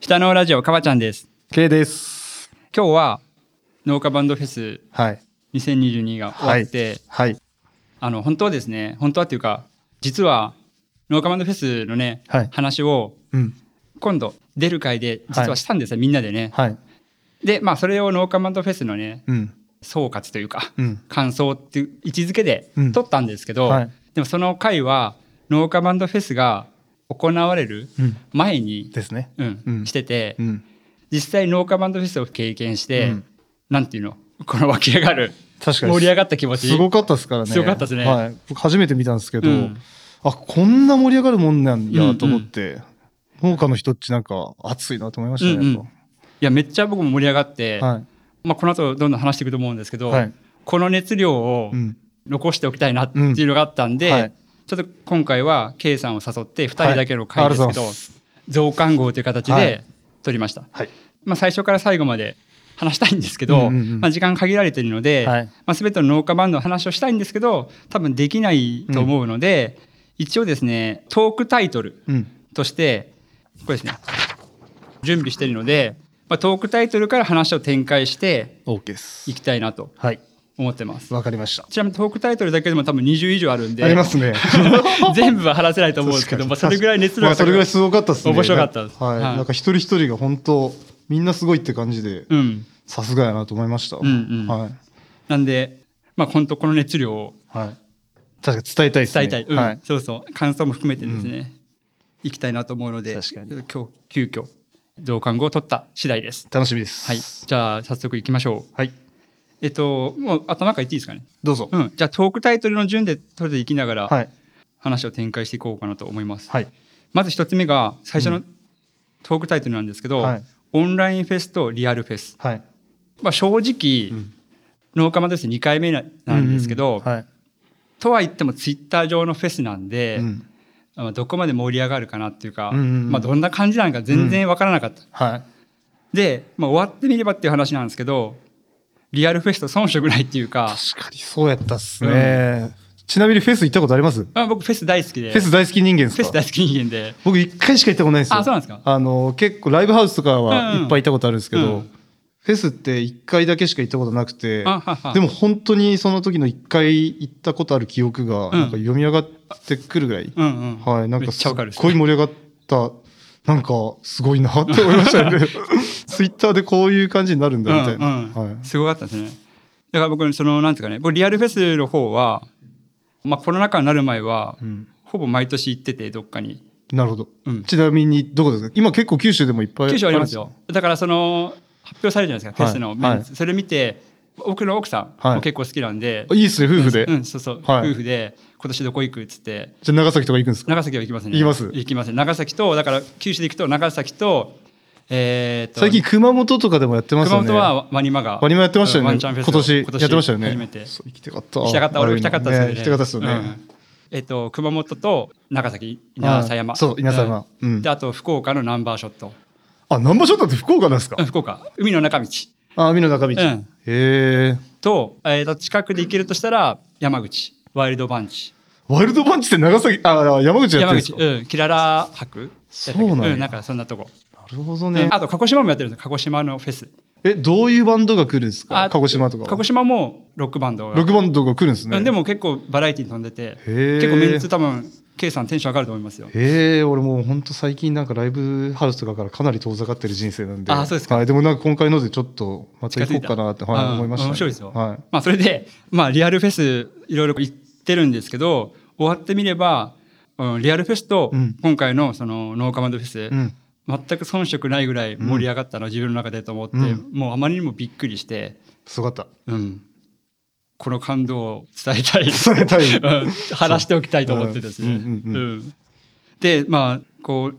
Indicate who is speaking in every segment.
Speaker 1: 北のラジオかばちゃんです。
Speaker 2: K です。
Speaker 1: 今日は農家バンドフェス
Speaker 2: はい。
Speaker 1: 2022が終わって、
Speaker 2: はい。
Speaker 1: あの本当はですね、本当はっていうか実は農家バンドフェスのね、
Speaker 2: はい
Speaker 1: 話を
Speaker 2: うん。
Speaker 1: 今度出る回で実はしたんですよ、みんなでね。
Speaker 2: はい。
Speaker 1: で、まあそれを農家バンドフェスのね
Speaker 2: うん。
Speaker 1: 総括というか
Speaker 2: うん。
Speaker 1: 感想っていう位置づけで
Speaker 2: うん
Speaker 1: 撮ったんですけど、
Speaker 2: はい
Speaker 1: でもその回は農家バンドフェスが行われる
Speaker 2: うん。
Speaker 1: 前に、
Speaker 2: ですね。
Speaker 1: うん
Speaker 2: うん
Speaker 1: してて、
Speaker 2: うん。
Speaker 1: 実際農家バンドフェスを経験して、
Speaker 2: うん
Speaker 1: なんていうのこの湧き上がる
Speaker 2: 確かに。
Speaker 1: 盛り上がった気持ち
Speaker 2: すごかったですからね。
Speaker 1: すごかったですね
Speaker 2: はい。僕初めて見たんですけど、
Speaker 1: うん
Speaker 2: あ、こんな盛り上がるもんなん
Speaker 1: うんう
Speaker 2: や
Speaker 1: ん
Speaker 2: と思って、農家の人っちなんか熱いなと思いましたね。やっ
Speaker 1: いやめっちゃ僕も盛り上がって、
Speaker 2: ぱはい。
Speaker 1: まあ、この後どんどん話していくと思うんですけど、
Speaker 2: はい
Speaker 1: この熱量を
Speaker 2: うん。
Speaker 1: 残しておきたいなっていうのがあったんで、
Speaker 2: うんはい
Speaker 1: ちょっと今回は K さんを誘って2人だけの会ですけど、
Speaker 2: はいありがとうございま
Speaker 1: 増刊号という形
Speaker 2: は
Speaker 1: で
Speaker 2: い
Speaker 1: 撮りました、
Speaker 2: はい。
Speaker 1: まあ、最初から最後まで話したいんですけど、
Speaker 2: うんうんうん
Speaker 1: まあ、時間限られてるので、
Speaker 2: はい
Speaker 1: まあ、全ての農家バンドの話をしたいんですけど多分できないと思うので、一応ですねトークタイトル
Speaker 2: うん。
Speaker 1: としてこれですね準備してるので、まあ、トークタイトルから話を展開して
Speaker 2: OK です
Speaker 1: い。きたいなと
Speaker 2: はい。
Speaker 1: 思ってます。
Speaker 2: わかりました。
Speaker 1: ちなみにトークタイトルだけでも多分20以上あるんで
Speaker 2: ありますね。
Speaker 1: 全部は話せないと思うんですけど、まあ、それぐらい熱量
Speaker 2: まあ
Speaker 1: が
Speaker 2: それぐらい
Speaker 1: 高
Speaker 2: すごかったですね。
Speaker 1: 面白かったです
Speaker 2: はい。
Speaker 1: はい
Speaker 2: なんか一人一人が本当、みんなすごいって感じで、
Speaker 1: いうん、
Speaker 2: さすがやなと思いました。
Speaker 1: んうん
Speaker 2: はい。
Speaker 1: なんで、まあ、本当この熱量を
Speaker 2: はい。確かに伝えたいです
Speaker 1: 伝
Speaker 2: ね。
Speaker 1: えたい、うん
Speaker 2: はい。
Speaker 1: そうそう感想も含めてですね、行きたいなと思うので
Speaker 2: 確かに
Speaker 1: 今日急遽増刊号を取った次第です
Speaker 2: 楽しみです。
Speaker 1: はいじゃあ早速行きましょう
Speaker 2: はい。
Speaker 1: えっともう頭から言っていいですかね
Speaker 2: どうぞ。
Speaker 1: うんじゃあトークタイトルの順で取れていきながら
Speaker 2: はい。
Speaker 1: 話を展開していこうかなと思います、
Speaker 2: はい。
Speaker 1: まず一つ目が最初
Speaker 2: う
Speaker 1: のトークタイトルなんですけど、
Speaker 2: はい
Speaker 1: オンラインフェスとリアルフェス、
Speaker 2: はい。
Speaker 1: まあ、正直、農家マです2回目ななんですけど、
Speaker 2: うんうんはい。
Speaker 1: とは言ってもツイッター上のフェスなんで、
Speaker 2: うん
Speaker 1: まあどこまで盛り上がるかなっていうか、
Speaker 2: うんうんうん
Speaker 1: まあ、どんな感じなのか全然わからなかった、
Speaker 2: はい。
Speaker 1: で、まあ、終わってみればっていう話なんですけどリアルフェスト遜色ないっていうか、
Speaker 2: 確かにそうやったっすね。ちなみにフェス行ったことありますフ
Speaker 1: まあ、僕フェス大好きで
Speaker 2: ェス大好き人間です
Speaker 1: フェス
Speaker 2: か
Speaker 1: 大好き人間で
Speaker 2: 僕一回しか行ったことないんですよ。
Speaker 1: あそうなんですか
Speaker 2: あの、結構ライブハウスとか
Speaker 1: うんうん
Speaker 2: はいっぱい行ったことあるんですけ
Speaker 1: う
Speaker 2: ど
Speaker 1: ん、
Speaker 2: フェスって一回だけしか行ったことなくて
Speaker 1: あはは、
Speaker 2: でも本当にその時の一回行ったことある記憶が、なんか読み上がってくるぐらい
Speaker 1: うんうん
Speaker 2: はい、なん
Speaker 1: めっ
Speaker 2: か
Speaker 1: ち
Speaker 2: す
Speaker 1: ゃ
Speaker 2: っ
Speaker 1: わかる
Speaker 2: ごい盛り上がった。なんかすごいなって思いました ね。ツイッターでこういう感じになるんだみたいな。
Speaker 1: うんうん
Speaker 2: はい。
Speaker 1: すごかったですねだから僕そのなんですかね僕リアルフェスの方は、まあ、コロナ禍になる前は、
Speaker 2: ん
Speaker 1: ほぼ毎年行っててどっかに
Speaker 2: なるほど、
Speaker 1: うん
Speaker 2: ちなみにどこですか。今結構九州でもいっぱい
Speaker 1: 九州ありますよ。だからその発表されるじゃないですか、
Speaker 2: はい
Speaker 1: フェスのメンツ、
Speaker 2: は
Speaker 1: それ見て僕の奥さん
Speaker 2: は
Speaker 1: も
Speaker 2: い
Speaker 1: 結構好きなんで、
Speaker 2: あいいですね夫婦で。
Speaker 1: うん、そうそう、
Speaker 2: はい
Speaker 1: 夫婦で今年どこ行くっつって
Speaker 2: じゃあ長崎とか行くんですか。
Speaker 1: 長崎は行きますね
Speaker 2: 行きます
Speaker 1: 行きます長崎とだから九州で行くと長崎とえーっと
Speaker 2: 最近熊本とかでもやってますよ
Speaker 1: 熊
Speaker 2: ね。
Speaker 1: 本はワニマが
Speaker 2: ワニマやってましたよ
Speaker 1: うんワ
Speaker 2: ね。
Speaker 1: ンチャン
Speaker 2: 今
Speaker 1: フェス
Speaker 2: 年やってましたよね。
Speaker 1: 初めて
Speaker 2: そう行きたかった。
Speaker 1: 行きたかった俺も行きたかったですよね
Speaker 2: 行きたかったですよね。
Speaker 1: うんえっと熊本と長崎稲佐山
Speaker 2: はいそう稲佐山
Speaker 1: うん
Speaker 2: うん
Speaker 1: であと福岡のナンバーショット、
Speaker 2: あ、南波ショットって福岡なんですか。
Speaker 1: うん福岡海の中道
Speaker 2: あ、海の中道。
Speaker 1: ん
Speaker 2: へえ。
Speaker 1: と,、えーと近くで行けるとしたら山口ワイルドバンチ
Speaker 2: ワイルドバンチって長崎、あ、山口でやって
Speaker 1: 山
Speaker 2: るんで
Speaker 1: 口、
Speaker 2: すか。
Speaker 1: うん、キララ博
Speaker 2: そうなんや
Speaker 1: なんかそんなとこ、
Speaker 2: なるほどね。
Speaker 1: あと鹿児島もやってるんですよ鹿児島のフェス
Speaker 2: え、どういうバンドが来るんです
Speaker 1: あ
Speaker 2: か鹿児島とかは。
Speaker 1: 鹿児島もロックバンドが
Speaker 2: 6バンドが来るんですね。
Speaker 1: うんでも結構バラエティに飛んでて
Speaker 2: ー
Speaker 1: 結構メンツ多分 K さんテンション上がると思いますよ
Speaker 2: へえ、俺もう本当最近なんかライブハウスとかからかなり遠ざかってる人生なんで。
Speaker 1: あそうですか
Speaker 2: はい、でもなんか今回のでちょっとまた
Speaker 1: 近
Speaker 2: 行
Speaker 1: づ
Speaker 2: こ
Speaker 1: いうた
Speaker 2: かなって、はい、
Speaker 1: うん
Speaker 2: 思いましたね、
Speaker 1: 面白いですよ、
Speaker 2: はい。
Speaker 1: まあ、それで、まあ、リアルフェスいろいろ行ってるんですけど終わってみれば、うん、リアルフェスと
Speaker 2: うん
Speaker 1: 今回のそのノーカマンドフェス、
Speaker 2: うん。
Speaker 1: 全く遜色ないぐらい盛り上がったの、自分の中でと思って、
Speaker 2: うん
Speaker 1: もうあまりにもびっくりして、
Speaker 2: すごかった。
Speaker 1: うん、この感動を伝えたい
Speaker 2: 伝えたい
Speaker 1: うん話しておきたいと思ってですね。
Speaker 2: うんうんうん
Speaker 1: うんでまあこう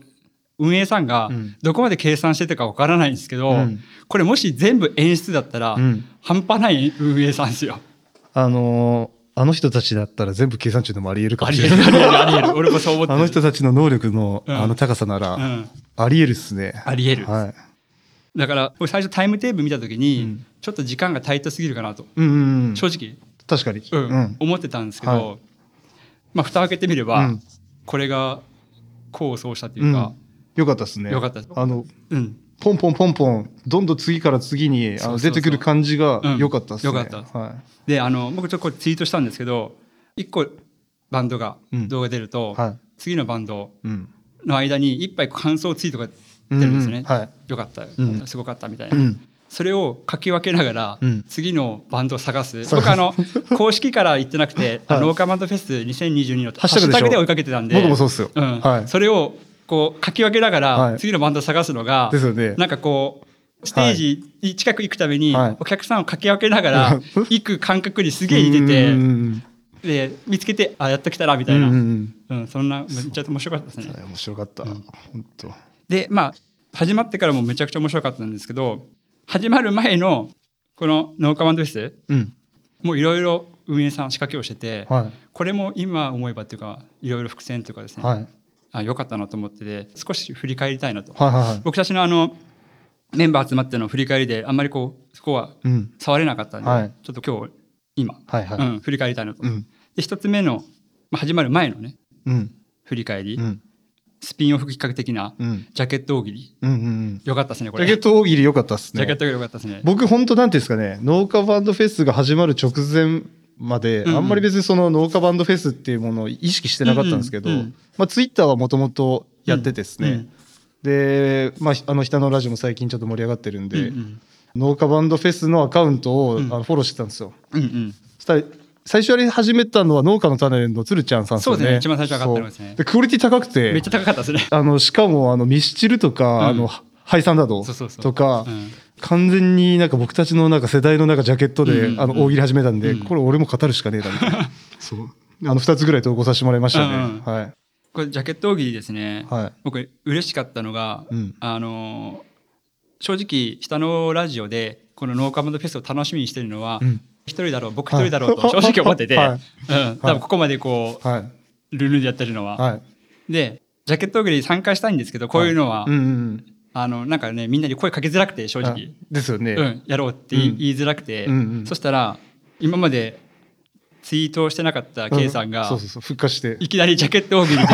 Speaker 1: 運営さんが
Speaker 2: うん
Speaker 1: どこまで計算してたかわからないんですけど、
Speaker 2: うん
Speaker 1: これもし全部演出だったら、
Speaker 2: うん
Speaker 1: 半端ない運営さんですよ。
Speaker 2: あのーあの人たちだったら全部計算中でもあり得るか
Speaker 1: あ
Speaker 2: も
Speaker 1: り
Speaker 2: し
Speaker 1: える
Speaker 2: れ ない。
Speaker 1: ありえるありえる俺もそう思って
Speaker 2: あ
Speaker 1: る
Speaker 2: の人たちの能力の、
Speaker 1: うん
Speaker 2: あの高さなら、
Speaker 1: うん
Speaker 2: あり得るっすね。
Speaker 1: ありえる
Speaker 2: はい。
Speaker 1: だから俺最初タイムテーブル見た時に、
Speaker 2: うん
Speaker 1: ちょっと時間がタイトすぎるかなと、
Speaker 2: うんうんうん。
Speaker 1: 正直
Speaker 2: 確かに。
Speaker 1: うん
Speaker 2: うん。
Speaker 1: 思ってたんですけど、
Speaker 2: は
Speaker 1: まあ蓋を開けてみれば、
Speaker 2: うん
Speaker 1: これが功を奏したというか、
Speaker 2: うんよかったですね。
Speaker 1: よかったです
Speaker 2: あの、
Speaker 1: うん、
Speaker 2: ポンポンポンポン、どんどん次から次
Speaker 1: そ
Speaker 2: にあ
Speaker 1: うそ
Speaker 2: の
Speaker 1: うそう
Speaker 2: 出てくる感じが
Speaker 1: うん
Speaker 2: 良かったです
Speaker 1: 良
Speaker 2: ね。
Speaker 1: かったです
Speaker 2: は
Speaker 1: であの僕ちょっとこれツイートしたんですけど一個バンドが
Speaker 2: うん
Speaker 1: 動画出ると、
Speaker 2: い。は
Speaker 1: 次のバンド
Speaker 2: い。うん。
Speaker 1: の間に一杯感想ツイートが出るんですよね、
Speaker 2: ううはい。
Speaker 1: よかった、
Speaker 2: ん
Speaker 1: すごかったみたいな、
Speaker 2: うん。
Speaker 1: それを書き分けながら、
Speaker 2: うん
Speaker 1: 次のバンドを探す
Speaker 2: 探す
Speaker 1: 僕あの公式から言ってなくて「
Speaker 2: はい
Speaker 1: 農家バンドフェス2022」の
Speaker 2: ハ
Speaker 1: ハッ
Speaker 2: ッシ
Speaker 1: シ
Speaker 2: ュタ
Speaker 1: ュタ
Speaker 2: グでしょ
Speaker 1: グで追いかけてたんで
Speaker 2: 僕もそうっすよ。
Speaker 1: うん
Speaker 2: はい。
Speaker 1: それをこう書き分けなが
Speaker 2: は
Speaker 1: ら
Speaker 2: い
Speaker 1: 次のバンドを探すのが、
Speaker 2: ですよね。
Speaker 1: なんかこうステージに近く行くために
Speaker 2: はい
Speaker 1: お客さんを掛け分けなが ら行く感覚にすげえ似
Speaker 2: うんう
Speaker 1: て
Speaker 2: ん
Speaker 1: てで見つけてあやっときたらみ
Speaker 2: う
Speaker 1: たい
Speaker 2: ん。
Speaker 1: な、
Speaker 2: う
Speaker 1: うん
Speaker 2: うんん
Speaker 1: そんなめっちゃ面白かったです
Speaker 2: うん。
Speaker 1: ね。
Speaker 2: 面白かった。本当。
Speaker 1: でまあ始まってからもめちゃくちゃ面白かったんですけど始まる前のこの農家バンドフェス
Speaker 2: うん。
Speaker 1: もういろいろ運営さん仕掛けをしてて、
Speaker 2: は
Speaker 1: これも今思えばっていうかいろいろ伏線というかです
Speaker 2: い。
Speaker 1: ね、
Speaker 2: はい。
Speaker 1: あ良かったなと思ってて少し振り返りたいなと
Speaker 2: はいはい。
Speaker 1: 僕たちのあのメンバー集まっての振り返りであんまりこうそこは
Speaker 2: うん。
Speaker 1: 触れなかったんで、
Speaker 2: はい
Speaker 1: ちょっと今日今、
Speaker 2: はいは
Speaker 1: う
Speaker 2: い。
Speaker 1: ん、振り返りたいなと、
Speaker 2: うん。
Speaker 1: で一つ目の、まあ、始まる前のね
Speaker 2: うん。
Speaker 1: 振り返り、
Speaker 2: うん。
Speaker 1: スピンオフ企画的な
Speaker 2: うん。
Speaker 1: ジャケット大喜利
Speaker 2: うん。うん。
Speaker 1: よかったですねこ
Speaker 2: ジャ
Speaker 1: れ
Speaker 2: ケット大喜利良かったっす
Speaker 1: ジャケッ
Speaker 2: ね。
Speaker 1: ト大喜利よかったですね
Speaker 2: 僕本当なんていうんですかね、農家バンドフェスが始まる直前まで、
Speaker 1: うんうん
Speaker 2: あんまり別にその農家バンドフェスっていうものを意識してなかったんですけど、
Speaker 1: うんうんうん
Speaker 2: まあツイッターはもともとやっててですね、で、まあ、あの、北のラジオも最近ちょっと盛り上がってるん
Speaker 1: うん
Speaker 2: で、
Speaker 1: うん
Speaker 2: 農家バンドフェスのアカウントを、
Speaker 1: うん
Speaker 2: あのフォローしてたんですよ。
Speaker 1: うんうん
Speaker 2: そしたら最初やり始めたのは農家の種の鶴ちゃんさんですよね。
Speaker 1: そうですね一番最初上がったのですね
Speaker 2: そうでクオリティ高くて、
Speaker 1: めっちゃ高かったですね
Speaker 2: あのしかもあのミスチルとか、
Speaker 1: ん
Speaker 2: あのハイサンダード
Speaker 1: そうそうそう
Speaker 2: とか
Speaker 1: うん
Speaker 2: 完全になんか僕たちのなんか世代のなんかジャケットで、
Speaker 1: うん
Speaker 2: あの大喜利始めたんで、
Speaker 1: うん
Speaker 2: これ俺も語るしかねえだみたいなそうあの2つぐらい投稿させてもらいましたね、
Speaker 1: うんうん
Speaker 2: はい
Speaker 1: これジャケット大喜利ですね、
Speaker 2: はい
Speaker 1: 僕嬉しかったのが、
Speaker 2: うん
Speaker 1: あのー正直下のラジオでこの農家バンドフェスを楽しみにしてるのは
Speaker 2: うん
Speaker 1: 一人だろう僕一
Speaker 2: はい
Speaker 1: 人だろうと正直思ってて、
Speaker 2: はい
Speaker 1: うん、多分ここまでこ
Speaker 2: はいう
Speaker 1: ルールでやってるのは、
Speaker 2: はい
Speaker 1: でジャケット大喜利参加したいんですけどこういうのは、
Speaker 2: うんうん
Speaker 1: あのなんかねみんなに声かけづらくて正
Speaker 2: うん
Speaker 1: 直、
Speaker 2: あですよね、
Speaker 1: うん、やろうって言い,、
Speaker 2: うん
Speaker 1: づらくて、
Speaker 2: うんうん
Speaker 1: そしたら今までツイートしてなかった
Speaker 2: うん
Speaker 1: K さんが、
Speaker 2: そうそうそう復活して
Speaker 1: いきなりジャケット大 喜利で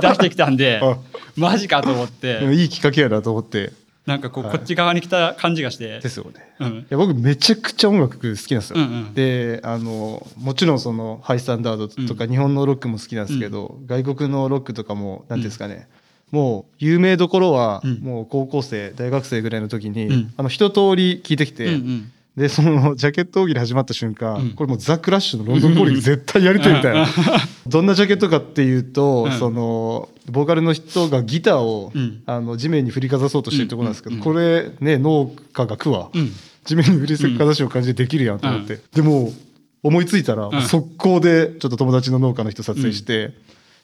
Speaker 1: 出してきたんで
Speaker 2: あ
Speaker 1: マジかと思っ
Speaker 2: うん
Speaker 1: て
Speaker 2: いいきっかけやなと思って
Speaker 1: なんかこう、
Speaker 2: はい
Speaker 1: こっち側に来た感じがして
Speaker 2: ですよね
Speaker 1: うん
Speaker 2: いや僕めちゃくちゃ音楽好きなんですよ、
Speaker 1: うんうん
Speaker 2: であのもちろんそのハイスタンダードとか日本のロックも好きなんですけど、外国のロックとかも何ていうんですかね、もう有名どころは
Speaker 1: うん
Speaker 2: もう高校生、大学生ぐらいの時に、
Speaker 1: うん
Speaker 2: あの一通り聞いてきて、
Speaker 1: うんうん
Speaker 2: でそのジャケット大喜利始まった瞬間、
Speaker 1: うん
Speaker 2: これもうザ・クラッシュのロンドンボーリング絶対やりたいみたいなどんなジャケットかっていうと、
Speaker 1: うん
Speaker 2: そのボーカルの人がギターを、
Speaker 1: うん
Speaker 2: あの地面に振りかざそうとしてるところなんですけど、
Speaker 1: うんうん
Speaker 2: これね農家が食わ、
Speaker 1: うん
Speaker 2: 地面に振りかざしを感じてできるやんと思って、でも思いついたら、
Speaker 1: ん
Speaker 2: 速攻でちょっと友達の農家の人撮影して。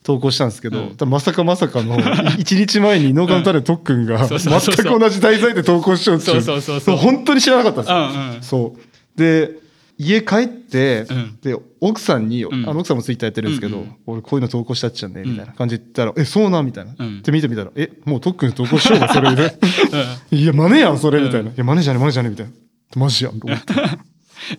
Speaker 2: 投稿したんですけど、
Speaker 1: うん
Speaker 2: ただまさかまさかの一日前に農家の種とっくんが
Speaker 1: そう
Speaker 2: 全
Speaker 1: そうそうそう
Speaker 2: く同じ題材で投稿しちゃうってい
Speaker 1: そうそうそうそう
Speaker 2: も本当に知らなかったんですよ、
Speaker 1: うんうん
Speaker 2: そうで家帰って、
Speaker 1: うん
Speaker 2: で奥さんに、
Speaker 1: ん
Speaker 2: あの奥さんもツイッターやってるんですけど、
Speaker 1: うんうん
Speaker 2: 俺こういうの投稿したっちゃねみたいな
Speaker 1: う
Speaker 2: 感じで言ったら、えそうなんみたいな、
Speaker 1: うん
Speaker 2: で見てみたらえもうとっくん投稿しようがそ れでいやマネやんそれみたいな、いやマネじゃねマネじゃねみたいなマジやんと思って
Speaker 1: い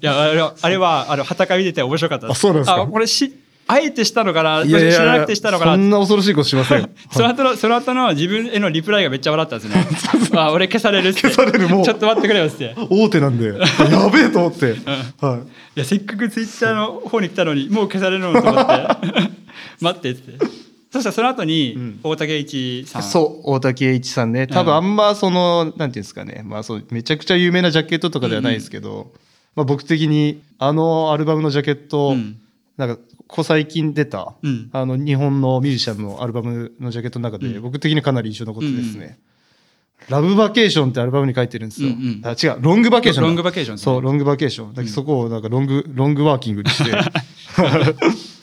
Speaker 1: やあれはあれはあの旗から見てて面白かった
Speaker 2: あそうなんですか
Speaker 1: あこれしあえてしたのかない
Speaker 2: やいやいや
Speaker 1: 知らなくてしたのかな
Speaker 2: そんな恐ろしいことしま せん
Speaker 1: その後の、その後の自分へのリプライがめっちゃ笑ったん ですね。あ、俺消されるって。
Speaker 2: 消されるもう
Speaker 1: ちょっと待ってくれよって。い
Speaker 2: 大手なんでやべえと思って、はい
Speaker 1: や、せっかくツイッターの方に来たのに、もう消されるのと思って。 待ってって。そしたらその後に、大竹一さん。
Speaker 2: そう大竹栄一さんね多分あんまその、なんていうんですかね、まあ、そうめちゃくちゃ有名なジャケットとかではないですけど、まあ、僕的にあのアルバムのジャケット、
Speaker 1: うん
Speaker 2: なんかここ最近出た、
Speaker 1: うん
Speaker 2: あの日本のミュージシャンのアルバムのジャケットの中で、僕的にかなり印象残ってですね「ラブバケーション」ってアルバムに書いてるんですよ、
Speaker 1: うんうん
Speaker 2: あ違う「ロングバケーションだ」
Speaker 1: ロングバケーションですね
Speaker 2: そうロングバケーションだけどそこをなんかロングロングワーキングに して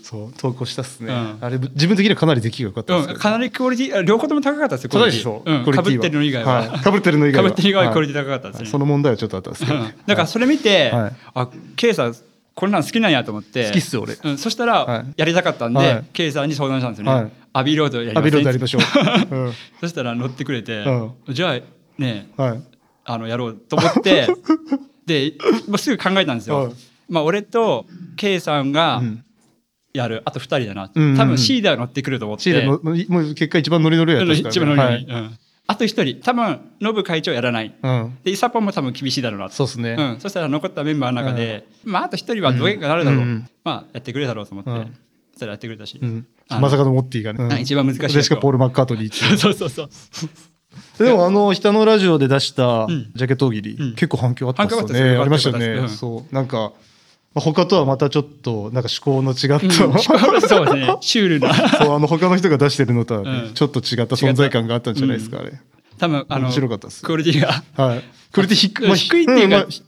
Speaker 2: そう投稿したっすね、
Speaker 1: うん
Speaker 2: あれ自分的にはかなり出来が良かったんですけど、
Speaker 1: うん、かなりクオリティ、あ両方とも高かったですよ、
Speaker 2: 高いでしょ、
Speaker 1: クオリティうん、かぶってるの以外は。
Speaker 2: かぶってるの以
Speaker 1: か
Speaker 2: 外
Speaker 1: ぶ
Speaker 2: は
Speaker 1: ってる以外はクオリ
Speaker 2: テ
Speaker 1: ティ高かったですね。
Speaker 2: その問題はちょっとあったんですけど、
Speaker 1: うんだからそれ見て、
Speaker 2: はい
Speaker 1: あケイさんこんなん好きなんやと思って
Speaker 2: 好きっすよ俺
Speaker 1: うん、そしたら、
Speaker 2: はい
Speaker 1: やりたかったんで、
Speaker 2: はい
Speaker 1: ケイさんに相談したんですよね、
Speaker 2: はい
Speaker 1: アビーロードやり
Speaker 2: アビ
Speaker 1: ま
Speaker 2: ロ
Speaker 1: せん
Speaker 2: ーでやりましょう、うん
Speaker 1: そしたら乗ってくれて、
Speaker 2: う
Speaker 1: じゃあね
Speaker 2: はい
Speaker 1: あのやろうと思って でもうすぐ考えたんですよ、
Speaker 2: はい
Speaker 1: まあ俺とケイさんが
Speaker 2: うん
Speaker 1: やる、あと2人だな、
Speaker 2: うんうんうん
Speaker 1: 多分シーダー乗ってくると思って
Speaker 2: シーレのもう結果一番ノリノリやった
Speaker 1: うん
Speaker 2: ですから、ね、
Speaker 1: 一番乗りに、
Speaker 2: はい
Speaker 1: うんあと一人多分ノブ会長やらない
Speaker 2: うん。
Speaker 1: でイサポンも多分厳しいだろうなと
Speaker 2: そうですね。
Speaker 1: うん、そしたら残ったメンバーの中で、まああと一人はどうにかなるだろう、
Speaker 2: うんうん
Speaker 1: まあやってくれるだろうと思って、
Speaker 2: うん
Speaker 1: そしたらやってくれたし、
Speaker 2: うん
Speaker 1: あの
Speaker 2: まさかのモッティがね。うん
Speaker 1: 一番難しいやつを
Speaker 2: でしかポール・マッカートリーってい
Speaker 1: そうそうそう
Speaker 2: う。でもあの、北のラジオで出した
Speaker 1: ん
Speaker 2: ジャケット大喜利、
Speaker 1: うん
Speaker 2: 結構反響あったっすよ
Speaker 1: 反響
Speaker 2: ね。あ
Speaker 1: あ
Speaker 2: り
Speaker 1: っ
Speaker 2: ま
Speaker 1: たっ
Speaker 2: し
Speaker 1: す
Speaker 2: た
Speaker 1: よ
Speaker 2: よね。
Speaker 1: よかったです
Speaker 2: そう。なんか、まあ他とはまたちょっと、なんか趣向の違った、
Speaker 1: うんそうですねシュールな
Speaker 2: そうあの他の人が出してるのとはね、
Speaker 1: うん
Speaker 2: ちょっと違った存在感があったんじゃないですか、あれ。
Speaker 1: 多分あの
Speaker 2: 面白かったっす
Speaker 1: クオリティが
Speaker 2: はい。クオリティ低,、
Speaker 1: うん低いっていうか
Speaker 2: ひ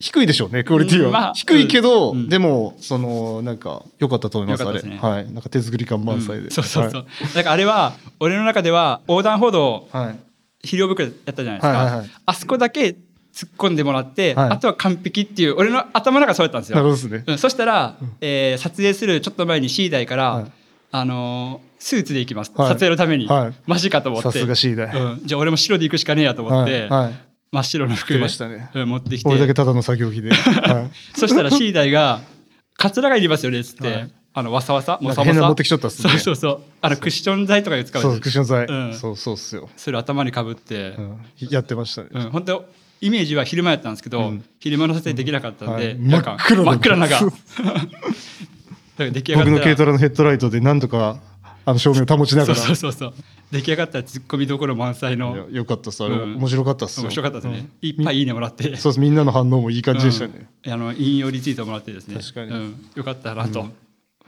Speaker 2: 低いでしょうね、クオリティは。
Speaker 1: うんまあ
Speaker 2: 低いけど、
Speaker 1: うん
Speaker 2: でも、その、なんか、良かったと思います、
Speaker 1: 良
Speaker 2: あ
Speaker 1: かっ
Speaker 2: れ。
Speaker 1: たですね
Speaker 2: はい。なんか手作り感満載で。
Speaker 1: うんそうそうそう、
Speaker 2: は
Speaker 1: だからあれは俺の中では横断歩道
Speaker 2: い。はい
Speaker 1: 肥料袋やったじゃないですか、
Speaker 2: はいはいはい
Speaker 1: あそこだけ突っ込んでもらって、
Speaker 2: はい
Speaker 1: あとは完璧っていう俺の頭の中そうやったんです
Speaker 2: なるほ
Speaker 1: よ、
Speaker 2: どですね。
Speaker 1: うん、そしたら、えー撮影するちょっと前に C 台から、
Speaker 2: はい
Speaker 1: あのースーツで行きます、
Speaker 2: はい
Speaker 1: 撮影のために、
Speaker 2: はい
Speaker 1: マジかと思って
Speaker 2: さすが C 台
Speaker 1: うん、じゃあ俺も白で行くしかねえやと思って、
Speaker 2: はいはい
Speaker 1: 真っ白の服
Speaker 2: 着てましたね
Speaker 1: うん持ってきて
Speaker 2: 俺だけただの作業 着で。は
Speaker 1: そしたら C 代が「カツラがいりますよね」っつって、
Speaker 2: はい
Speaker 1: あのわさわさも
Speaker 2: なん
Speaker 1: さも
Speaker 2: か変
Speaker 1: さ
Speaker 2: なの持ってきちゃったっすね
Speaker 1: そうそうそうあのクッション材とかで使
Speaker 2: い。
Speaker 1: うやつ
Speaker 2: そう、クッション材。
Speaker 1: うん
Speaker 2: そうそうっすよ。
Speaker 1: それ頭にかぶって、
Speaker 2: う
Speaker 1: うん
Speaker 2: んやってましたね。
Speaker 1: 本当イメージは昼間やったんですけど、
Speaker 2: うん
Speaker 1: 昼間の撮影できなかったんで、
Speaker 2: うんはい
Speaker 1: なんか
Speaker 2: 真っ暗な
Speaker 1: 真っ暗 な中
Speaker 2: そ
Speaker 1: だ
Speaker 2: う
Speaker 1: から出来上がったら
Speaker 2: 僕の軽トラのヘッドライトで、なんとか、あの、照明を保ちな
Speaker 1: そ
Speaker 2: が
Speaker 1: うそう
Speaker 2: ら。
Speaker 1: そうそう出来上がったらツッコミどころ満載の
Speaker 2: いやよかったっす、あれ。
Speaker 1: うん
Speaker 2: 面白かったっすよ。
Speaker 1: 面白かったですね、
Speaker 2: うん
Speaker 1: いっぱいいいねもらって
Speaker 2: そうです、みんなの反応もいい感じでしたね。
Speaker 1: うんあの引用リツイートもらってですね
Speaker 2: 確かに
Speaker 1: うん、よかったなと、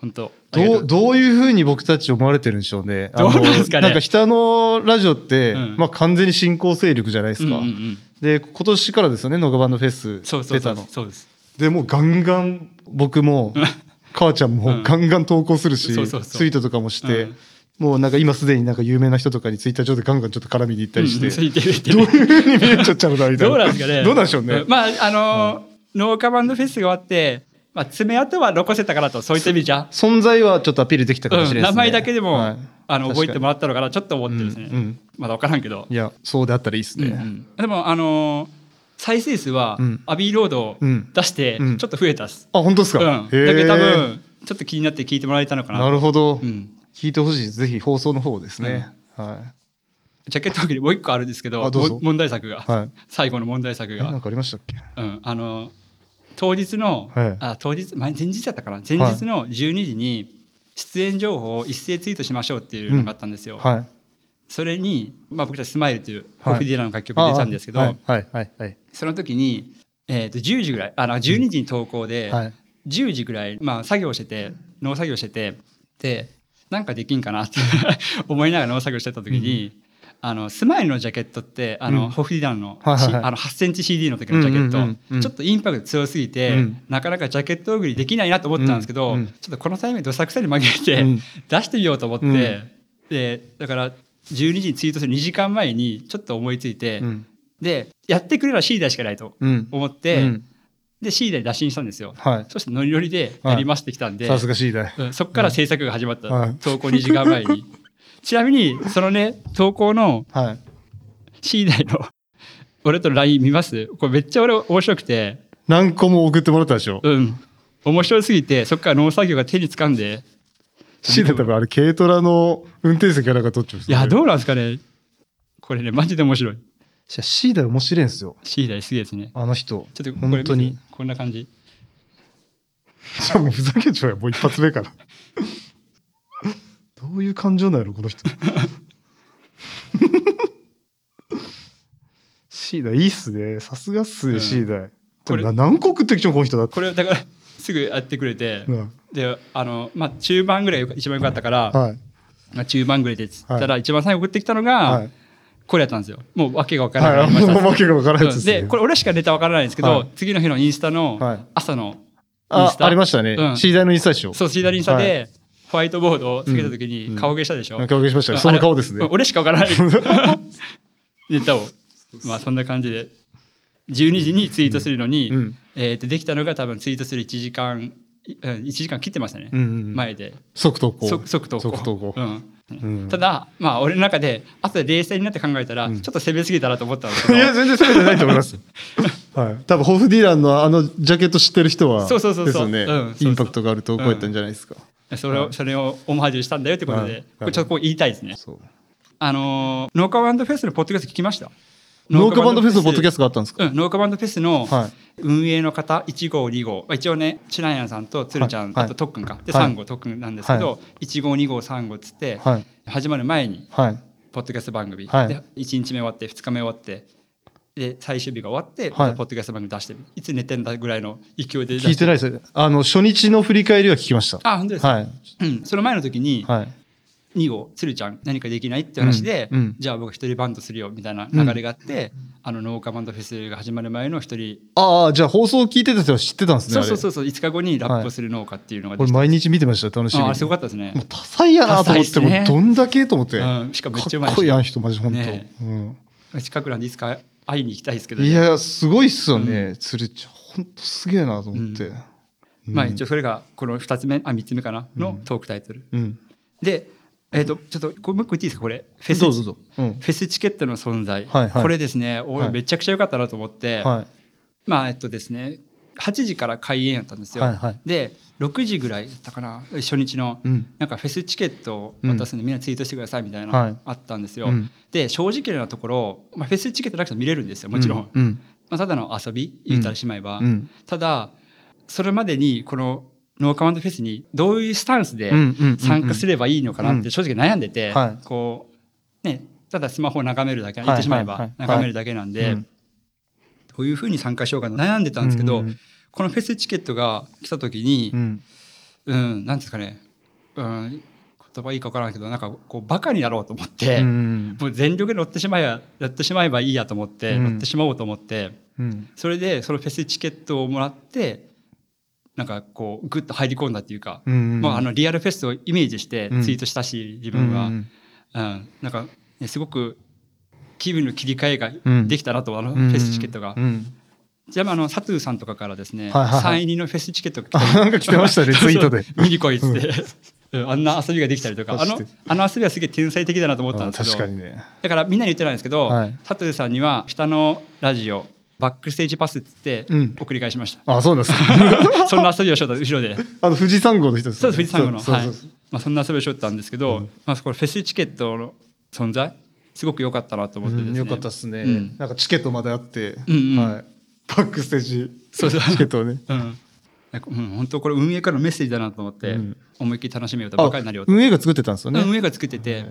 Speaker 1: 本当
Speaker 2: どうどういうふうに僕たち思われてるんでしょうね。あの
Speaker 1: どうなんですかね
Speaker 2: なんか北のラジオって、
Speaker 1: うん
Speaker 2: まあ、完全に新興勢力じゃないですか。
Speaker 1: うんうんうん
Speaker 2: で今年からですよね野賀バンドフェス
Speaker 1: そうそう
Speaker 2: 出
Speaker 1: そ
Speaker 2: た
Speaker 1: う
Speaker 2: の。
Speaker 1: そうです
Speaker 2: でもうガンガン僕も母ちゃん
Speaker 1: う
Speaker 2: も
Speaker 1: ん
Speaker 2: ガンガン投稿するし、
Speaker 1: そうそうそう
Speaker 2: ツイートとかもして、
Speaker 1: うん
Speaker 2: もうなんか今すでになんか有名な人とかにツイッター上でガンガンちょっと絡みに行ったりし
Speaker 1: う
Speaker 2: て、
Speaker 1: んついてるって
Speaker 2: どういうふうに見えちゃっちゃうのみたいな。
Speaker 1: どうなんですかね
Speaker 2: どうなんでしょうね。
Speaker 1: んまああのー農家バンドフェスが終わって、まあ、爪痕は残せたからとそういった意味じゃ、
Speaker 2: 存在はちょっとアピールできたか
Speaker 1: う
Speaker 2: もし
Speaker 1: ん
Speaker 2: れないです
Speaker 1: 名
Speaker 2: ね。
Speaker 1: 前だけでも、
Speaker 2: はい
Speaker 1: あの覚えても
Speaker 2: 確から
Speaker 1: ったのかなちょっと思ってですね、
Speaker 2: うんうん
Speaker 1: まだ分からんけど
Speaker 2: に、いやそうであったらいいですね。
Speaker 1: うんうんでもあのー再生数は、
Speaker 2: うん
Speaker 1: アビーロードを
Speaker 2: うん
Speaker 1: 出して
Speaker 2: うん
Speaker 1: ちょっと増えたっす、
Speaker 2: あ本当です
Speaker 1: う
Speaker 2: か。
Speaker 1: ん
Speaker 2: へー
Speaker 1: だけど多分ちょっと気になって聞いてもらえたのかな
Speaker 2: なるほど、
Speaker 1: うん
Speaker 2: 聞いてほしいぜひ放送の方ですね、はい
Speaker 1: ジャケットの時にもう一個あるんですけど
Speaker 2: あどうぞ
Speaker 1: も問題作が、
Speaker 2: はい
Speaker 1: 最後の問題作
Speaker 2: えな
Speaker 1: が
Speaker 2: ん、かありましたっけ
Speaker 1: うん、あの当日の、
Speaker 2: はい
Speaker 1: あ当日前前日だったかな前日の12時に出演情報を一斉ツイートしましょうっていうのがあったんですよ、
Speaker 2: はい
Speaker 1: それに、まあ、僕たち「スマイルという
Speaker 2: は
Speaker 1: ホ
Speaker 2: い
Speaker 1: フディラの楽曲出たんですけど、
Speaker 2: はいはいはいはい
Speaker 1: その時に、えー、と10時ぐらいあの12時に投稿で、
Speaker 2: はい
Speaker 1: 10時ぐらい、まあ、作業してて農作業しててでなんかできんかなって 思いながら農作業してた時に、あのスマイルのジャケットってあの、
Speaker 2: うん
Speaker 1: ホフリダンの,、
Speaker 2: はいはいはい
Speaker 1: あの8センチ CD の時のジャケット、
Speaker 2: うんうんうんうん
Speaker 1: ちょっとインパクト強すぎて、
Speaker 2: うん
Speaker 1: なかなかジャケット送りできないなと思ってたんですけど、
Speaker 2: うんうん
Speaker 1: ちょっとこのタイミングどさくさに紛れて、
Speaker 2: うん
Speaker 1: 出してみようと思って、
Speaker 2: うん
Speaker 1: でだから12時にツイートする2時間前にちょっと思いついて、
Speaker 2: うん
Speaker 1: でやってくれるのは C 台しかないと
Speaker 2: うん
Speaker 1: 思って、
Speaker 2: うん
Speaker 1: で C 台に打診したんですよ、
Speaker 2: はい
Speaker 1: そしてノリノリでやりましてきたんで、
Speaker 2: さすが C 代
Speaker 1: うんそこから制作が始まった、
Speaker 2: はい
Speaker 1: 投稿2時間前 にちなみにそのね投稿の
Speaker 2: はい
Speaker 1: C 台の 俺との LINE 見ますこれめっちゃ俺面白くて
Speaker 2: 何個も送ってもらったでしょ
Speaker 1: うん面白すぎてそこから農作業が手につかんで
Speaker 2: C 代多分あれ軽トラの運転席からなんか取っちゃう
Speaker 1: いやど
Speaker 2: う
Speaker 1: うなんですかねこれねマジで面白い
Speaker 2: C 代面白いんですよ
Speaker 1: C 台すげえですね
Speaker 2: あの人
Speaker 1: ちょっとこれ
Speaker 2: 本当
Speaker 1: 見
Speaker 2: に
Speaker 1: てこんな感じ
Speaker 2: じゃあもうふざけちゃうよもう一発 目からどういう感情なんやろこの人シーダいいっすねさすがっすね、
Speaker 1: うん
Speaker 2: シーダ
Speaker 1: こ
Speaker 2: こ
Speaker 1: れ
Speaker 2: れ何個食ってきちゃうこの人だって
Speaker 1: これだからすぐやってくれて、
Speaker 2: うん
Speaker 1: であのまあ中盤ぐらいが一番良かったから、
Speaker 2: はい
Speaker 1: まあ、中盤ぐらいでつったら一番最後送ってきたのが、
Speaker 2: はい
Speaker 1: これやったんですよもう訳が分からな
Speaker 2: はいいもう わけがわからないや
Speaker 1: う
Speaker 2: つで
Speaker 1: ん
Speaker 2: すね
Speaker 1: でこれ俺しかネタ分からないんですけど、
Speaker 2: はい
Speaker 1: 次の日のインスタの
Speaker 2: はい
Speaker 1: 朝のイン
Speaker 2: あ
Speaker 1: スタ、
Speaker 2: ありましたね、
Speaker 1: うん
Speaker 2: シーダのインスタでしょ
Speaker 1: そうシーダリンスタで、
Speaker 2: は
Speaker 1: ホワイトボードをつけた時
Speaker 2: うんう
Speaker 1: に
Speaker 2: ん
Speaker 1: 顔芸したでしょ、
Speaker 2: なんかお受けしました
Speaker 1: う
Speaker 2: ね
Speaker 1: ん
Speaker 2: その顔です
Speaker 1: あ
Speaker 2: ね
Speaker 1: れ俺しか分からない ネタをまあそんな感じで12時にツイートするのに、
Speaker 2: うん
Speaker 1: えーとできたのが多分ツイートする1時間1時間切ってましたね、
Speaker 2: うんうん
Speaker 1: 前で
Speaker 2: 即投稿
Speaker 1: 即即投稿
Speaker 2: 即投稿
Speaker 1: うん
Speaker 2: うん
Speaker 1: ただまあ俺の中で後で冷静になって考えたら、ちょっと攻めすぎたなと思ったんですけ
Speaker 2: い
Speaker 1: ど
Speaker 2: や全然攻めてないと思います はい多分ホフディランのあのジャケット知ってる人は
Speaker 1: そうそうそう
Speaker 2: です
Speaker 1: そ
Speaker 2: よ
Speaker 1: う
Speaker 2: ね、
Speaker 1: うんそうそう
Speaker 2: インパクトがある投稿やったんじゃないですか、
Speaker 1: それを、それをオマージュしたんだよってこと
Speaker 2: は
Speaker 1: で
Speaker 2: い、
Speaker 1: これちょっとこう言いたいですね。
Speaker 2: そう
Speaker 1: あのー、農家バンドフェスのポッドキャスト聞きました
Speaker 2: 農家バンドフェスのポッドキャストがあったんですか、
Speaker 1: うん、農家バンドフェスの
Speaker 2: はい
Speaker 1: 運営の方、1号、2号、まあ、一応ね、チラヤンさんと鶴ちゃん、
Speaker 2: はい
Speaker 1: あと特訓か、で、
Speaker 2: はい
Speaker 1: 3号、特訓なんですけど、
Speaker 2: は
Speaker 1: 1号、2号、3号っつって、
Speaker 2: はい
Speaker 1: 始まる前に、
Speaker 2: はい
Speaker 1: ポッドキャスト番組、
Speaker 2: はい
Speaker 1: で1日目終わって、2日目終わって、で、最終日が終わって、
Speaker 2: はい
Speaker 1: ポッドキャスト番組出してる、いつ寝てんだぐらいの勢いで出
Speaker 2: 聞いてないですあの初日の振り返りは聞きました
Speaker 1: あ、本当ですか、
Speaker 2: はい
Speaker 1: うん、その前の時に、
Speaker 2: はい
Speaker 1: 2号鶴ちゃん何かできないって話で、
Speaker 2: うんうん
Speaker 1: じゃあ僕一人バンドするよみたいな流れがあって、あの農家バンドフェスが始まる前の一人
Speaker 2: ああじゃあ放送を聞いてた人は知ってたんです
Speaker 1: そ
Speaker 2: ね
Speaker 1: うそう
Speaker 2: う
Speaker 1: そうそう5日後にラップをする農家っていうのが
Speaker 2: こ
Speaker 1: でき
Speaker 2: れ
Speaker 1: て、
Speaker 2: 毎日見てましたよ楽しみ
Speaker 1: あ
Speaker 2: に
Speaker 1: あすごかったですね
Speaker 2: もう、多彩やなと思って、
Speaker 1: 多彩
Speaker 2: も
Speaker 1: っす
Speaker 2: う
Speaker 1: ね
Speaker 2: どんだけと思って、
Speaker 1: うん、しかもめっちゃうま
Speaker 2: か
Speaker 1: い
Speaker 2: っこいい
Speaker 1: し
Speaker 2: やん人マジ本当、
Speaker 1: ね近くなんでいつか会いに行きたいですけ
Speaker 2: う
Speaker 1: ど
Speaker 2: ん、
Speaker 1: ね、
Speaker 2: いやすごいっすよね、鶴ちゃん本当すげえなと思って、うん
Speaker 1: まあ一応それがこの2つ目あ3つ目かなのトークタイトル、
Speaker 2: うん
Speaker 1: でえっ、とちょっとこれもう一個言っていいですかこれフェス
Speaker 2: どうぞどうぞ、うん
Speaker 1: フェスチケットの存在、
Speaker 2: はいはい
Speaker 1: これですね、おい
Speaker 2: はい
Speaker 1: めちゃくちゃ良かったなと思って、
Speaker 2: はい
Speaker 1: まあえっとですね8時から開演やったんですよ、
Speaker 2: はいはい
Speaker 1: で6時ぐらいだったかな初日の、
Speaker 2: うん
Speaker 1: なんかフェスチケットを渡すんで、みんなツイートしてくださいみたいな、
Speaker 2: はい
Speaker 1: あったんですよ、
Speaker 2: うん
Speaker 1: で正直なところ、まあ、フェスチケットなくても見れるんですよもちろん、
Speaker 2: うんうん
Speaker 1: まあ、ただの遊び言ったらしまえば、
Speaker 2: うん
Speaker 1: ただそれまでにこのノーカマンドフェスにどういうスタンスで
Speaker 2: うんうんうんうん
Speaker 1: 参加すればいいのかなっ
Speaker 2: う
Speaker 1: て
Speaker 2: ん
Speaker 1: 正直悩んでて、
Speaker 2: はい
Speaker 1: こうねただスマホを眺めるだけ
Speaker 2: はい
Speaker 1: 言ってしまえ
Speaker 2: はいは
Speaker 1: ば
Speaker 2: い
Speaker 1: 眺めるだけなんで、
Speaker 2: うん
Speaker 1: どういうふうに参加しようかな悩んでたんですけど、
Speaker 2: うんうんうん
Speaker 1: このフェスチケットが来た時に
Speaker 2: う、ん
Speaker 1: うんなんですかね、うん、言葉いいか分からないけどなんかこうバカになろうと思って、
Speaker 2: うん
Speaker 1: もう全力で乗ってしまえばやってしまえばいいやと思って、
Speaker 2: うん
Speaker 1: 乗ってしまおうと思って
Speaker 2: うん
Speaker 1: それでそのフェスチケットをもらってなんかこうグッと入り込んだっていうか、
Speaker 2: うん
Speaker 1: まあ、あのリアルフェスをイメージして
Speaker 2: うん
Speaker 1: ツイートしたし、自分は、
Speaker 2: う
Speaker 1: うん
Speaker 2: ん
Speaker 1: なんか、ね、すごく気分の切り替えが
Speaker 2: うん
Speaker 1: できたなと、あの
Speaker 2: うん
Speaker 1: フェスチケットが
Speaker 2: う。ん
Speaker 1: じゃあ、あの、佐藤さんとかからですね、
Speaker 2: はいはいはい
Speaker 1: サイン入りのフェスチケットが
Speaker 2: あなんか来て ましたねツイートで
Speaker 1: そうそう見に来いっつって。うんあんな遊びができたりとか、あの
Speaker 2: 確かに、
Speaker 1: あの遊びはすげえ天才的だなと思ったん
Speaker 2: あ
Speaker 1: ですけど。
Speaker 2: 確かにね
Speaker 1: だからみんなに言ってないんですけど、
Speaker 2: はい
Speaker 1: 佐藤さんには下のラジオバックステージパスっつって
Speaker 2: うん
Speaker 1: 送り返しました、
Speaker 2: あそうなんです か
Speaker 1: そんな遊びをしようと後ろで
Speaker 2: あの富士山号の人です
Speaker 1: そ
Speaker 2: よ
Speaker 1: う
Speaker 2: ね
Speaker 1: 富士山号の
Speaker 2: そう
Speaker 1: は
Speaker 2: そ
Speaker 1: いう
Speaker 2: そう
Speaker 1: まあそんな遊びをしようってたんですけど、まあこれフェスチケットの存在すごく良かったなと思ってですね、
Speaker 2: うん、よかったですね、
Speaker 1: うん
Speaker 2: なんかチケットまであって、
Speaker 1: うんうん
Speaker 2: はい、バックステージ
Speaker 1: そうそう
Speaker 2: チケットを ね
Speaker 1: うんなんかうん本当これ運営からのメッセージだなと思って、
Speaker 2: うん
Speaker 1: 思いっきり楽しみようとばっかりになるよと、
Speaker 2: 運営が作ってたんですよね、
Speaker 1: 運営が作ってて、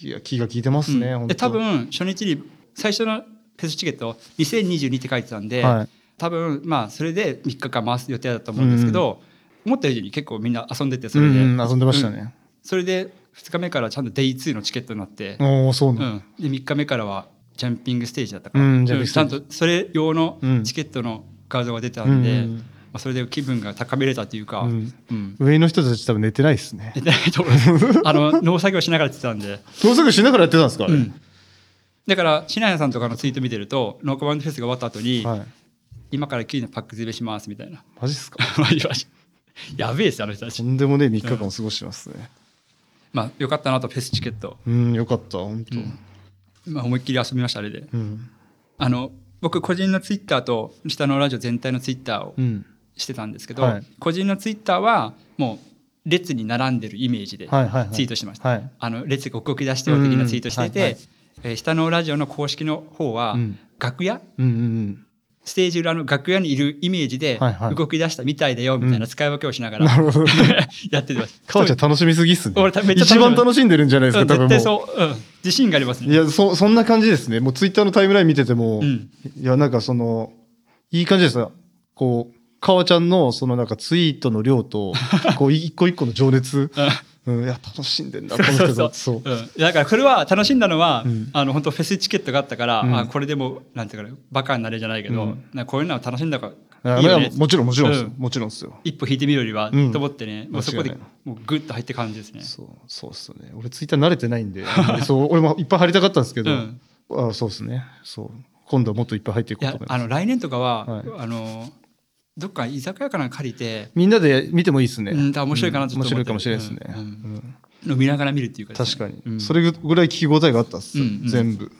Speaker 2: いや気が利いてますね、
Speaker 1: うん
Speaker 2: 本
Speaker 1: で
Speaker 2: 当
Speaker 1: 多分初日に最初のフェスチケット2022って書いてたんで、
Speaker 2: はい
Speaker 1: 多分まあそれで3日間回す予定だったと思うんですけど、思った以上に結構みんな遊んでてそれで、
Speaker 2: うんうん遊んでました
Speaker 1: うん
Speaker 2: ね、
Speaker 1: それで2日目からちゃんと Day2 のチケットになって、
Speaker 2: おおそうな
Speaker 1: うんんで3日目からはジャンピングステージだったから、
Speaker 2: うんジャンピングス
Speaker 1: ち
Speaker 2: テ
Speaker 1: ゃ
Speaker 2: ー
Speaker 1: ん
Speaker 2: ジ
Speaker 1: とそれ用の
Speaker 2: うん
Speaker 1: チケットの画像が出てたんで、
Speaker 2: うんうんうん
Speaker 1: まあ、それで気分が高めれたというか、
Speaker 2: う
Speaker 1: うんん
Speaker 2: 上の人たち多分寝てないですね
Speaker 1: 寝 てないと思いますあの農作業しながらやってたんで。
Speaker 2: 農作業しながらやってたんですか、あれ
Speaker 1: うんだから、シナヤさんとかのツイート見てると、農家バンドフェスが終わった後に、
Speaker 2: はい
Speaker 1: 今からキウイのパック詰めしますみたいな。
Speaker 2: マジっすか
Speaker 1: やべえっすよ、あの人た
Speaker 2: と
Speaker 1: ち。
Speaker 2: んでもねえ3日間を過ごしてますね
Speaker 1: まあ、よかったなと、フェスチケット。
Speaker 2: うんよかった本当、うん
Speaker 1: まあ、思いっきり遊びました、あれで。あの、僕、個人のツイッターと、下のラジオ全体のツイッターを
Speaker 2: うん
Speaker 1: してたんですけど、
Speaker 2: はい
Speaker 1: 個人のツイッターは、もう、列に並んでるイメージでツイ
Speaker 2: はいはいはい
Speaker 1: ートしてました。
Speaker 2: はい
Speaker 1: あの列が動き出してよ的なツイートしてて、
Speaker 2: うんはいはい
Speaker 1: えー下のラジオの公式の方は、
Speaker 2: うん
Speaker 1: 楽屋
Speaker 2: うんうん
Speaker 1: ステージ裏の楽屋にいるイメージで
Speaker 2: はいはい
Speaker 1: 動き出したみたいだよみたいな使い分けをしなが
Speaker 2: うんな
Speaker 1: ら
Speaker 2: るほど
Speaker 1: やってます。
Speaker 2: かわちゃん楽しみすぎっすね
Speaker 1: 俺めっちゃ楽し
Speaker 2: 一
Speaker 1: み
Speaker 2: 番楽しんでるんじゃないです
Speaker 1: う
Speaker 2: か
Speaker 1: ん
Speaker 2: 多分
Speaker 1: 絶
Speaker 2: もう
Speaker 1: 対そう、うん、自信があります
Speaker 2: い
Speaker 1: ね。
Speaker 2: やそそんな感じですねもうツイッターのタイムライン見てても、
Speaker 1: うん
Speaker 2: いやなんかそのいい感じですよこうかわちゃんのそのなんかツイートの 量とこう一個一個の情熱、うん、いや楽しんでんだこの人
Speaker 1: そうそう
Speaker 2: と
Speaker 1: そう、
Speaker 2: そううん
Speaker 1: だからこれは楽しんだのは、
Speaker 2: うん
Speaker 1: あの本当フェスチケットがあったから、
Speaker 2: うん
Speaker 1: あこれでもなんていうかなバカになれじゃないけど、
Speaker 2: うん
Speaker 1: なんかこういうのは楽しんだから
Speaker 2: あ
Speaker 1: いいよ
Speaker 2: い
Speaker 1: ね
Speaker 2: やもちろんもちろんですよ、
Speaker 1: うん
Speaker 2: もちろんですよ
Speaker 1: 一歩引いてみるよりは、
Speaker 2: うん
Speaker 1: と思ってねもうそこで
Speaker 2: 間違いない
Speaker 1: もうグッと入って感じですね。
Speaker 2: そうそうっすよね俺ツイッター慣れてな いんであんまりそう俺もいっぱい入りたかったんですけど、
Speaker 1: うん
Speaker 2: あそうですねそう今度はもっといっぱい入ってい
Speaker 1: い
Speaker 2: こうと
Speaker 1: や
Speaker 2: 思い
Speaker 1: あ
Speaker 2: ます
Speaker 1: の来年とかは、
Speaker 2: はい
Speaker 1: あのどっか居酒屋かなんか借りて
Speaker 2: みんなで見てもいいですね、
Speaker 1: うんだから面白いかなとちょっ
Speaker 2: 面
Speaker 1: と思
Speaker 2: 白
Speaker 1: っ
Speaker 2: い
Speaker 1: てる
Speaker 2: かもしれないですね、
Speaker 1: うん
Speaker 2: うん
Speaker 1: 飲みながら見るっていうかです
Speaker 2: 確
Speaker 1: ね、
Speaker 2: かに、
Speaker 1: うん
Speaker 2: それぐらい聞き応えがあったっす、
Speaker 1: うんうん
Speaker 2: 全部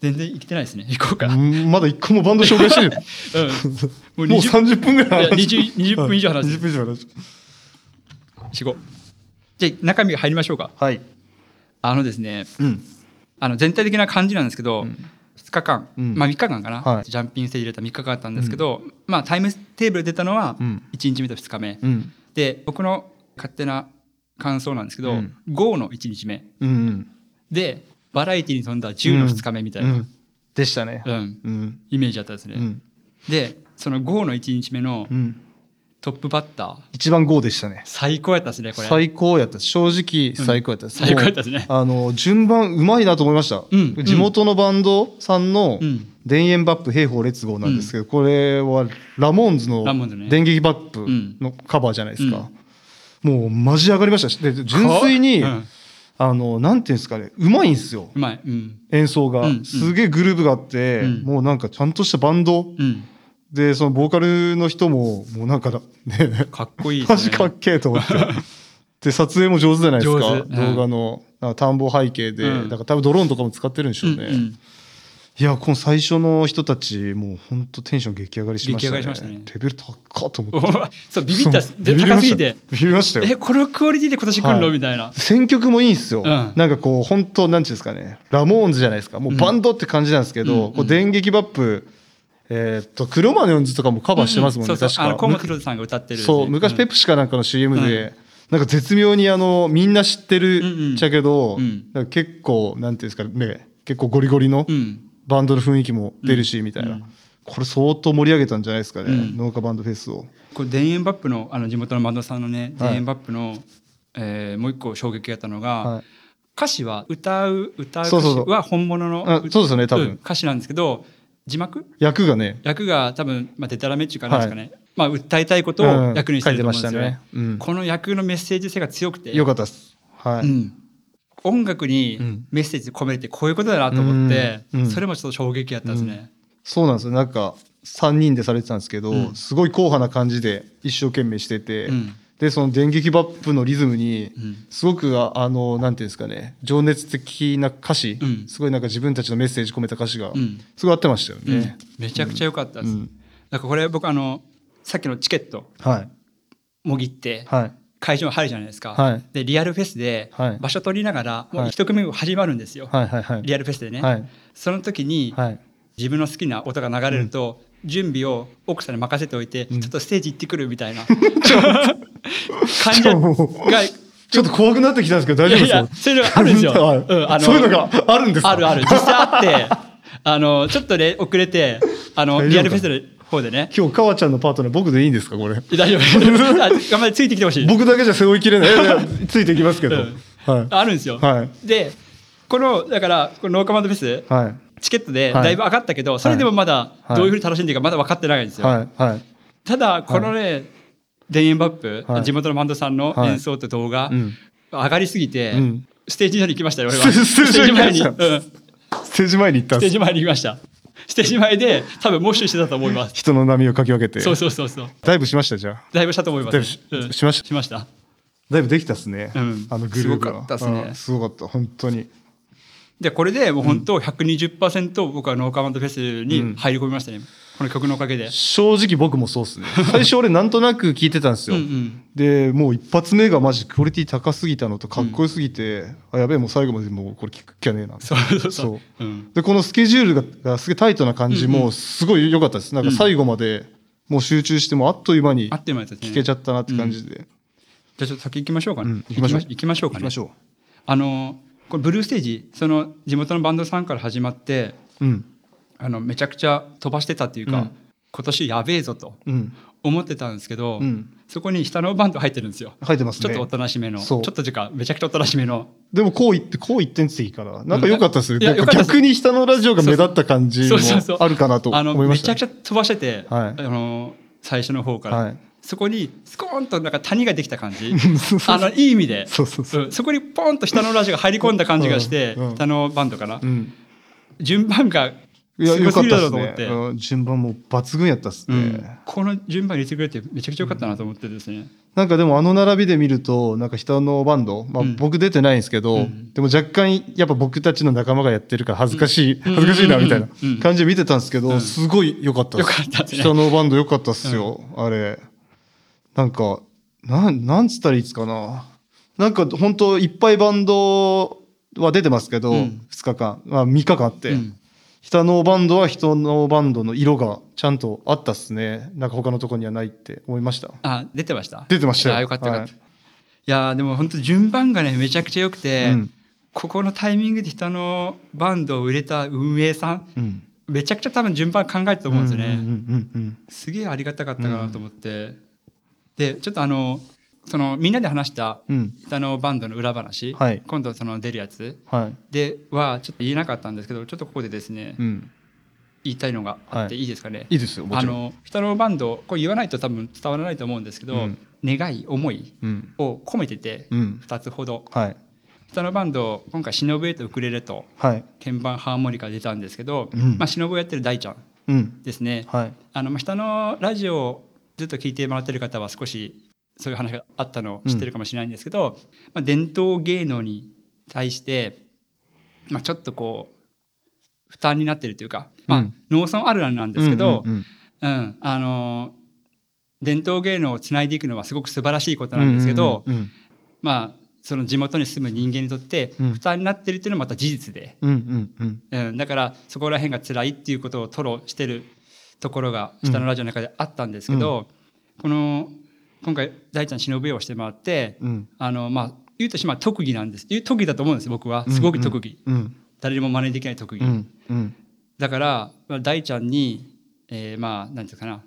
Speaker 1: 全然生きてないですね 行こうか。
Speaker 2: うんまだ一個もバンド紹介して る
Speaker 1: うん、
Speaker 2: もう
Speaker 1: 20
Speaker 2: 30分ぐらい話してる
Speaker 1: いや20 20分以上話してる
Speaker 2: 20分以上話してる
Speaker 1: 四五じゃあ中身入りましょうか
Speaker 2: はい
Speaker 1: あのですね
Speaker 2: うん
Speaker 1: あの全体的な感じなんですけど、
Speaker 2: うん
Speaker 1: 2日間、
Speaker 2: うん
Speaker 1: まあ3日間かな、
Speaker 2: はい
Speaker 1: ジャンピングステージ入れた3日間あったんですけど、まあタイムテーブル出たのは
Speaker 2: うん
Speaker 1: 1日目と2日目、
Speaker 2: うん
Speaker 1: で僕の勝手な感想なんですけど、
Speaker 2: うん
Speaker 1: 5の1日目
Speaker 2: うんうん
Speaker 1: でバラエティに飛んだ10の2日目みたいな、
Speaker 2: うんでしたね
Speaker 1: うん
Speaker 2: うん
Speaker 1: イメージだったんですね、
Speaker 2: うん
Speaker 1: でその5の1日目の
Speaker 2: うん
Speaker 1: トップバッター
Speaker 2: 一番 GO でしたね
Speaker 1: 最高やったですねこれ
Speaker 2: 最高やった正直最高やった、
Speaker 1: 最高やったですね
Speaker 2: もうあの順番うまいなと思いました、
Speaker 1: うん
Speaker 2: 地元のバンドさんの
Speaker 1: うん
Speaker 2: 「田園バップ兵法列号」なんですけど、これはラモーンズの
Speaker 1: ラモーンズね
Speaker 2: 電撃バップ
Speaker 1: ん
Speaker 2: のカバーじゃないですか、もうマジ上がりましたしで純粋に、
Speaker 1: うん
Speaker 2: あのなんていうんですかねうまいんですよ
Speaker 1: うまいうん
Speaker 2: 演奏が、
Speaker 1: うん
Speaker 2: すげえグルーブがあって、
Speaker 1: うん
Speaker 2: もうなんかちゃんとしたバンド、
Speaker 1: うん
Speaker 2: でそのボーカルの人ももうなんかだね
Speaker 1: かっこいいですね
Speaker 2: マジかっけえと 思って。で撮影も上手じゃないですか、
Speaker 1: 上手うん
Speaker 2: 動画のなんか田んぼ背景で、
Speaker 1: うん
Speaker 2: だから多分ドローンとかも使ってるんでしょうね、
Speaker 1: うんうん
Speaker 2: いやこの最初の人たちもうほんとテンション激上がりしました
Speaker 1: 激上が
Speaker 2: ね
Speaker 1: りしましたね
Speaker 2: レベル高っと思
Speaker 1: お
Speaker 2: って
Speaker 1: そうビビったっす
Speaker 2: そう
Speaker 1: で
Speaker 2: ビビり
Speaker 1: 高
Speaker 2: まし
Speaker 1: す
Speaker 2: た
Speaker 1: ぎ て
Speaker 2: ビビりました
Speaker 1: え
Speaker 2: よ
Speaker 1: このクオリティで今年来るの、
Speaker 2: はい
Speaker 1: みたいな
Speaker 2: 選曲もいいんですよ、
Speaker 1: うん
Speaker 2: なんかこう本当なんていうんですかねラモーンズじゃないですかもうバンドって感じなんですけど、
Speaker 1: うん
Speaker 2: こう電撃バップえーっとクロマニョンズとかもカバーしてますもんね、
Speaker 1: ううそう
Speaker 2: 確
Speaker 1: そうあ
Speaker 2: か
Speaker 1: のコンクロさんが歌ってる、
Speaker 2: そう昔ペ
Speaker 1: ッ
Speaker 2: プシかなんかの CM で、なんか絶妙にあのみんな知ってるっちゃけど、
Speaker 1: うんうん
Speaker 2: なんか結構なんていうんですかね結構ゴリゴリの
Speaker 1: うん、うん
Speaker 2: バンドの雰囲気も出るし、みたいな、
Speaker 1: うん
Speaker 2: これ相当盛り上げたんじゃないですかね、
Speaker 1: うん
Speaker 2: 農家バンドフェスを
Speaker 1: これ田園バップのあの地元のバンドさんのね
Speaker 2: はい
Speaker 1: 田園バップの、えーもう一個衝撃やったのが、
Speaker 2: はい
Speaker 1: 歌詞は歌う歌う
Speaker 2: そ
Speaker 1: 歌
Speaker 2: うそう
Speaker 1: 詞
Speaker 2: そう
Speaker 1: は本物の
Speaker 2: あそうですよね多分
Speaker 1: ん歌詞なんですけど字幕
Speaker 2: 役がね
Speaker 1: 役が多分、まあ、デタラメっていうかなんですかね、まあ訴えたいことを役にしてると思うんですよね
Speaker 2: うん書いてましたねうん
Speaker 1: この役のメッセージ性が強くて
Speaker 2: 良かったですはい、
Speaker 1: うん、音楽
Speaker 2: う
Speaker 1: に
Speaker 2: ん
Speaker 1: メッセージ込めるってこういうことだなと思って、
Speaker 2: うんうん
Speaker 1: それもちょっと衝撃やったんですね。
Speaker 2: そうなんですよなんか3人でされてたんですけど、
Speaker 1: うん
Speaker 2: すごい硬派な感じで一生懸命してて、
Speaker 1: うん
Speaker 2: でその電撃バップのリズムに
Speaker 1: うん
Speaker 2: すごくああのなんていうんですかね情熱的な歌詞、
Speaker 1: うん
Speaker 2: すごいなんか自分たちのメッセージ込めた歌詞が
Speaker 1: うん
Speaker 2: すごい合ってましたよ
Speaker 1: うん
Speaker 2: ね。
Speaker 1: めちゃくちゃ良かったです。
Speaker 2: うん
Speaker 1: なんかこれ僕あのさっきのチケット
Speaker 2: はい
Speaker 1: もぎって
Speaker 2: はい
Speaker 1: 会場入るじゃないですか、
Speaker 2: はい
Speaker 1: でリアルフェスで
Speaker 2: はい
Speaker 1: 場所取りながらもう
Speaker 2: はい
Speaker 1: 一組始まるんですよ、
Speaker 2: はいはいはい
Speaker 1: リアルフェスでね、
Speaker 2: はい
Speaker 1: その時に
Speaker 2: はい
Speaker 1: 自分の好きな音が流れると、準備を奥さんに任せておいて、
Speaker 2: ん
Speaker 1: ちょっとステージ行ってくるみた いな感じが
Speaker 2: ちょっと怖くなってきたんですけど大丈夫です
Speaker 1: いやいやそういうのがあるんですよ
Speaker 2: はい
Speaker 1: うんあの
Speaker 2: そういうのがあるんですか
Speaker 1: あるある実際あってあのちょっとね遅れてあの
Speaker 2: 大丈夫か
Speaker 1: リアルフェスの方でね
Speaker 2: 今日かわちゃんのパートナー僕でいいんですかこれ
Speaker 1: 大丈 夫あ頑張ってついてきてほしい、
Speaker 2: 僕だけじゃ背負いきれないいやいやついていきますけど、
Speaker 1: うん
Speaker 2: はい
Speaker 1: あるんですよ、
Speaker 2: は
Speaker 1: でこのだからこのノーカマンドフェス、
Speaker 2: はい
Speaker 1: チケットで
Speaker 2: はい
Speaker 1: だいぶ上がったけど、それでもまだ
Speaker 2: はい
Speaker 1: どういうふうに楽しんでいいかまだ分かってないんですよ、
Speaker 2: はいはい
Speaker 1: ただこのね、田園バップ、
Speaker 2: はい
Speaker 1: 地元のバンドさんの
Speaker 2: はい
Speaker 1: 演奏と動画、
Speaker 2: うん
Speaker 1: 上がりすぎて、
Speaker 2: うん
Speaker 1: ステージ上に行きましたよ俺は
Speaker 2: ステージ上に行きました
Speaker 1: ステージ前にうん
Speaker 2: ステージ前に行ったん
Speaker 1: ステ
Speaker 2: で
Speaker 1: ー
Speaker 2: す
Speaker 1: ジ前に行きましたステージ前で多分モッシュしてたと思います
Speaker 2: 人の波をかき分けて
Speaker 1: そうそうそうそう
Speaker 2: ダイブしましたじゃあ
Speaker 1: だいぶしたと思います。
Speaker 2: だいぶし
Speaker 1: うん
Speaker 2: しました
Speaker 1: しました。
Speaker 2: ダイブできたっすね、
Speaker 1: うん
Speaker 2: あのグループ
Speaker 1: すごかったっすね
Speaker 2: うんすごかった本当に
Speaker 1: で、これでもう本当120%僕はノーカマンドフェスに入り込みましたね。この曲のおかげで。
Speaker 2: 正直僕もそうっすね最初俺なんとなく聞いてたんですよ、
Speaker 1: うんうん
Speaker 2: でもう一発目がマジクオリティ高すぎたのとかっこよすぎて、あやべえもう最後までもうこれ聞くっきゃねえな
Speaker 1: そうそうそう。
Speaker 2: そう
Speaker 1: うん
Speaker 2: でこのスケジュールががすげえタイトな感じ
Speaker 1: うんう
Speaker 2: もすごい良かったです、なんか最後までもう集中してもうあっという間に
Speaker 1: あっという間ですね。
Speaker 2: 聞けちゃ
Speaker 1: っ
Speaker 2: ったなって感じで、
Speaker 1: じゃあちょっと先行きましょうか
Speaker 2: う
Speaker 1: ね
Speaker 2: ん。行きましょう
Speaker 1: 行きましょうかね。
Speaker 2: 行きましょう
Speaker 1: あの、これブルーステージ、その地元のバンドさんから始まって、
Speaker 2: うん
Speaker 1: あの、めちゃくちゃ飛ばしてたっていうか、
Speaker 2: うん
Speaker 1: 今年やべえぞと
Speaker 2: うん
Speaker 1: 思ってたんですけど、
Speaker 2: うん
Speaker 1: そこに下のバンド入ってるんですよ。
Speaker 2: 書いてます
Speaker 1: ちょ
Speaker 2: ね
Speaker 1: っとおとなしめの、ちょ
Speaker 2: そ
Speaker 1: っ
Speaker 2: う
Speaker 1: と時間、めちゃくちゃおとなしめの。
Speaker 2: でもこう言ってこう言ってんついいからなんか良かったです
Speaker 1: いや
Speaker 2: ね、な
Speaker 1: 良
Speaker 2: んか
Speaker 1: かったっす
Speaker 2: 逆に下のラジオが目立った感じも
Speaker 1: そうそうそう
Speaker 2: あるかなと
Speaker 1: あの
Speaker 2: 思いま
Speaker 1: め
Speaker 2: し
Speaker 1: ちゃ
Speaker 2: た
Speaker 1: くちゃ飛ばしてて、
Speaker 2: はい
Speaker 1: あの最初の方から、
Speaker 2: はい
Speaker 1: そこにスコーンとなんか谷ができた感 じあのいい意味で
Speaker 2: そうそうそ
Speaker 1: んそこにポンと下のラジオが入り込んだ感じがして、
Speaker 2: うんうん
Speaker 1: 下のバンドかな、
Speaker 2: うん
Speaker 1: 順番が
Speaker 2: いや
Speaker 1: すご
Speaker 2: 良
Speaker 1: す
Speaker 2: かっ
Speaker 1: ぎ
Speaker 2: た
Speaker 1: るだ
Speaker 2: で
Speaker 1: ろう
Speaker 2: す
Speaker 1: と思っ
Speaker 2: ね
Speaker 1: て、
Speaker 2: うん順番もう抜群やったっすね、
Speaker 1: うんこの順番に入れてくれてめちゃくちゃ良かったなと思ってですね、
Speaker 2: なんかでもあの並びで見るとなんか人のバンド、まあ
Speaker 1: うん、
Speaker 2: 僕出てないんですけど、
Speaker 1: うん
Speaker 2: でも若干やっぱ僕たちの仲間がやってるから恥ずかしい、
Speaker 1: ん
Speaker 2: 恥ずかしいなみたいな
Speaker 1: うん
Speaker 2: 感じで見てたんですけど、
Speaker 1: うん
Speaker 2: すごい良かったっ
Speaker 1: 良かったですね
Speaker 2: 人のバンド良かったっすよ、あれなんかなんなんつったらいいっすかななんか本当いっぱいバンドは出てますけど、
Speaker 1: う
Speaker 2: 二
Speaker 1: ん
Speaker 2: 2 2日間、まあ、3日間あって、
Speaker 1: うん
Speaker 2: 北のバンドは人のバンドの色がちゃんとあったっすねなんか他のとこにはないって思いました
Speaker 1: あ出てました
Speaker 2: 出てましたよ
Speaker 1: あよかったよかった、、
Speaker 2: はい
Speaker 1: やーでも本当順番がねめちゃくちゃ良くて、
Speaker 2: うん
Speaker 1: ここのタイミングで人のバンドを売れた運営さん
Speaker 2: うん
Speaker 1: めちゃくちゃ多分順番考えてたと思うんですよね、
Speaker 2: うんうんうんうん
Speaker 1: すげえありがたかったかなと思って、でちょっとあのそのみんなで話した
Speaker 2: うん
Speaker 1: 北のバンドの裏話、
Speaker 2: はい
Speaker 1: 今度その出るやつ
Speaker 2: はい
Speaker 1: ではちょっと言えなかったんですけどちょっとここでですね、
Speaker 2: うん
Speaker 1: 言いたいのがあっていいですかね、
Speaker 2: いいですよも
Speaker 1: あ
Speaker 2: ちろん
Speaker 1: の北のバンドこれ言わないと多分伝わらないと思うんですけど、
Speaker 2: うん
Speaker 1: 願い思い
Speaker 2: うん
Speaker 1: を込めてて
Speaker 2: うん
Speaker 1: 2つほど
Speaker 2: はい
Speaker 1: 北のバンド今回忍えとウクレレと
Speaker 2: はい
Speaker 1: 鍵盤ハーモニカ出たんですけど、
Speaker 2: うん
Speaker 1: まあ、忍をやってる大ちゃん
Speaker 2: うん
Speaker 1: ですね
Speaker 2: はい
Speaker 1: あのまあ下のラジオをずっと聞いてもらってる方は少しそういう話があったのを知ってるかもしれないんですけど、まあ、伝統芸能に対して、まあ、ちょっとこう負担になってるというか、まあ
Speaker 2: うん
Speaker 1: 農村あるあるなんですけど、
Speaker 2: うんうんうん
Speaker 1: うんあの伝統芸能をつないでいくのはすごく素晴らしいことなんですけど、
Speaker 2: うんうん
Speaker 1: まあ、その地元に住む人間にとって
Speaker 2: うん
Speaker 1: 負担になってるっていうのはまた事実で、
Speaker 2: うんうんうんうん
Speaker 1: うん、だからそこら辺が辛いっていうことを吐露してるところが下のラジオの中であったんですけど、この今回大ちゃん忍びをしてもらって、
Speaker 2: うん
Speaker 1: あのまあ言うとしてまあ特技なんです言う特技だと思うんです僕はすごく特技、
Speaker 2: うん
Speaker 1: 誰にも真似できない特技、
Speaker 2: うんうん
Speaker 1: だから、まあ、大ちゃんに、えーまあ何て言うかな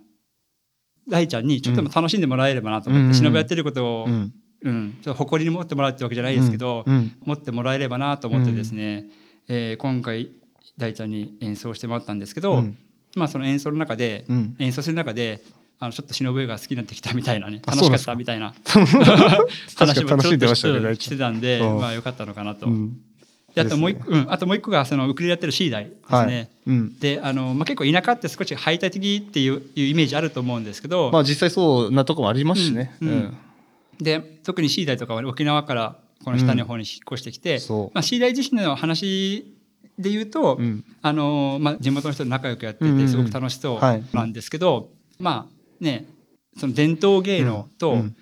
Speaker 1: 大ちゃんにちょっとでも楽しんでもらえればなと思って、
Speaker 2: うん
Speaker 1: 忍びやってることを、
Speaker 2: う
Speaker 1: うん
Speaker 2: ん
Speaker 1: ちょっと誇りに持ってもらうってわけじゃないですけど、
Speaker 2: うん
Speaker 1: 持ってもらえればなと思ってですね、えー今回大ちゃんに演奏してもらったんですけど、
Speaker 2: うん
Speaker 1: まあその演奏の中で、
Speaker 2: うん
Speaker 1: 演奏する中であのちょっと忍が好きになってきたみたいなね
Speaker 2: あ
Speaker 1: 楽し
Speaker 2: そう
Speaker 1: か
Speaker 2: で
Speaker 1: っ
Speaker 2: す
Speaker 1: たみたいな
Speaker 2: 確かに楽しんでましたね
Speaker 1: ちょっと
Speaker 2: 大
Speaker 1: し
Speaker 2: ち
Speaker 1: て
Speaker 2: ゃん
Speaker 1: たんで、
Speaker 2: うん
Speaker 1: まあよかったのかなと。
Speaker 2: うん
Speaker 1: であともう一
Speaker 2: です
Speaker 1: 個、うん、あともう一個がそのウクレレやってる C 代ですね。
Speaker 2: はいうん
Speaker 1: であの、まあ、結構田舎って少し排他的っていういうイメージあると思うんですけど、
Speaker 2: まあ実際そうなとこもありますしね
Speaker 1: うんうんで特に C 代とかは沖縄からこの下の方に引っ越してきて、
Speaker 2: うんそう
Speaker 1: まあ、C 代自身の話で言うと、
Speaker 2: うん
Speaker 1: あのまあ、地元の人と仲良くやって
Speaker 2: うんうんう
Speaker 1: て
Speaker 2: ん
Speaker 1: すごく楽しそう
Speaker 2: はい
Speaker 1: なんですけど、まあねその伝統芸能
Speaker 2: う
Speaker 1: と
Speaker 2: ん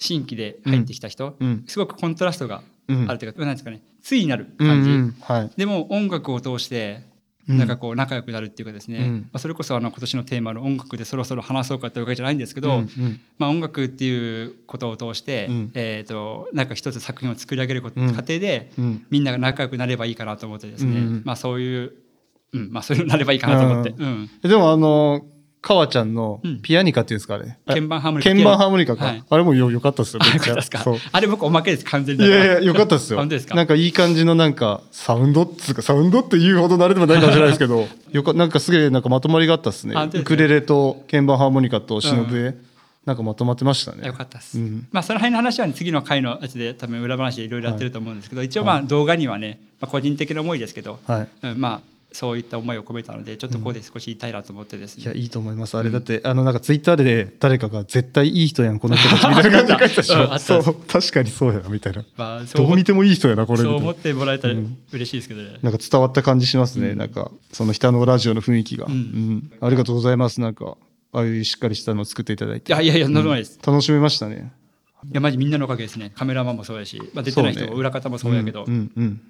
Speaker 1: 新規で入ってきた人、
Speaker 2: うん
Speaker 1: すごくコントラストが
Speaker 2: うん
Speaker 1: あるというか、なんですかねついになる
Speaker 2: うん
Speaker 1: 感じ、
Speaker 2: うんはい
Speaker 1: でも音楽を通して
Speaker 2: うん
Speaker 1: なんかこう仲良くなるっていうかですね、
Speaker 2: うん
Speaker 1: まあ、それこそあの今年のテーマの音楽でそろそろ話そうかってわけじゃないんですけど、
Speaker 2: うんうん
Speaker 1: まあ、音楽っていうことを通して、
Speaker 2: うん
Speaker 1: えー、となんか一つ作品を作り上げること、
Speaker 2: うん
Speaker 1: 過程で
Speaker 2: うん
Speaker 1: みんなが仲良くなればいいかなと思ってですね、
Speaker 2: うんうん
Speaker 1: まあ、そういう、うんまあ、そういうのになればいいかなと思って、
Speaker 2: う
Speaker 1: うん
Speaker 2: でもあのかわちゃんの
Speaker 1: うん
Speaker 2: ピアニカっていうんですかあれ
Speaker 1: 鍵盤ハーモニカ
Speaker 2: 鍵盤ハーモニカ
Speaker 1: はい
Speaker 2: かあれもよよかったっすよめ っ
Speaker 1: あよ
Speaker 2: ち
Speaker 1: か
Speaker 2: ゃ
Speaker 1: ったですか
Speaker 2: そう
Speaker 1: あれ僕おまけです完全
Speaker 2: い
Speaker 1: に
Speaker 2: やいやよかったっすよ
Speaker 1: 本当ですか
Speaker 2: なんかいい感じのなんかサウンドっつうかサウンドっていうほど慣れてもないかもしれないですけどよかなんかすげえなんかまとまりがあったっすね
Speaker 1: あ本当ですね
Speaker 2: ウクレレと鍵盤ハーモニカと忍笛なんかまとまってましたね
Speaker 1: よかったです、
Speaker 2: うん
Speaker 1: まあその辺の話はね、次の回のやつで多分裏話でいろいろやってると思うんですけど、一応まあ動画にはね、まあ、個人的な思いですけど、
Speaker 2: はい
Speaker 1: うん、まあそういった思いを込めたのでちょっとここで少し言いたいなと思ってです
Speaker 2: い
Speaker 1: ね、
Speaker 2: やいいと思いますあれだって、あのなんかツイッターで誰かが絶対いい人やんこの人たちみたいな感じで書いてたでし
Speaker 1: うんあ
Speaker 2: ょ
Speaker 1: ったあった
Speaker 2: そう確かにそうやなみたいな
Speaker 1: まあそう
Speaker 2: どう
Speaker 1: 思っ
Speaker 2: 見てもいい人やなこれみ
Speaker 1: そう
Speaker 2: たい
Speaker 1: 思
Speaker 2: な
Speaker 1: ってもらえたら嬉しいですけどね、
Speaker 2: なんか伝わった感じしますね、なんかその北のラジオの雰囲気が、うんありがとうございますなんかああいうしっかりしたのを作っていただい
Speaker 1: い
Speaker 2: て
Speaker 1: やいやいやそんなことないです、
Speaker 2: 楽しめましたね
Speaker 1: いやマジみんなのおかげですねカメラマンもそうやし、まあ、出てない人
Speaker 2: そう
Speaker 1: も
Speaker 2: ね
Speaker 1: 裏方もそうやけど、
Speaker 2: うんうん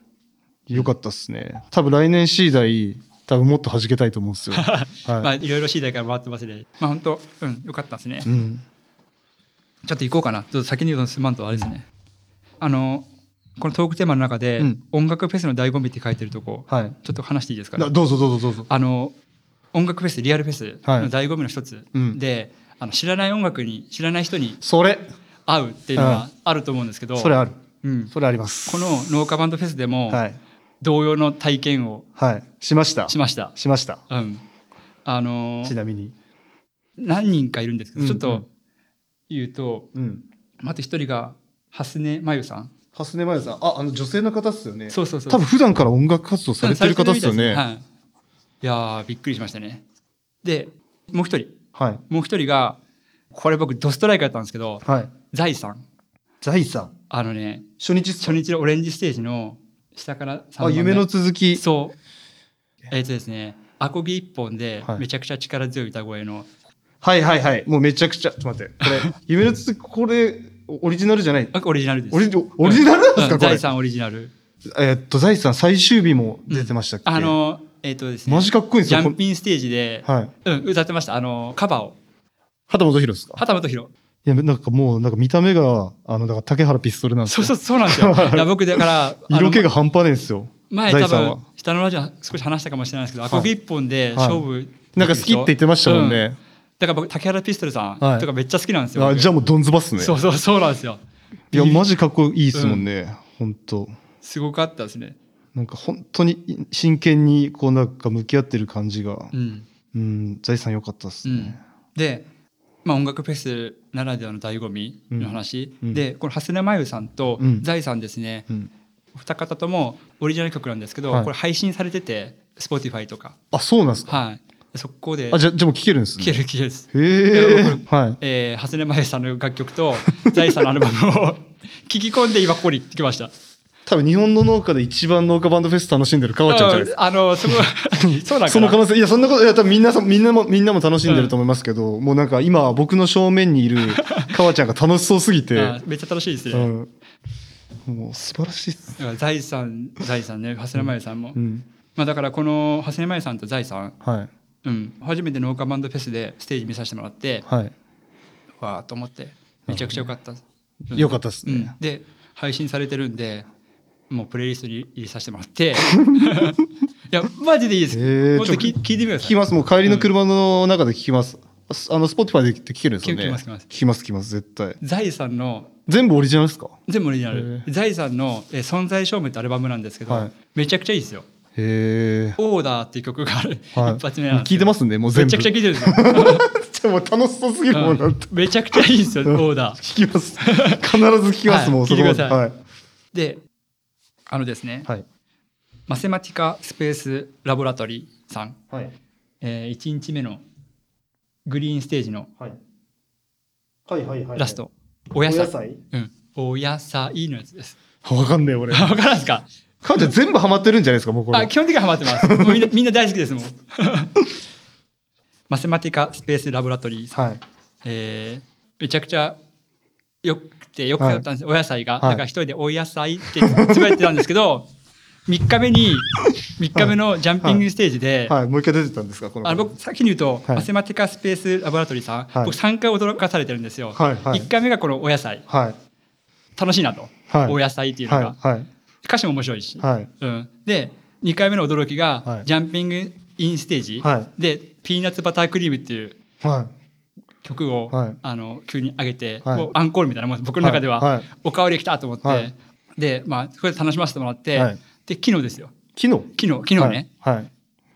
Speaker 2: よかったっすね多分来年 C 代多分もっと弾けたいと思う んですよ、はい
Speaker 1: まあいろいろ次第から回ってますねまあ本当うんよかったですね、
Speaker 2: うん、
Speaker 1: ちょっと行こうかなちょっと先に言うとすまんとあれですね、あのこのトークテーマの中で、
Speaker 2: うん
Speaker 1: 音楽フェスの醍醐味って書いてるとこ、
Speaker 2: はい
Speaker 1: ちょっと話していいですか
Speaker 2: などうぞどうぞどうぞ
Speaker 1: あの音楽フェスリアルフェス
Speaker 2: はい
Speaker 1: の醍醐味の一つ
Speaker 2: うん
Speaker 1: で、あの知らない音楽に知らない人に
Speaker 2: それ
Speaker 1: 会うっていうのはあると思うんですけど、
Speaker 2: それある
Speaker 1: うん、
Speaker 2: それあります
Speaker 1: この農家バンドフェスでも
Speaker 2: はい
Speaker 1: 同様の体験を
Speaker 2: はいしました
Speaker 1: しました、
Speaker 2: しました
Speaker 1: うん、あのー
Speaker 2: ちなみに
Speaker 1: 何人かいるんですけど、
Speaker 2: うん
Speaker 1: ちょっと言うと
Speaker 2: うん
Speaker 1: また一人が蓮根真由さん
Speaker 2: 蓮根真由さんああの女性の方っすよね
Speaker 1: そうそうそう
Speaker 2: 多分普段から音楽活動されてる方っすよね
Speaker 1: はい、いやーびっくりしましたねでもう一人
Speaker 2: はい
Speaker 1: もう一人がこれ僕ドストライクだったんですけど
Speaker 2: はい
Speaker 1: 財さん
Speaker 2: 財産
Speaker 1: あのね
Speaker 2: 初日っす
Speaker 1: 初日のオレンジステージの下から3番
Speaker 2: あ
Speaker 1: 目
Speaker 2: 夢の続き
Speaker 1: そうえっ、とですねアコギ一本で
Speaker 2: はい
Speaker 1: めちゃくちゃ力強い歌声の、
Speaker 2: はいはいはいもうめちゃくちゃちょっと待ってこれ 夢の続きこれオリジナルじゃない
Speaker 1: あオリジナルです
Speaker 2: オリジオリジナルなんですか
Speaker 1: うん
Speaker 2: これ
Speaker 1: 財産オリジナル
Speaker 2: えっと、財さん最終日も出てましたっけ、
Speaker 1: あのえっ、とですね
Speaker 2: マジかっこいいんです
Speaker 1: ジ
Speaker 2: よ。
Speaker 1: ャ
Speaker 2: こ
Speaker 1: ンピンステージで、
Speaker 2: はい。
Speaker 1: うん、歌ってましたあのカバーを
Speaker 2: 畑本博ですか
Speaker 1: 畑本博
Speaker 2: いや、なんかもう、なんか見た目が、あの、だから竹原ピストルなんで
Speaker 1: そう
Speaker 2: すよ。
Speaker 1: そうそうなん ですよいや僕だからあの
Speaker 2: 色気が半端ないんですよ。
Speaker 1: 前
Speaker 2: 財
Speaker 1: 多
Speaker 2: 産は
Speaker 1: 分下のラジオ少し話したかもしれないですけど、
Speaker 2: い
Speaker 1: アコギ一本で勝負、
Speaker 2: なんか好きって言ってましたもんね。
Speaker 1: だから僕竹原ピストルさ
Speaker 2: はい
Speaker 1: んとかめっちゃ好きなんですよ、
Speaker 2: あ
Speaker 1: 僕
Speaker 2: じゃあもうドンズバっすね。
Speaker 1: そうそうそうなんですよ
Speaker 2: いや、マジかっこいいですもんね。本当
Speaker 1: すごかったですね
Speaker 2: なんか本当に真剣に、こうなんか向き合ってる感じが
Speaker 1: う。ん
Speaker 2: うん、財産良かったっすね。
Speaker 1: で、まあ、音楽フェスならではの醍醐味の話、
Speaker 2: うんうん
Speaker 1: でこの長谷根真由さんと
Speaker 2: うん
Speaker 1: 財さんですね、
Speaker 2: うん。
Speaker 1: お二方ともオリジナル曲なんですけど、
Speaker 2: はい
Speaker 1: これ配信されてて Spotify とか
Speaker 2: あ、そうなんですか。
Speaker 1: はいでそこで聴
Speaker 2: あ、じゃあ、じゃあもう聞けるんですね。
Speaker 1: ける聴けるです、
Speaker 2: へえ
Speaker 1: いや。
Speaker 2: はい。
Speaker 1: えー、長谷根真由さんの楽曲と 財さんのアルバム を聴き込んで今ここに来ました
Speaker 2: 多分日本の農家で一番農家バンドフェス楽しんでる川ちゃんじゃないですか。
Speaker 1: あの そこそうなんかな
Speaker 2: その可能性、いや、そんなこと、いや、多分みんなさ、みんなも、みんなも楽しんでると思いますけど、もうなんか今、僕の正 面にいる川ちゃんが楽しそうすぎて
Speaker 1: あ、めっちゃ楽しいですね、
Speaker 2: うん。もう素晴らしいっす。
Speaker 1: だから財産財産ね長谷前さんも、
Speaker 2: うん。
Speaker 1: まあ、だからこの長谷前さんと財産、
Speaker 2: はい。
Speaker 1: うん、初めて農家バンドフェスでステージ見させてもらって
Speaker 2: はい。
Speaker 1: わあと思ってめちゃくちゃ良かった、うん
Speaker 2: よかったっす
Speaker 1: う
Speaker 2: ね
Speaker 1: ん。、で配信されてるんでもうプレイリストに入れさせてもらって いやマジでいいです、
Speaker 2: へえ
Speaker 1: もっと
Speaker 2: ち
Speaker 1: 聞
Speaker 2: ょ
Speaker 1: 聞いてみてくだ
Speaker 2: 聞
Speaker 1: さ
Speaker 2: き
Speaker 1: い
Speaker 2: ます。もう帰りの車の中で聞きます。あの、スポティファイで聞けるんですよね。
Speaker 1: 聞きます聞きます
Speaker 2: 聞きます、聞きます、絶対。
Speaker 1: 財産の
Speaker 2: 全部オリジナルですか
Speaker 1: 全部オリジナル
Speaker 2: へ
Speaker 1: 財産の「えー存在証明」ってアルバムなんですけど、
Speaker 2: はい
Speaker 1: めちゃくちゃいいですよ
Speaker 2: へえ
Speaker 1: 「オーダー」っていう曲がある、
Speaker 2: はい。
Speaker 1: 一発目なんです
Speaker 2: 聞いてますね、もう
Speaker 1: め
Speaker 2: 全部。
Speaker 1: ちゃくちゃ
Speaker 2: ゃ
Speaker 1: 聴いてるんですよ
Speaker 2: もう楽しそうすぎる、もうなんて。
Speaker 1: めちゃくちゃいいです よ、オーダー。
Speaker 2: 聞きます。必ず聞きます、
Speaker 1: はい
Speaker 2: もうそこ
Speaker 1: 聞いて
Speaker 2: ま
Speaker 1: く
Speaker 2: で。
Speaker 1: ださい
Speaker 2: はい。
Speaker 1: で、あのですね、
Speaker 2: はい。
Speaker 1: マセマティカスペースラボラトリーさん、
Speaker 2: はい。
Speaker 1: えー、1日目のグリーンステージの
Speaker 2: はい。はいはいはい
Speaker 1: ラス。ト、お野菜。
Speaker 2: 菜
Speaker 1: うん、お野菜のやつです。
Speaker 2: わかんねえ、 俺。
Speaker 1: わからんすか
Speaker 2: かんちゃん全部ハマってるんじゃないですか、もうこ
Speaker 1: あ
Speaker 2: れ。
Speaker 1: 基本的にはハマってます。もうみ んなみんな大好きですもん。マセマティカスペースラボラトリーさん、
Speaker 2: はい。
Speaker 1: えーめちゃくちゃよくてよくやったんです、お野菜が、
Speaker 2: はい
Speaker 1: だから一人で「お野菜」ってつぶやいてたんですけ ど3日目に3日目のジャンピングステージで、
Speaker 2: はい、もう一回出てたんですか、この子。
Speaker 1: あの僕先に言うと、
Speaker 2: はい
Speaker 1: アセマティカスペースラボラトリーさん、
Speaker 2: はい
Speaker 1: 僕3回驚かされてるんですよ、
Speaker 2: はいはい
Speaker 1: 1回目がこの「お野菜
Speaker 2: はい。」
Speaker 1: 楽しいなと、
Speaker 2: はい
Speaker 1: お野菜」っていうのが、
Speaker 2: はい。はい。
Speaker 1: 歌詞も面白いし、
Speaker 2: はい。
Speaker 1: うん、で2回目の驚きが、
Speaker 2: はい
Speaker 1: ジャンピングインステージ、
Speaker 2: は
Speaker 1: で「ピーナッツバタークリーム」っていう
Speaker 2: は
Speaker 1: 曲を、
Speaker 2: はい
Speaker 1: あの急に上げて、
Speaker 2: はい
Speaker 1: もうアンコールみたいなもんです僕の中では、
Speaker 2: はいはい
Speaker 1: おかわり来たと思って、
Speaker 2: はい
Speaker 1: でまあそれで楽しませてもらって、
Speaker 2: はい
Speaker 1: で昨日ですよ
Speaker 2: い。昨日
Speaker 1: 昨日昨日ね、
Speaker 2: はい。はい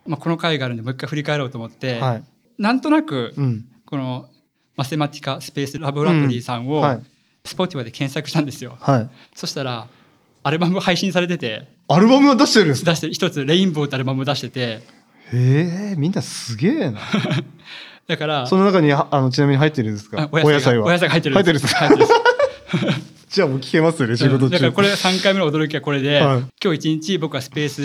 Speaker 1: まあ、この回があるんでもう一回振り返ろうと思って、
Speaker 2: はい。
Speaker 1: なんとなく、
Speaker 2: うん。
Speaker 1: このマセマティカスペースラボラトリーさんを、
Speaker 2: うんはい
Speaker 1: スポーティファイで検索したんですよ
Speaker 2: はい。
Speaker 1: そしたらアルバム配信されてて
Speaker 2: アルバムは出してるんですか
Speaker 1: 出して一つ「レインボー」ってアルバムを出してて
Speaker 2: へえ、みんなすげ えな。
Speaker 1: だから
Speaker 2: その中に、ああの、ちなみに入ってるんです
Speaker 1: あ
Speaker 2: かお野菜は。
Speaker 1: お野菜が入ってる
Speaker 2: 入ってるんですか
Speaker 1: 入ってるんです
Speaker 2: じゃあもう聞けますよね、仕事
Speaker 1: うんだから
Speaker 2: 中
Speaker 1: こ。れ3回目の驚きはこれで、
Speaker 2: はい
Speaker 1: 今日一日僕はスペース、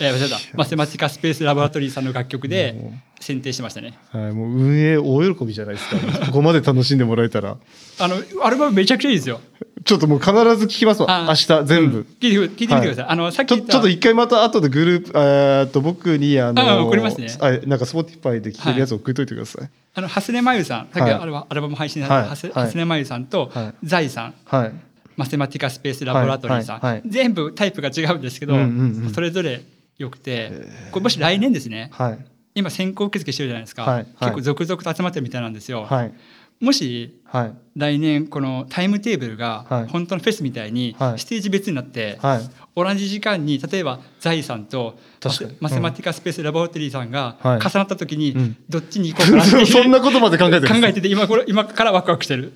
Speaker 1: えー、間違えたマセマティカスペースラボラトリーさんの楽曲で選定してましたね
Speaker 2: はい、もう運営大喜びじゃないですか。 ここまで楽しんでもらえたら。
Speaker 1: あのアルバムめちゃくちゃいいですよ
Speaker 2: ちょっともう必ず聞きますわ。
Speaker 1: あ
Speaker 2: 明日全部。
Speaker 1: 聞いて聞いてみてください、
Speaker 2: は
Speaker 1: あのさっき
Speaker 2: ちょ
Speaker 1: 言っ
Speaker 2: ち
Speaker 1: た
Speaker 2: ょっと一回また後でグループ、えーっと、僕に、あの、
Speaker 1: あ送りますね
Speaker 2: あなんか Spotify で聴けるやつ送っといてください。
Speaker 1: あの蓮根真由さんさっき
Speaker 2: はい
Speaker 1: アルバ,、アルバム配信された蓮
Speaker 2: はいはい
Speaker 1: 蓮根真由さんと、
Speaker 2: はい
Speaker 1: 財さん
Speaker 2: はい。
Speaker 1: マセマティカスペースラボラトリーさん、
Speaker 2: はいはいはい
Speaker 1: 全部タイプが違うんですけど、
Speaker 2: うんうんうん
Speaker 1: それぞれよくてこれもし来年ですね
Speaker 2: はい。
Speaker 1: 今先行受付してるじゃないですか、
Speaker 2: はいはい
Speaker 1: 結構続々と集まってるみたいなんですよ、
Speaker 2: はい。
Speaker 1: もし
Speaker 2: はい。
Speaker 1: 来年このタイムテーブル
Speaker 2: は
Speaker 1: が
Speaker 2: い
Speaker 1: 本当のフェスみたいに
Speaker 2: はい
Speaker 1: ステージ別になって
Speaker 2: はい。
Speaker 1: 同じ時間に例えば財さんとマ
Speaker 2: 確か
Speaker 1: セ
Speaker 2: にうん
Speaker 1: マセマティカスペースラボラトリーさんが
Speaker 2: はい
Speaker 1: 重なった時に
Speaker 2: うん
Speaker 1: どっちに行こうかなっていう
Speaker 2: そんなことまで考えてるんです
Speaker 1: 考えてて今これ今からワクワクしてる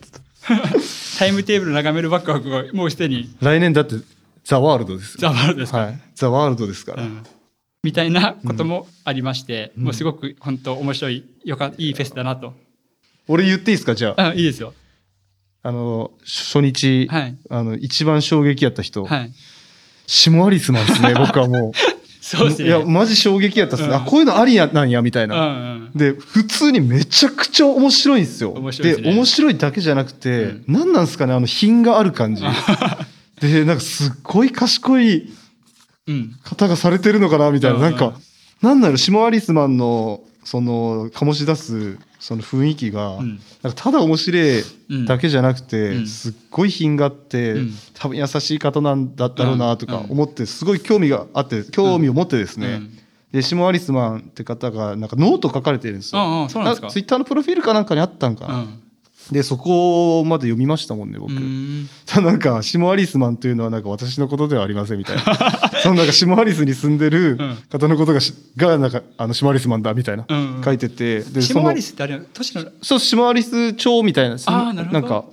Speaker 1: タイムテーブル眺めるワクワクがもうすでに
Speaker 2: 来年だって、ザ・ワールドですよ。
Speaker 1: ザワールドですか、
Speaker 2: はい。ザ・ワールドですから。
Speaker 1: うんみたいなこともありまして、もうすごく本当面白いよかいいフェスだなと、
Speaker 2: 俺言っていいですかじゃあ。
Speaker 1: うん、いいですよ
Speaker 2: あの、初日、
Speaker 1: はい
Speaker 2: あの、一番衝撃やった人、
Speaker 1: はい
Speaker 2: シモアリスな んですね、僕はもう。
Speaker 1: そうです
Speaker 2: いや、
Speaker 1: ね
Speaker 2: マジ衝撃やったっすね。
Speaker 1: うん
Speaker 2: あ、こういうのありやなんや、みたい
Speaker 1: うん
Speaker 2: な。
Speaker 1: うん
Speaker 2: で普通にめちゃくちゃ面白いんですよ
Speaker 1: 面白いですね
Speaker 2: 面白いだけじゃなくて、
Speaker 1: うん
Speaker 2: 何なんですかねあの品がある感じで、なんかすっごい賢い
Speaker 1: うん。
Speaker 2: 方がされてるのかなみたいな、
Speaker 1: うん
Speaker 2: なんか、なんだろう、シモアリスマンの、その、醸し出す、その雰囲気が、
Speaker 1: うん
Speaker 2: なんかただ面白いだけじゃなくて、
Speaker 1: うん
Speaker 2: すっごい品があって、
Speaker 1: うん
Speaker 2: 多分優しい方なんだったろうなとか
Speaker 1: うん
Speaker 2: 思って、すごい興味があって、興味を持ってですね、
Speaker 1: うん
Speaker 2: で、シモアリスマンって方が、なんかノート書かれてるんですよ。
Speaker 1: ああ、そうなんですか。
Speaker 2: ツイッターのプロフィールかなんかにあったんかな、で、そこまで読みましたもんね、僕。
Speaker 1: うん。うん
Speaker 2: ただなんか、シモアリスマンというのはなんか私のことではありません みたいな。そのなんか、シモアリスに住んで
Speaker 1: う
Speaker 2: る
Speaker 1: ん
Speaker 2: 方のことがし、がなんか、あの、シモアリスマンだみたいな、
Speaker 1: うんうん
Speaker 2: 書いてて。で
Speaker 1: シモアリ
Speaker 2: ス
Speaker 1: スってあれ、都市の。
Speaker 2: そう、シモアリス町みたいな。その
Speaker 1: あーなるほ
Speaker 2: な
Speaker 1: ど
Speaker 2: んか、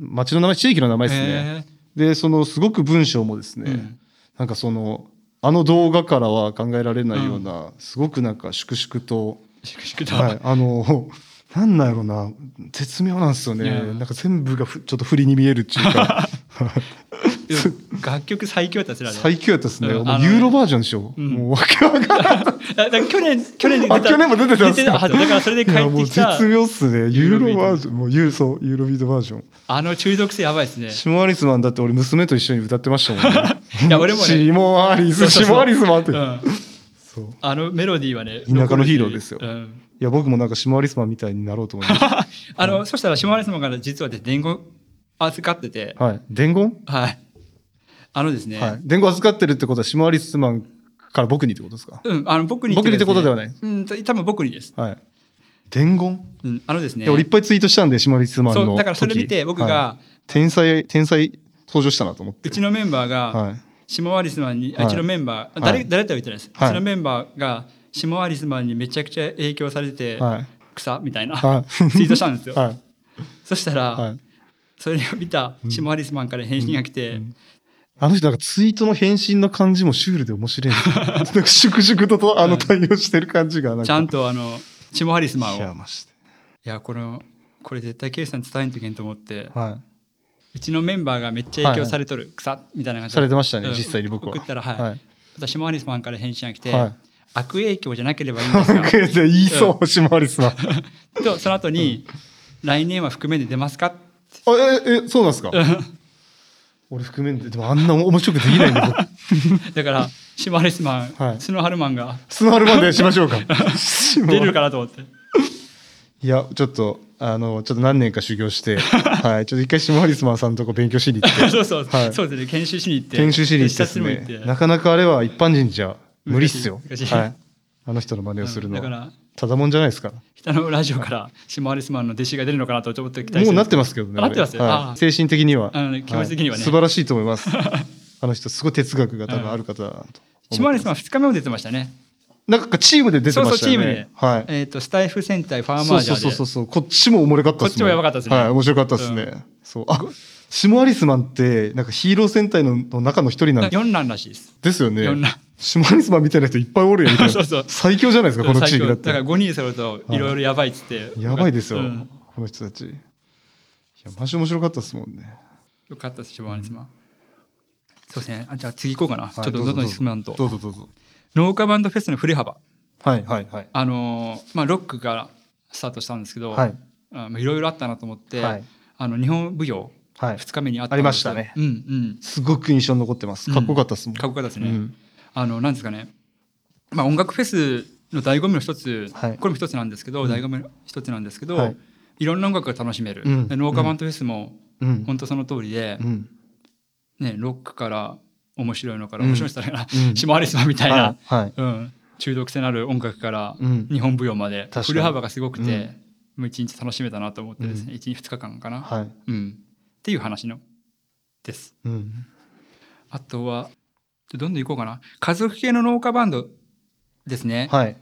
Speaker 2: 町の名前、地域の名前ですね。で、その、すごく文章もですね、
Speaker 1: うん
Speaker 2: なんかその、あの動画からは考えられないような、すごくなんか、粛々と、
Speaker 1: へえしくしくだ。
Speaker 2: はい、あの、なんなんやろな、絶妙なんですよ
Speaker 1: い
Speaker 2: ね
Speaker 1: や。
Speaker 2: なんか全部がふちょっと振りに見えるっ ていうか。
Speaker 1: でも楽曲最強だったらね。
Speaker 2: 最強やったですね。
Speaker 1: うん
Speaker 2: も
Speaker 1: あ
Speaker 2: う
Speaker 1: の
Speaker 2: ユーロバージョンでしょ。
Speaker 1: うん
Speaker 2: もうわけわかんない。
Speaker 1: だから去年、去年出
Speaker 2: あ、去年も出てたんです
Speaker 1: 出てたは
Speaker 2: か。
Speaker 1: ずだからそれで帰
Speaker 2: いや
Speaker 1: っ
Speaker 2: も
Speaker 1: て
Speaker 2: う
Speaker 1: きた
Speaker 2: 絶、妙っすね。
Speaker 1: ユ
Speaker 2: ユ
Speaker 1: ー
Speaker 2: ー
Speaker 1: ロビー
Speaker 2: ロ
Speaker 1: ト
Speaker 2: バージョン、もうユーそうユーロビートバージョン。
Speaker 1: あの中毒性やばいですね。
Speaker 2: シモアリスマンだって俺娘と一緒に歌ってましたもんね。
Speaker 1: いや俺もね
Speaker 2: シモアリ
Speaker 1: そう
Speaker 2: ス、
Speaker 1: そうそう
Speaker 2: シモアリスマンって。
Speaker 1: うん
Speaker 2: そう。い
Speaker 1: あのメロディーはね。
Speaker 2: 田舎のヒーローですよ
Speaker 1: うん
Speaker 2: や僕もなんかシモアリスマンみたいになろうと思いました。
Speaker 1: あの、そしたら、島根様から実はで伝言預かってて、
Speaker 2: はい。伝言？
Speaker 1: はい。あのですね、
Speaker 2: はい。伝言預かってるってことはシモアリスマンから僕にってことですか。
Speaker 1: うん、あの僕に
Speaker 2: 僕にってことでは
Speaker 1: な
Speaker 2: ないい
Speaker 1: うん、た多分僕にです。
Speaker 2: はい。伝言？
Speaker 1: うん、あのです
Speaker 2: い
Speaker 1: ね
Speaker 2: や、俺いっぱいツイートしたんでシモアリスマンの
Speaker 1: そう
Speaker 2: 時。
Speaker 1: だからそれ見て僕が、
Speaker 2: はい天才天才登場したなと思って。
Speaker 1: うちのメンバーが、
Speaker 2: はい。
Speaker 1: シモアリスマンに、あ
Speaker 2: はいう
Speaker 1: ちのメンバー、
Speaker 2: はい
Speaker 1: 誰誰とは言ってないです、
Speaker 2: はいう
Speaker 1: ちのメンバーがシモアリスマンにめちゃくちゃ影響されてて、
Speaker 2: はい。
Speaker 1: 草みたいな、
Speaker 2: はい
Speaker 1: ツイートしたんですよ、
Speaker 2: はい。
Speaker 1: そしたら、
Speaker 2: はい。
Speaker 1: それを見たシモアリスマンから返信が来て、
Speaker 2: あの人なんかツイートの返信の感じも シュールで面白いんですよ。なんか粛々ととあの対応してる感じがなんか。
Speaker 1: ちゃんとあのシモアリスマンを
Speaker 2: い
Speaker 1: いや
Speaker 2: や、まして。
Speaker 1: これこれ絶対ケイさんに伝えんといけんと思って
Speaker 2: は
Speaker 1: うちのメンバーがめっちゃ影響されとる、草みたいな感
Speaker 2: い。
Speaker 1: じで
Speaker 2: されてましたね、
Speaker 1: うん
Speaker 2: 実際に僕は。
Speaker 1: 送ったらはい、
Speaker 2: はい。
Speaker 1: 私シモアリスマンから返信が来て、
Speaker 2: はい
Speaker 1: 悪影響じゃなければいいんです
Speaker 2: なん
Speaker 1: が
Speaker 2: か言いそう、シマリスマン。
Speaker 1: とその後に、来年は含めて出ますか
Speaker 2: あ、え、え、そうなんですか俺含めんで、でもあんな面白くできないんで、 僕
Speaker 1: だからシマリスマン、
Speaker 2: はい
Speaker 1: スノハルマンが
Speaker 2: スノールまでしましょ うか。
Speaker 1: 出るかなと思って
Speaker 2: いや、ちょっと、あの、ちょっと何年か修行
Speaker 1: 、
Speaker 2: して、はい、ちょっと一回シマリスマンさんのとこ勉強しに行って
Speaker 1: そうそう、
Speaker 2: はい
Speaker 1: そうですね研修しに行って
Speaker 2: 研修しに行って
Speaker 1: 視
Speaker 2: で
Speaker 1: 察
Speaker 2: す
Speaker 1: にも行って
Speaker 2: ね、なかなかあれは一般人じゃ無理っすよ。
Speaker 1: 難しい難しい
Speaker 2: はい。あの人の真似をするの
Speaker 1: うんだか
Speaker 2: は
Speaker 1: ら。
Speaker 2: ただもんじゃないですから。
Speaker 1: 北のラジオからシマリスマンの弟子が出るのかなとちょっと期待して
Speaker 2: もうなって
Speaker 1: ま
Speaker 2: ますけどね。
Speaker 1: あなってますよ
Speaker 2: はい
Speaker 1: ああ
Speaker 2: 精神的には
Speaker 1: あのね。気持ち的にはね
Speaker 2: い素晴らしいと思 います。あの人、すごい哲学が多分ある方だと思ってます
Speaker 1: すシマリスマン2日目も出てましたね
Speaker 2: なんかチームで出て
Speaker 1: そう
Speaker 2: ま
Speaker 1: そう
Speaker 2: した
Speaker 1: チー
Speaker 2: よ
Speaker 1: ムで
Speaker 2: ね。、はい。
Speaker 1: えー、とスタイフ戦隊ファーマージャ
Speaker 2: そ
Speaker 1: ーで
Speaker 2: うそうそうそうそうこっちもおもれかったっす
Speaker 1: こ
Speaker 2: ね
Speaker 1: っちもやばかったっすね
Speaker 2: はい面白かったですね、
Speaker 1: う
Speaker 2: そうあシモアリスマンってなんかヒーロー戦隊のの中の一人なん
Speaker 1: 4欄らしいです
Speaker 2: ですよね
Speaker 1: 四男
Speaker 2: シモアリスマンみたいな人いっぱいおるやんみたい な
Speaker 1: そうそう
Speaker 2: 最強じゃないですかこの
Speaker 1: 最
Speaker 2: 地域
Speaker 1: 強だ
Speaker 2: だっ
Speaker 1: か
Speaker 2: た
Speaker 1: ら
Speaker 2: ら
Speaker 1: 5人揃うといろいろやばいっつって、
Speaker 2: やばいですよ、
Speaker 1: うん
Speaker 2: この人たちいやマジ面白かったですもんね
Speaker 1: よかったですシマリスマン、そうですねあじゃあ次行こうかな、ちょ
Speaker 2: は
Speaker 1: っ
Speaker 2: い
Speaker 1: とどんどん進むんと
Speaker 2: どうぞどうぞ
Speaker 1: 農家バンドフェスの振り幅
Speaker 2: はいはいはい
Speaker 1: あのーまあ、ロックからスタートしたんですけど、
Speaker 2: はい
Speaker 1: あまあいろいろあったなと思って、
Speaker 2: はい
Speaker 1: あの日本舞踊
Speaker 2: はい
Speaker 1: 2日目にあった
Speaker 2: あ
Speaker 1: ん
Speaker 2: り
Speaker 1: で
Speaker 2: ますし
Speaker 1: けど
Speaker 2: たね
Speaker 1: うんうん
Speaker 2: すごく印象に残ってますかっこよかったですもん、
Speaker 1: かっこよかったです
Speaker 2: う
Speaker 1: ね、
Speaker 2: ん
Speaker 1: あのなんですかね、まあ、音楽フェスの醍醐味の一つ、
Speaker 2: はい
Speaker 1: これも一つなんですけど、醍醐味の一つなんですけど、
Speaker 2: はいい、
Speaker 1: ろんな音楽が楽しめる、
Speaker 2: うん
Speaker 1: で農家バンドフェスも
Speaker 2: うん
Speaker 1: 本当その通りで、
Speaker 2: うん
Speaker 1: ね、ロックから面白いのから面白い人だから、
Speaker 2: うん
Speaker 1: シマアリスマンみたいな、
Speaker 2: はいはい
Speaker 1: うん、中毒性のある音楽から
Speaker 2: うん
Speaker 1: 日本舞踊まで
Speaker 2: 確かに
Speaker 1: 振れ幅がすごくて、もう1日楽しめたなと思ってですね、1日2日間かな、
Speaker 2: はい
Speaker 1: うん、っていう話のです。
Speaker 2: うん
Speaker 1: あとはどんどん行こうかな家族系の農家バンドですね、
Speaker 2: はい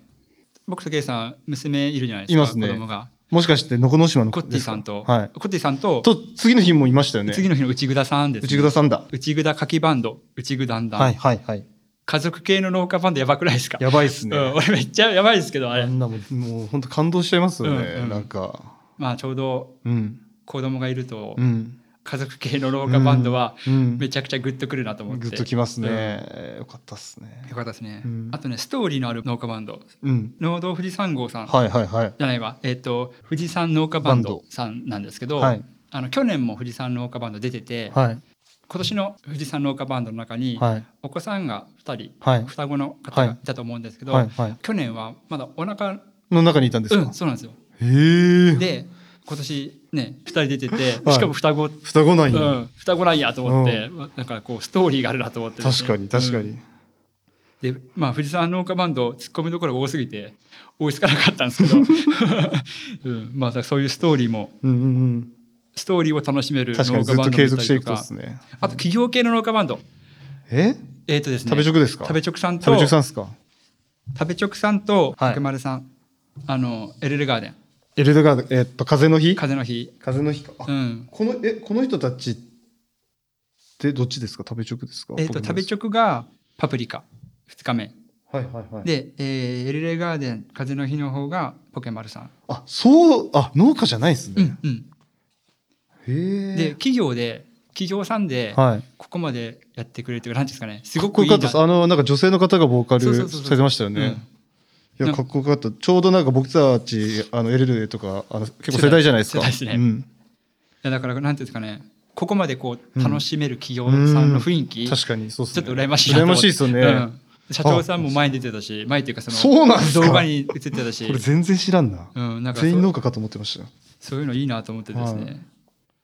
Speaker 1: 僕とケイさん娘いるじゃないですか
Speaker 2: いますね
Speaker 1: 子供が
Speaker 2: もしかしてのこの島の
Speaker 1: コッテ
Speaker 2: 子
Speaker 1: ィ
Speaker 2: です
Speaker 1: さ
Speaker 2: か
Speaker 1: んと、
Speaker 2: はい
Speaker 1: コッティさんと
Speaker 2: と次の日もいましたよね。
Speaker 1: 次の日の内ぐさんです、
Speaker 2: 内蔵さんだ。
Speaker 1: 内ぐだかきバンド内ぐだんだん、
Speaker 2: はいはいはい。
Speaker 1: 家族系の農家バンドやばくないですか
Speaker 2: やばいっす
Speaker 1: う
Speaker 2: ね。
Speaker 1: ん、俺めっちゃやばいですけどあ
Speaker 2: あ
Speaker 1: れ、
Speaker 2: んなもんもう本当感動しちゃいますよね。
Speaker 1: うんうん
Speaker 2: なんか、
Speaker 1: まあちょうど
Speaker 2: うん
Speaker 1: 子供がいると、
Speaker 2: うん
Speaker 1: 家族系の廊下バンドは
Speaker 2: うん。
Speaker 1: めちゃくちゃグッとくるなと思って、
Speaker 2: グッときますね。よかったっすね
Speaker 1: うん、。よかったですね、
Speaker 2: うん
Speaker 1: あとねストーリーのある農家バンド
Speaker 2: うん。
Speaker 1: 農道富士山号さん、
Speaker 2: はいはいはい。
Speaker 1: じゃないわえっ、と富士山農家バンドさんなんですけど、
Speaker 2: はい
Speaker 1: あの去年も富士山農家バンド出てて、
Speaker 2: はい。
Speaker 1: 今年の富士山農家バンドの中に、
Speaker 2: はい
Speaker 1: お子さんが2人、
Speaker 2: はい
Speaker 1: 双子の方がいたと思うんですけど、
Speaker 2: はいはい
Speaker 1: 去年はまだお腹
Speaker 2: の中にいたんです
Speaker 1: う
Speaker 2: か、
Speaker 1: んそうなんですよ
Speaker 2: へえ
Speaker 1: で今年ね2人出てて
Speaker 2: はい
Speaker 1: しかも双子、
Speaker 2: 双子なん
Speaker 1: う
Speaker 2: や、
Speaker 1: ん、双子なんやと思って、なんかこうストーリーがあるなと思ってです
Speaker 2: 確
Speaker 1: ね、
Speaker 2: かに確か
Speaker 1: うん
Speaker 2: に、
Speaker 1: でまあ藤沢農家バンドツッコミどころが多すぎて追いつかなかったんですけ ど、うん、まあだからそういうストーリーも
Speaker 2: うん、うんうん
Speaker 1: ストーリーを楽しめる農
Speaker 2: 確か
Speaker 1: 家バン
Speaker 2: にず
Speaker 1: ド
Speaker 2: っ
Speaker 1: も
Speaker 2: と
Speaker 1: いた
Speaker 2: 継
Speaker 1: り
Speaker 2: 続していくと
Speaker 1: か
Speaker 2: ですね
Speaker 1: あと企業系の農家バンド
Speaker 2: え
Speaker 1: えっ、とですね
Speaker 2: 食べ直ですか
Speaker 1: 食べ直さんと
Speaker 2: 食べ直さんですか
Speaker 1: 食べ直さんと
Speaker 2: はい
Speaker 1: 白丸さん、あのエルレガーデン
Speaker 2: エルドガードえっと風の日
Speaker 1: 風の日
Speaker 2: 風の日か、あ
Speaker 1: うん
Speaker 2: このえこの人たちってどっちですか食べ直ですか
Speaker 1: えっ、と
Speaker 2: 僕
Speaker 1: 食
Speaker 2: の
Speaker 1: べ
Speaker 2: です
Speaker 1: 直がパプリカ2日目
Speaker 2: はいはいはい
Speaker 1: で、えーエルレガーデン風の日の方がポケマルさん、
Speaker 2: あそうあ農家じゃないです
Speaker 1: う
Speaker 2: ね、
Speaker 1: んうん、
Speaker 2: へえ
Speaker 1: で企業で企業さんで
Speaker 2: はい
Speaker 1: ここまでやってくれるというか何ていうんですかねす
Speaker 2: かっ
Speaker 1: ご
Speaker 2: こ
Speaker 1: くい
Speaker 2: よ
Speaker 1: い
Speaker 2: か
Speaker 1: な
Speaker 2: ったですあのなんか女性の方がボーカ
Speaker 1: そうそう
Speaker 2: ル
Speaker 1: そうそう
Speaker 2: されてましたよねい
Speaker 1: な
Speaker 2: や
Speaker 1: ん
Speaker 2: か
Speaker 1: か
Speaker 2: っこよかったちょうどなんか僕たちあのエルルとか あの結構世代じゃないですか
Speaker 1: 世代ですね
Speaker 2: うん、
Speaker 1: いやだからなんていうんですかねここまでこ
Speaker 2: う
Speaker 1: うん楽しめる企業さんの雰囲気、
Speaker 2: 確かにそうっす
Speaker 1: ちょっ
Speaker 2: ね
Speaker 1: と羨ましいなと
Speaker 2: 羨
Speaker 1: 思
Speaker 2: ま
Speaker 1: って
Speaker 2: しいですよね、
Speaker 1: うん社長さんも前に出てたし前っていうかその
Speaker 2: そうなんですか
Speaker 1: 動画に映ってたし
Speaker 2: これ全然知らんな,、
Speaker 1: うん、なんかそ
Speaker 2: 全員農
Speaker 1: う
Speaker 2: 家かと思ってましたよ
Speaker 1: そういうのいいなと思ってですね、
Speaker 2: はい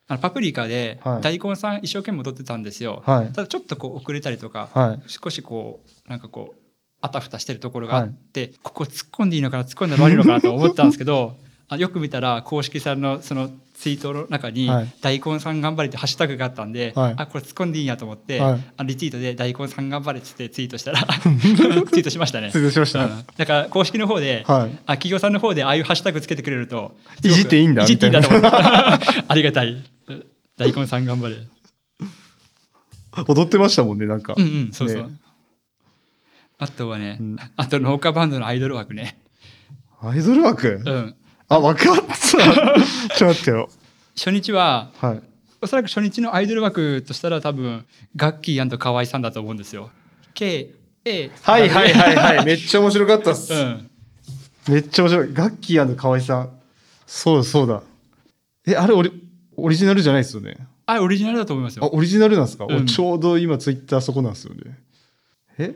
Speaker 1: あのパプリカで
Speaker 2: はい
Speaker 1: 大根さん一生懸命踊ってたんですよ、
Speaker 2: はい
Speaker 1: ただちょっとこう遅れたりとか、
Speaker 2: はい
Speaker 1: 少しこうなんかこうあたふたしてるところがあって、ここ突っ込んでいいのかな突っ込んだら悪いのかなと思ったんですけ どあよく見たら公式さんのそのツイートの中に
Speaker 2: はい
Speaker 1: 「大根さん頑張れ」ってハッシュタグがあったんで、
Speaker 2: はい
Speaker 1: あこれ突っ込んでいいんやと思って、
Speaker 2: はい
Speaker 1: あのリツイートで「大根さん頑張れ」っつってツイート したらツイートしましたね。
Speaker 2: 失礼しました、
Speaker 1: うんだから公式の方で、
Speaker 2: はい
Speaker 1: あ企業さんの方でああいうハッシュタグつけてくれると
Speaker 2: いじっていいんだ
Speaker 1: いじっていいんだ
Speaker 2: み
Speaker 1: と
Speaker 2: た
Speaker 1: 思
Speaker 2: い
Speaker 1: って ありがたい大根さん頑張れ
Speaker 2: 踊ってましたもんねなんか、
Speaker 1: うんうんそうそう、
Speaker 2: ね
Speaker 1: あとはね、
Speaker 2: うん
Speaker 1: あと農家バンドのアイドル枠ね
Speaker 2: アイドル枠、
Speaker 1: うん
Speaker 2: あ分かっ たちょっと待ってよ
Speaker 1: 初日は
Speaker 2: はい
Speaker 1: おそらく初日のアイドル枠としたら多分ガッキー河合さんだと思うんですよ K A
Speaker 2: はいはいはい
Speaker 1: い、
Speaker 2: はい。めっ ちゃ面白かったっす。
Speaker 1: うん、
Speaker 2: めっちゃ面白い。ガッキー河合さん。そうだそうだ。え、あれオリ、オリジナルじゃないですよね。
Speaker 1: あれオリジナルだと思います
Speaker 2: あ、
Speaker 1: よ
Speaker 2: オリジナルなんですか、
Speaker 1: うん
Speaker 2: おちょうど今ツイッターそこなんですよね。え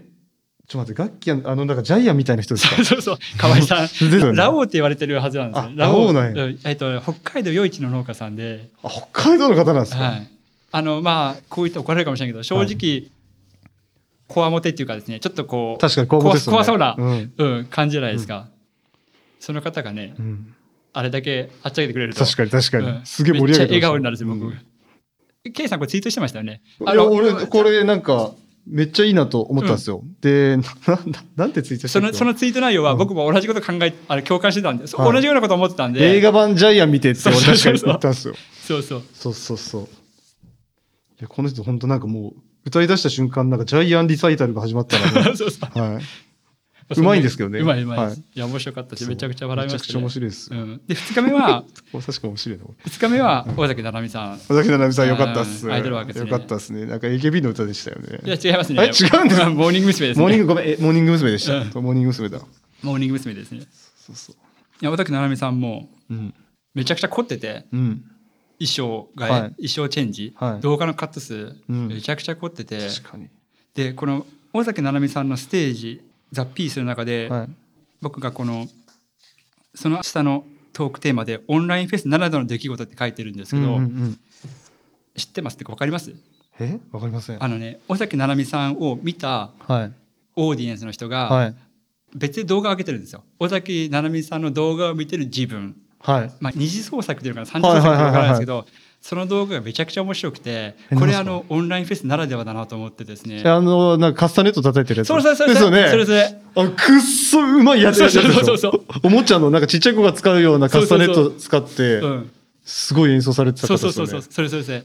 Speaker 2: ちょっと待って、ガッキー、あの、なんかジャイアンみたいな人ですか
Speaker 1: そうそう河合さん、
Speaker 2: ですよね
Speaker 1: ラオウって言われてるはずなんですよ
Speaker 2: あラオウなんや
Speaker 1: うんえっと北海道余市の農家さんで
Speaker 2: あ、北海道の方なんですか、
Speaker 1: はい、あのまあこう言って怒られるかもしれないけど正直こわもてっていうかですねちょっとこう
Speaker 2: 確かにこわもてっすよね
Speaker 1: 怖そうな、
Speaker 2: うん
Speaker 1: うん感じじゃないですか、その方がね
Speaker 2: うん、
Speaker 1: あれだけあっちゃけてくれると
Speaker 2: 確かに確かに。
Speaker 1: うん
Speaker 2: すげえ盛り上げてま
Speaker 1: めっち
Speaker 2: した
Speaker 1: ゃ笑顔になるんですよ僕、
Speaker 2: うん
Speaker 1: ケイさんこれツイートしてましたよね
Speaker 2: いや俺、これなんか、めっちゃいいなと思ったんですよ。で、な、ななんてツイートし
Speaker 1: そ
Speaker 2: たっけ
Speaker 1: のそのツイート内容は僕も同じこと考えあれ共感してたんで、そ
Speaker 2: はい
Speaker 1: 同じようなこと思ってたんで
Speaker 2: 映画版ジャイアン見てって俺確かに
Speaker 1: そうそうそうそう
Speaker 2: 言ったんですよ。
Speaker 1: そうそう、
Speaker 2: そうそうそう。いや、この人本当なんかもう、歌い出した瞬間、なんかジャイアンリサイタルが始まったら、ね
Speaker 1: そうそう
Speaker 2: はい。うまいんですけどね
Speaker 1: うまいうまいです、
Speaker 2: はい
Speaker 1: い、や面白かったしめちゃくちゃ笑いました、ね、
Speaker 2: めちゃくちゃ面白いです。
Speaker 1: うん、で2日目は
Speaker 2: これ確か面白いな、これ。
Speaker 1: 2日目は尾崎七海さん
Speaker 2: 尾崎七海さんよかったっす。
Speaker 1: うんアイドル枠です
Speaker 2: よ
Speaker 1: ね
Speaker 2: かったっすね。なんか AKB の歌でしたよね。
Speaker 1: いや違いますね。
Speaker 2: え違うんです
Speaker 1: まあ モーニング娘。ですね。
Speaker 2: モーニング、ごめん、えモーニング娘。でした。
Speaker 1: うん
Speaker 2: モーニング娘。だ。
Speaker 1: モーニング娘。ですね。
Speaker 2: そうそう。
Speaker 1: 山崎七海さんも
Speaker 2: うん。
Speaker 1: めちゃくちゃ凝ってて
Speaker 2: うん。
Speaker 1: 衣装が、
Speaker 2: はい
Speaker 1: 衣装チェンジ、
Speaker 2: はい
Speaker 1: 動画のカット数、
Speaker 2: うん
Speaker 1: めちゃくちゃ凝ってて
Speaker 2: 確かに。
Speaker 1: でこの尾崎七海さんのステージ「ザ・ピースの中で、
Speaker 2: はい。
Speaker 1: 僕がこのその下のトークテーマで「オンラインフェスならではの出来事」って書いてるんですけど、
Speaker 2: うんうんうん
Speaker 1: 知ってますってか分かります
Speaker 2: えわかりません。
Speaker 1: あのね尾崎七海さんを見た
Speaker 2: はい。
Speaker 1: オーディエンスの人が、
Speaker 2: はい。
Speaker 1: 別で動画を上げてるんですよ尾崎七海さんの動画を見てる自分
Speaker 2: はい。
Speaker 1: まあ、二次創作というか三次創作というか分からないですけど、その動画がめちゃくちゃ面白くて
Speaker 2: え
Speaker 1: これ
Speaker 2: 何ですか
Speaker 1: あのオンラインフェスならではだなと思ってですね
Speaker 2: えあの、なんかカスタネット叩いてるやつ。
Speaker 1: それそれそれ
Speaker 2: ですよね。
Speaker 1: それそれ
Speaker 2: あ、くっそうまいやつやつでしょ
Speaker 1: そうそうそうそう
Speaker 2: おもちゃのなんかちっちゃい子が使うようなカスタネッ
Speaker 1: そうそ
Speaker 2: ト
Speaker 1: う
Speaker 2: 使って
Speaker 1: う、ん、
Speaker 2: すごい演奏されてた
Speaker 1: そう
Speaker 2: 方です
Speaker 1: そ
Speaker 2: よ
Speaker 1: う
Speaker 2: ね。
Speaker 1: そうそうそれそれそれ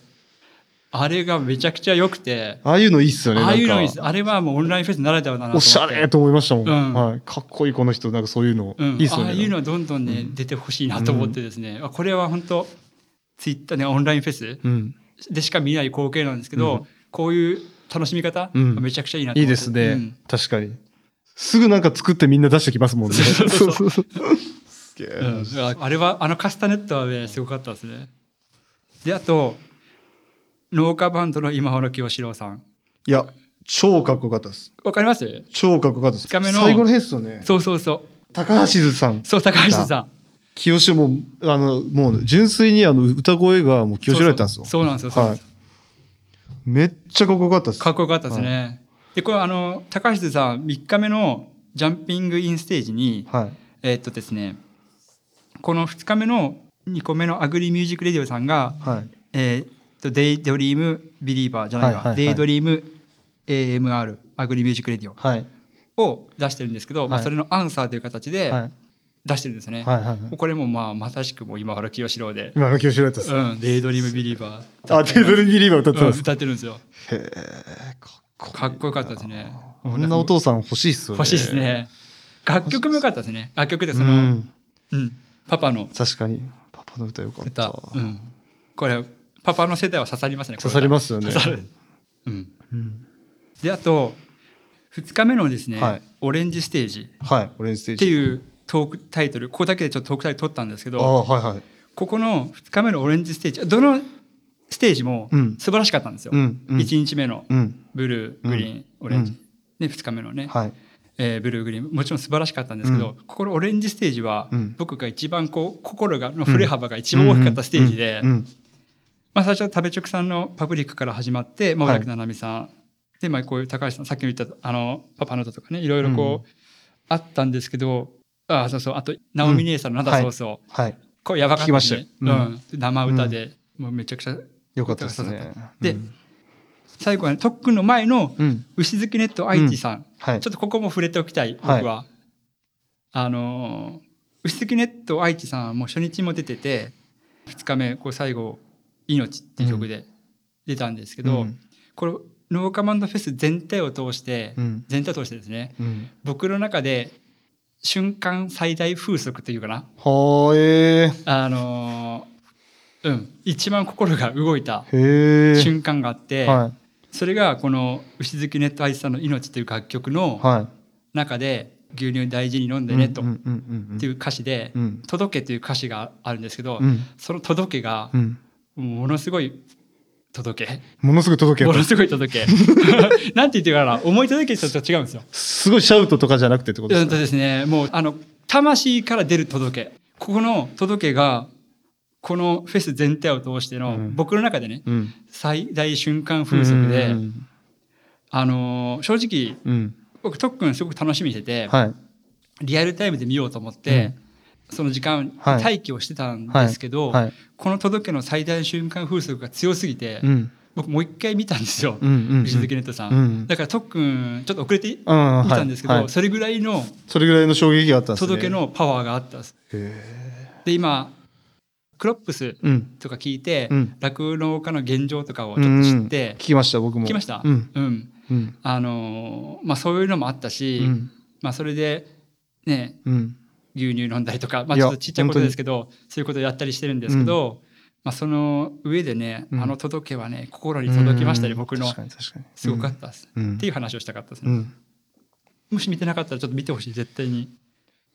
Speaker 1: あれがめちゃくちゃ良くて
Speaker 2: ああいうのいいっすよね。
Speaker 1: ああいうのいいで
Speaker 2: なん
Speaker 1: す
Speaker 2: か
Speaker 1: あれはもうオンラインフェスならではだなと思
Speaker 2: お
Speaker 1: って
Speaker 2: しゃれと思いましたもん。
Speaker 1: うん
Speaker 2: はい、かっこいいこの人、なんかそういうの。
Speaker 1: うん
Speaker 2: いいっすよね。
Speaker 1: ああいうのはどんどんね、出てほしいなと思ってですね、あこれは本当ツイッターねオンラインフェス
Speaker 2: うん。
Speaker 1: でしか見ない光景なんですけど、
Speaker 2: う
Speaker 1: こういう楽しみ方、
Speaker 2: うん
Speaker 1: めちゃくちゃいいなと
Speaker 2: いい
Speaker 1: 思って
Speaker 2: ですね、
Speaker 1: うん
Speaker 2: 確かに。すぐなんか作ってみんな出してきますもんね。
Speaker 1: そう
Speaker 2: そ
Speaker 1: そうう
Speaker 2: そ
Speaker 1: そう
Speaker 2: そう。すげえ。
Speaker 1: うん、あれはあのカスタネットはねすごかったですねであと農家バンドの今頃清志郎さん。
Speaker 2: いや、超かっこよかったです。
Speaker 1: わかります
Speaker 2: 超かっこよかったです。
Speaker 1: 二日目の
Speaker 2: 最後のヘスよね。
Speaker 1: そうそうそう。
Speaker 2: 高橋ずさん。
Speaker 1: そう、高橋さん。
Speaker 2: 清志も、あの、もう、純粋にあの、歌声がもう清志られたんですよ。
Speaker 1: そうそうそうなんですよそうなん
Speaker 2: は
Speaker 1: です
Speaker 2: い
Speaker 1: よ。
Speaker 2: めっちゃかっこよかったです。
Speaker 1: かっこよかったですね。で、これあの、高橋さん、3日目のジャンピングインステージに、
Speaker 2: はい。
Speaker 1: えーっとですね、この2日目の2個目のアグリミュージックレディオさんが、
Speaker 2: はい。
Speaker 1: えーっと、デイドリームビリーバーじゃない
Speaker 2: はいはいは
Speaker 1: わ、
Speaker 2: い
Speaker 1: デイドリーム AMR、アグリミュージックレディ
Speaker 2: はい。
Speaker 1: オを出してるんですけど、まあ、
Speaker 2: はい
Speaker 1: それのアンサーという形で
Speaker 2: はい。
Speaker 1: 出してるんですよね。
Speaker 2: はい。はい。
Speaker 1: もうこれもまあ、まさしくもう今原清志郎で、
Speaker 2: 今の清志られたです。
Speaker 1: うん、デイドリームビリーバー。
Speaker 2: あ、テーブルギリーバー歌って
Speaker 1: うん
Speaker 2: たんです。
Speaker 1: 歌ってるんですよ。
Speaker 2: へえ、かっこいい
Speaker 1: かっこよかったですね。
Speaker 2: こんなお父さん欲しいっすよね。
Speaker 1: 欲しいです。ね。楽曲も良かったですね。楽曲で
Speaker 2: う
Speaker 1: その、うん、
Speaker 2: ん。
Speaker 1: パパの
Speaker 2: 確かに。パパの歌よかった。
Speaker 1: 歌、うん、これパパの世代は刺さりますね。これ
Speaker 2: 刺さりますよね。
Speaker 1: 刺さる。うん。
Speaker 2: うん
Speaker 1: であと2日目のですね、
Speaker 2: はい
Speaker 1: オレンジステージ
Speaker 2: はい。オレンジステー
Speaker 1: っ
Speaker 2: ジ。
Speaker 1: て
Speaker 2: う。
Speaker 1: いうトークタイトル、ここだけでちょっとトークタイトル取ったんですけ
Speaker 2: あ
Speaker 1: ど、
Speaker 2: あ、はいはい。
Speaker 1: ここの2日目のオレンジステージ、どのステージも
Speaker 2: うん
Speaker 1: 素晴らしかったんですよ。
Speaker 2: うんうん
Speaker 1: 1日目の
Speaker 2: うん。
Speaker 1: ブルー、グリーン、オレンジ。
Speaker 2: うん
Speaker 1: で2日目のね、
Speaker 2: はい。
Speaker 1: えーブルーグリーンもちろん素晴らしかったんですけど、ここのオレンジステージは、
Speaker 2: うん
Speaker 1: 僕が一番こう心がの振れ幅が一番大きかったステージで、
Speaker 2: うんうん
Speaker 1: まあ、最初は食べ直さんのパブリックから始まってまも
Speaker 2: はい
Speaker 1: なくななみさん、で、まあ、こういう高橋さんさっきも言ったあのパパの歌とかねいろいろこう、あったんですけどあそうそうあと直美姉さんの「なんだそうそう」
Speaker 2: はい。
Speaker 1: これやばかった、ね、
Speaker 2: 聞きましたよ
Speaker 1: う
Speaker 2: うんん
Speaker 1: 生歌で、もうめちゃくちゃ
Speaker 2: よかったですね。
Speaker 1: で、
Speaker 2: うん
Speaker 1: 最後は、ね、特訓の前の
Speaker 2: うん。
Speaker 1: 牛月ネット愛知さん、
Speaker 2: はい。
Speaker 1: ちょっとここも触れておきたい、僕
Speaker 2: は
Speaker 1: は。
Speaker 2: い
Speaker 1: あのー、薄月ネット愛知さんはもう初日も出てて、2日目、こう最後、命っていう曲で出たんですけど、
Speaker 2: うん
Speaker 1: これ、ノーカマンドフェス全体を通して、
Speaker 2: うん。
Speaker 1: 全体を通してですね、
Speaker 2: うん。
Speaker 1: 僕の中で瞬間最大風速というかな、
Speaker 2: はあ、え
Speaker 1: あのー、うん、一番心が動いた
Speaker 2: ー。へえ。
Speaker 1: 瞬間があって、
Speaker 2: は
Speaker 1: それがこの牛月ネット愛知さんの命という楽曲の、
Speaker 2: い。は
Speaker 1: 中で「牛乳大事に飲ん
Speaker 2: い。
Speaker 1: でね」と、
Speaker 2: うん
Speaker 1: っ
Speaker 2: うんうんうん。。
Speaker 1: ていうう歌詞で
Speaker 2: う
Speaker 1: 「
Speaker 2: ん
Speaker 1: 届け」という歌詞があるんですけど、
Speaker 2: うん。
Speaker 1: その「届け」が
Speaker 2: うん。
Speaker 1: ものすごい「届け」
Speaker 2: ものすごい届け
Speaker 1: も
Speaker 2: ば
Speaker 1: のすごい「届け」なんて言ってるかな思い届けとちょっと違うんですよ。
Speaker 2: すごいシャウトとかじゃなくてってことで
Speaker 1: う
Speaker 2: す
Speaker 1: んと
Speaker 2: か
Speaker 1: ですねもうあの魂から出る届けここの届けがこのフェス全体を通しての、
Speaker 2: うん
Speaker 1: 僕の中でね
Speaker 2: うん。
Speaker 1: 最大瞬間風速で、
Speaker 2: うん
Speaker 1: あのー正直
Speaker 2: うん。
Speaker 1: 僕特訓すごく楽しみにしてて、
Speaker 2: はい。
Speaker 1: リアルタイムで見ようと思って、その時間
Speaker 2: はい
Speaker 1: 待機をしてたん
Speaker 2: はい。
Speaker 1: ですけど、
Speaker 2: はい。
Speaker 1: この届けの最大瞬間風速が強すぎて、
Speaker 2: うん。
Speaker 1: 僕もう一回見たんですよ、
Speaker 2: うんうんうん。
Speaker 1: 藤月ネットさん、
Speaker 2: うん
Speaker 1: だから特訓ちょっと遅れて見
Speaker 2: うんはい
Speaker 1: たんですけど、
Speaker 2: はい
Speaker 1: それぐらいの
Speaker 2: それぐらいの衝撃があったんですね。
Speaker 1: 届け。のパワーがあったんです
Speaker 2: へ
Speaker 1: で今クロップス
Speaker 2: え。うん。
Speaker 1: とか聞いて
Speaker 2: うん
Speaker 1: 酪農、家の現状とかをちょっと知って、
Speaker 2: うん聞きました、僕も。
Speaker 1: 聞きました、
Speaker 2: うん。
Speaker 1: うん
Speaker 2: うん。
Speaker 1: あのーまあ、そういうのもあったし、
Speaker 2: うん
Speaker 1: まあ、それでね
Speaker 2: うん。
Speaker 1: 牛乳飲んだりとか、まあ、
Speaker 2: い
Speaker 1: ち
Speaker 2: や
Speaker 1: ょっとちっちゃいことですけどそういうことをやったりしてるんですけど、まあ、その上でね、
Speaker 2: うん
Speaker 1: あの届けはね心に届きましたね、
Speaker 2: うん
Speaker 1: 僕の
Speaker 2: 確かに確かに。
Speaker 1: すごかったです、
Speaker 2: うん。
Speaker 1: っていう話をしたかったです
Speaker 2: う
Speaker 1: ね、
Speaker 2: ん。
Speaker 1: もし見てなかったらちょっと見てほしい絶対に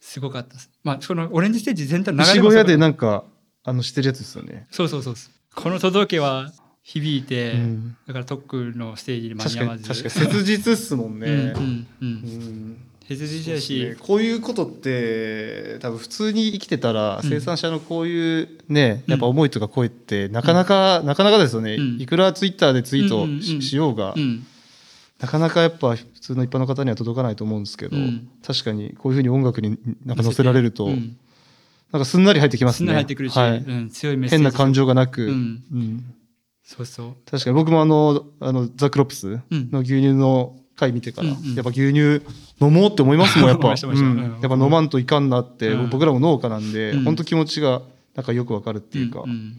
Speaker 1: すごかったですまあそのオレンジステージ全体の流
Speaker 2: 牛
Speaker 1: れも
Speaker 2: 小
Speaker 1: そう
Speaker 2: 屋でなんか、あの、してるやつですよね。
Speaker 1: そうそうそうですこの届けは響いて、
Speaker 2: うん
Speaker 1: だから特区のステージに間
Speaker 2: 確
Speaker 1: に合
Speaker 2: か
Speaker 1: わ
Speaker 2: に、
Speaker 1: ず
Speaker 2: 確かに、切実っすもん
Speaker 1: うん
Speaker 2: ね。
Speaker 1: うんうん
Speaker 2: うん
Speaker 1: 平成時代だ
Speaker 2: そうです
Speaker 1: し
Speaker 2: ねこういうことって多分普通に生きてたら
Speaker 1: うん
Speaker 2: 生産者のこういうね、
Speaker 1: うん
Speaker 2: やっぱ思いとか声ってなかなか、なかなかですよね、
Speaker 1: うん
Speaker 2: いくらツイッターでツイー
Speaker 1: うんうんうん
Speaker 2: トし,、ようが、
Speaker 1: うん
Speaker 2: なかなかやっぱ普通の一般の方には届かないと思うんですけど、
Speaker 1: うん
Speaker 2: 確かにこういうふうに音楽になんか乗せられると、
Speaker 1: うん
Speaker 2: なんかすんなり入ってきます
Speaker 1: すん
Speaker 2: ね
Speaker 1: なり入ってくるし、
Speaker 2: はい
Speaker 1: うん、強いメッセー
Speaker 2: 変
Speaker 1: ジ
Speaker 2: な感情がなく、
Speaker 1: うん
Speaker 2: うん
Speaker 1: そうそう
Speaker 2: 確かに僕もあのあのザ・クロップスの牛乳の回見てから、
Speaker 1: うんうん
Speaker 2: やっぱ牛乳飲もうって思いますもんやっ
Speaker 1: 思い
Speaker 2: ぱ、
Speaker 1: ました思いました
Speaker 2: うん
Speaker 1: うん
Speaker 2: やっぱ飲まんといかんなって、
Speaker 1: うん
Speaker 2: 僕らも農家なんで、
Speaker 1: うん
Speaker 2: 本当気持ちがなんかよくわかるっていうか、
Speaker 1: んんい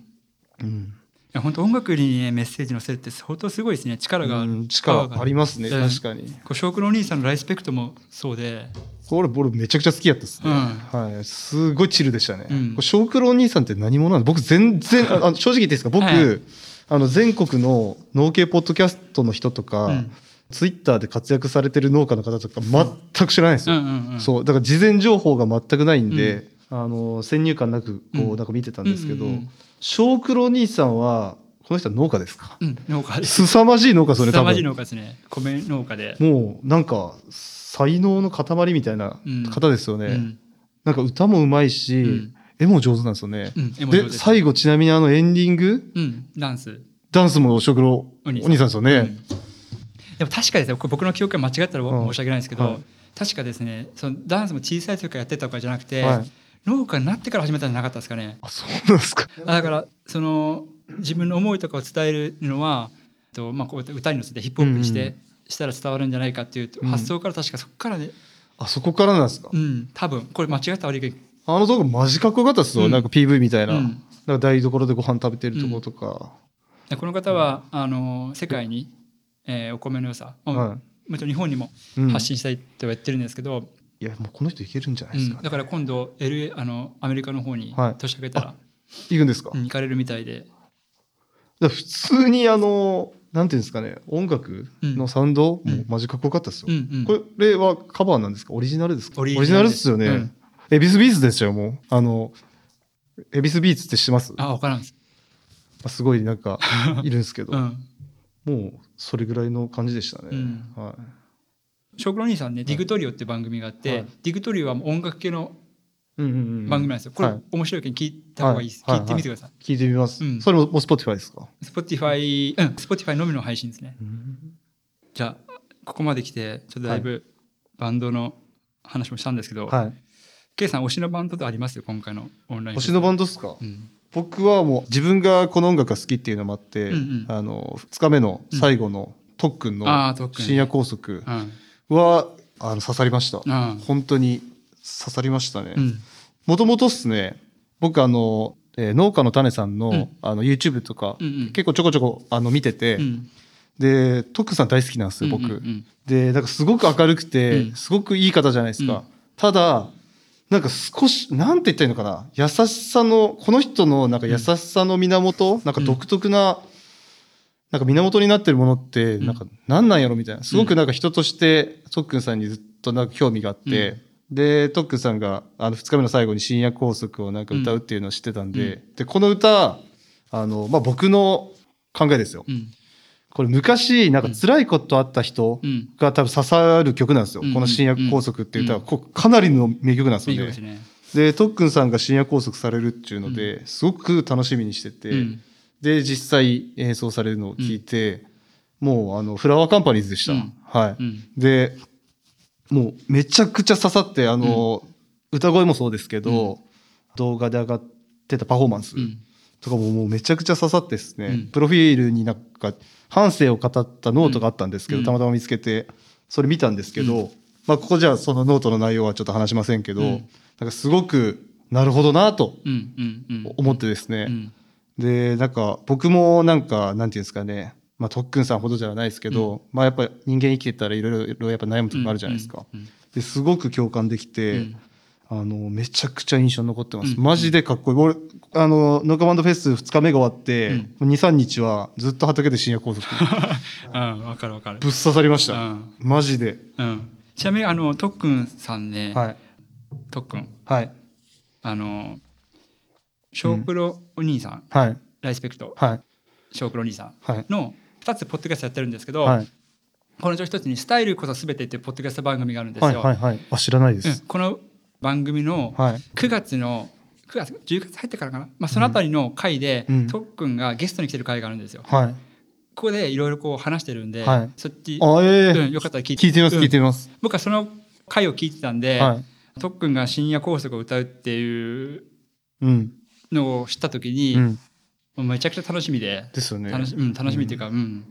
Speaker 2: うん
Speaker 1: や本当音楽にねメッセージのせるって相当すごいですね力がある、
Speaker 2: うん力ありますね
Speaker 1: パワーがある
Speaker 2: 確かに
Speaker 1: こう小九郎お兄さんのライスペクトもそうで
Speaker 2: これ俺めちゃくちゃ好きやったっすね、
Speaker 1: うん
Speaker 2: はい、すごいチルでしたね、
Speaker 1: うん
Speaker 2: これ小九郎兄さんって何者なの僕全然ああの 正直言っていいですか僕、
Speaker 1: はい
Speaker 2: あの全国の農系ポッドキャストの人とか、
Speaker 1: うん
Speaker 2: ツイッターで活躍されてる農家の方とか全く知らないんです
Speaker 1: うん
Speaker 2: よ、
Speaker 1: うんうん
Speaker 2: そうだから事前情報が全くないんで、あの先入観なくこ
Speaker 1: うん
Speaker 2: うなんか見てたんですけど、
Speaker 1: うんうんうん
Speaker 2: 小九郎兄さんはこの人は農家ですか
Speaker 1: うん、農家です。
Speaker 2: 凄まじい農家それ多
Speaker 1: 凄まじい
Speaker 2: 分
Speaker 1: 農家ですね。米農家で。
Speaker 2: もうなんか才能の塊みたいな
Speaker 1: うん
Speaker 2: 方ですよね、
Speaker 1: うん
Speaker 2: なんか歌もうまいし、
Speaker 1: うん
Speaker 2: 絵も上手なんですよね、
Speaker 1: うん、絵も上手
Speaker 2: で最後ちなみにあのエンディング
Speaker 1: うん、ダンス。
Speaker 2: ダンスも食郎お
Speaker 1: お
Speaker 2: 兄
Speaker 1: 兄
Speaker 2: さ
Speaker 1: さ
Speaker 2: ん
Speaker 1: ん
Speaker 2: ですよね、
Speaker 1: うんでも確かですね僕僕の記憶が間違ったら
Speaker 2: うん
Speaker 1: 申し訳ないんですけど、
Speaker 2: はい
Speaker 1: 確かですねそのダンスも小さい時からやってたとかじゃなくて、
Speaker 2: はい
Speaker 1: 農家になってから始めたんじゃなかったですかね
Speaker 2: あそうなんですか
Speaker 1: あだからその自分の思いとかを伝えるのはと、まあ、こうやって歌に乗せてヒップホップにして、
Speaker 2: うんう
Speaker 1: したら伝わるんじゃないかっていう
Speaker 2: うん
Speaker 1: 発想から確かそこからね、
Speaker 2: あそこからなんですか、
Speaker 1: うん、多分これ間違った悪いけど
Speaker 2: あの動画マジかっこよかったっすよ、
Speaker 1: うん
Speaker 2: なんか PV みたいな,、
Speaker 1: うん
Speaker 2: なんか台所でご飯食べてるとことか、
Speaker 1: でこの方は、あの世界に、えーお米の良さ、を
Speaker 2: は
Speaker 1: もちろん日本にも
Speaker 2: うん
Speaker 1: 発信したいとは言ってるんですけど、
Speaker 2: いやもうこの人いけるんじゃな
Speaker 1: う
Speaker 2: いですか、
Speaker 1: ん、だから今度、LA、あのアメリカの方に
Speaker 2: はい
Speaker 1: 年明けたら、
Speaker 2: いくんですか,、
Speaker 1: うん行かれるみたいで、
Speaker 2: 普通にあのなんていうんですかね音楽のサウンド、
Speaker 1: うん
Speaker 2: もうマジかっこよかったっすよ、
Speaker 1: うんうん
Speaker 2: これはカバーなんですかオリジナルですか
Speaker 1: オリジナル
Speaker 2: ですよね、
Speaker 1: うん
Speaker 2: エビスビーツですよもうあのエビスビーツって知ってます
Speaker 1: あ分からんです、
Speaker 2: まあすごいな んかいるんですけど、
Speaker 1: うん、
Speaker 2: もうそれぐらいの感じでしたね、
Speaker 1: うん
Speaker 2: はい、
Speaker 1: 小黒兄さんね「ディグトリオ」って番組があって、
Speaker 2: はい
Speaker 1: ディグトリオはもう音楽系の
Speaker 2: うんうんうん
Speaker 1: 番組なんですよ、これ、
Speaker 2: はい
Speaker 1: 面白いけん聞いた方がいいです、
Speaker 2: はい
Speaker 1: 聞いてみてください、
Speaker 2: 聞いてみます、
Speaker 1: うん
Speaker 2: それももう Spotify ですか、
Speaker 1: Spotify、うん、Spotify のみの配信ですねじゃあここまで来てちょっとだいぶバンドの話もしたんですけど、
Speaker 2: はい
Speaker 1: K さん推しのバンドってありますよ今回のオンライン
Speaker 2: 推しのバ
Speaker 1: ン
Speaker 2: ンドですか、
Speaker 1: ド、うん
Speaker 2: 僕はもう自分がこの音楽が好きっていうのもあって、
Speaker 1: うんうん
Speaker 2: あの2日目の最後の特訓の
Speaker 1: ああ特に
Speaker 2: 深夜拘束
Speaker 1: うん
Speaker 2: はあの刺さりました、
Speaker 1: うん
Speaker 2: 本当に刺さりましたね
Speaker 1: うん
Speaker 2: もともとっすね僕あの、えー農家の種さんの,、
Speaker 1: うん
Speaker 2: あの YouTube とか、
Speaker 1: うんうん
Speaker 2: 結構ちょこちょこあの見てて、
Speaker 1: うん
Speaker 2: でトックンさん大好きなんですよ僕、
Speaker 1: うんうん
Speaker 2: でなんかすごく明るくて、
Speaker 1: うん
Speaker 2: すごくいい方じゃないですか、
Speaker 1: うん
Speaker 2: ただなんか少しなんて言ったらいいのかな優しさのこの人のなんか優しさの源、なんか独特な、なんか源になってるものって
Speaker 1: ん
Speaker 2: なんかなんなんやろみたいなすごくなんか人としてトックンさんにずっとなんか興味があって、でトックンさんがあの2日目の最後に「深夜拘束」をなんか歌うっていうのを知ってたんで、でこの歌あの、まあ、僕の考えですよ、
Speaker 1: うん
Speaker 2: これ昔なんか辛いことあった人
Speaker 1: うん
Speaker 2: が多分刺さる曲なんですよ、
Speaker 1: うん
Speaker 2: この「深夜拘束」っていう歌は
Speaker 1: うん
Speaker 2: こうかなりの名曲なんです
Speaker 1: いい
Speaker 2: よ
Speaker 1: か
Speaker 2: ね
Speaker 1: もし。れない
Speaker 2: でとっくんさんが深夜拘束されるっていうのですごく楽しみにしてて、
Speaker 1: うん
Speaker 2: で実際演奏されるのを聞いて、もうあのフラワーカンパニーズでした。
Speaker 1: うん
Speaker 2: はい
Speaker 1: うん
Speaker 2: でもうめちゃくちゃ刺さってあの、歌声もそうですけど、動画で上がってたパフォーマンス
Speaker 1: うん
Speaker 2: とかももうめちゃくちゃ刺さってですね、
Speaker 1: うん
Speaker 2: プロフィールになんか半生を語ったノートがあったんですけど、
Speaker 1: うん
Speaker 2: たまたま見つけてそれ見たんですけど、
Speaker 1: う
Speaker 2: まあ、ここじゃあそのノートの内容はちょっと話しませんけど、
Speaker 1: うん
Speaker 2: なんかすごくなるほどなと
Speaker 1: うんうんうん
Speaker 2: 思ってですね、
Speaker 1: うん
Speaker 2: でなんか僕もなんかなんていうんですかねまあ特訓さんほどじゃないですけど、まあやっぱり人間生きてたらいろいろやっぱ悩むとこもあるじゃないですか、
Speaker 1: うんうん
Speaker 2: ですごく共感できて、
Speaker 1: うん
Speaker 2: あのめちゃくちゃ印象に残ってます、
Speaker 1: うん
Speaker 2: マジでかっこいい俺あの農家バンドフェス2日目が終わって、23日はずっと畑で深夜 拘束
Speaker 1: うんわかるわかる
Speaker 2: ぶっ刺さりました、
Speaker 1: うん
Speaker 2: マジで
Speaker 1: うんちなみにあのとっくんさんね、
Speaker 2: はい
Speaker 1: とっくん
Speaker 2: はい
Speaker 1: あの小黒お兄さん、
Speaker 2: はい
Speaker 1: ライスペクト
Speaker 2: はい
Speaker 1: 小黒お兄さん
Speaker 2: はい
Speaker 1: の2つポッドキャストやってるんですけど、
Speaker 2: はい
Speaker 1: このうち1つに「スタイルこそ全て」っていうポッドキャスト番組があるんですよ。
Speaker 2: はいはいはいあ知らないで
Speaker 1: うん
Speaker 2: す、
Speaker 1: この番組の
Speaker 2: はい
Speaker 1: 9月の9月10月入ってからかな、まあ、そのあたりの回で、
Speaker 2: うん
Speaker 1: とっくんがゲストに来てる回があるんですよ。
Speaker 2: はい
Speaker 1: ここでいろいろこう話してるんで、
Speaker 2: はい
Speaker 1: そっち、
Speaker 2: あええ
Speaker 1: うんよかったら聞いて
Speaker 2: 聞いてみます、
Speaker 1: うん
Speaker 2: 聞いてみます、
Speaker 1: 僕はその回を聞いてたんで、
Speaker 2: はい
Speaker 1: とっくんが深夜拘束を歌うっていう
Speaker 2: うん
Speaker 1: のを知った時に、
Speaker 2: うん、
Speaker 1: もうめちゃくちゃ楽しみで
Speaker 2: ですよね
Speaker 1: 楽し,、うん、楽しみっていうか、うん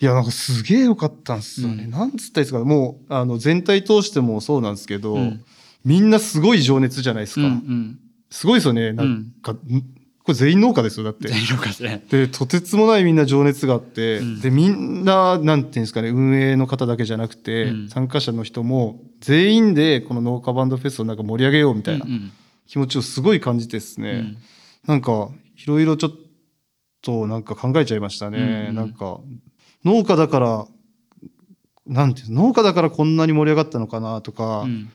Speaker 2: いやなんかすげえ良かったんですよね、
Speaker 1: うん
Speaker 2: なんつったらいいですかねもうあの全体通してもそうなんですけど、
Speaker 1: うん
Speaker 2: みんなすごい情熱じゃないです
Speaker 1: うん
Speaker 2: か、
Speaker 1: うん、
Speaker 2: すごいですよねなんか、んこれ全員農家ですよだって
Speaker 1: 全員録画して
Speaker 2: でとてつもないみんな情熱があって、
Speaker 1: うん
Speaker 2: でみんななんていうんですかね運営の方だけじゃなくて、
Speaker 1: うん
Speaker 2: 参加者の人も全員でこの農家バンドフェスをなんか盛り上げようみたいな
Speaker 1: うんうん
Speaker 2: 気持ちをすごい感じてですね、
Speaker 1: うん
Speaker 2: なんかいろいろちょっとなんか考えちゃいましたね、
Speaker 1: うんうん
Speaker 2: なんか農家だからなんていうの農家だからこんなに盛り上がったのかなとか、
Speaker 1: うん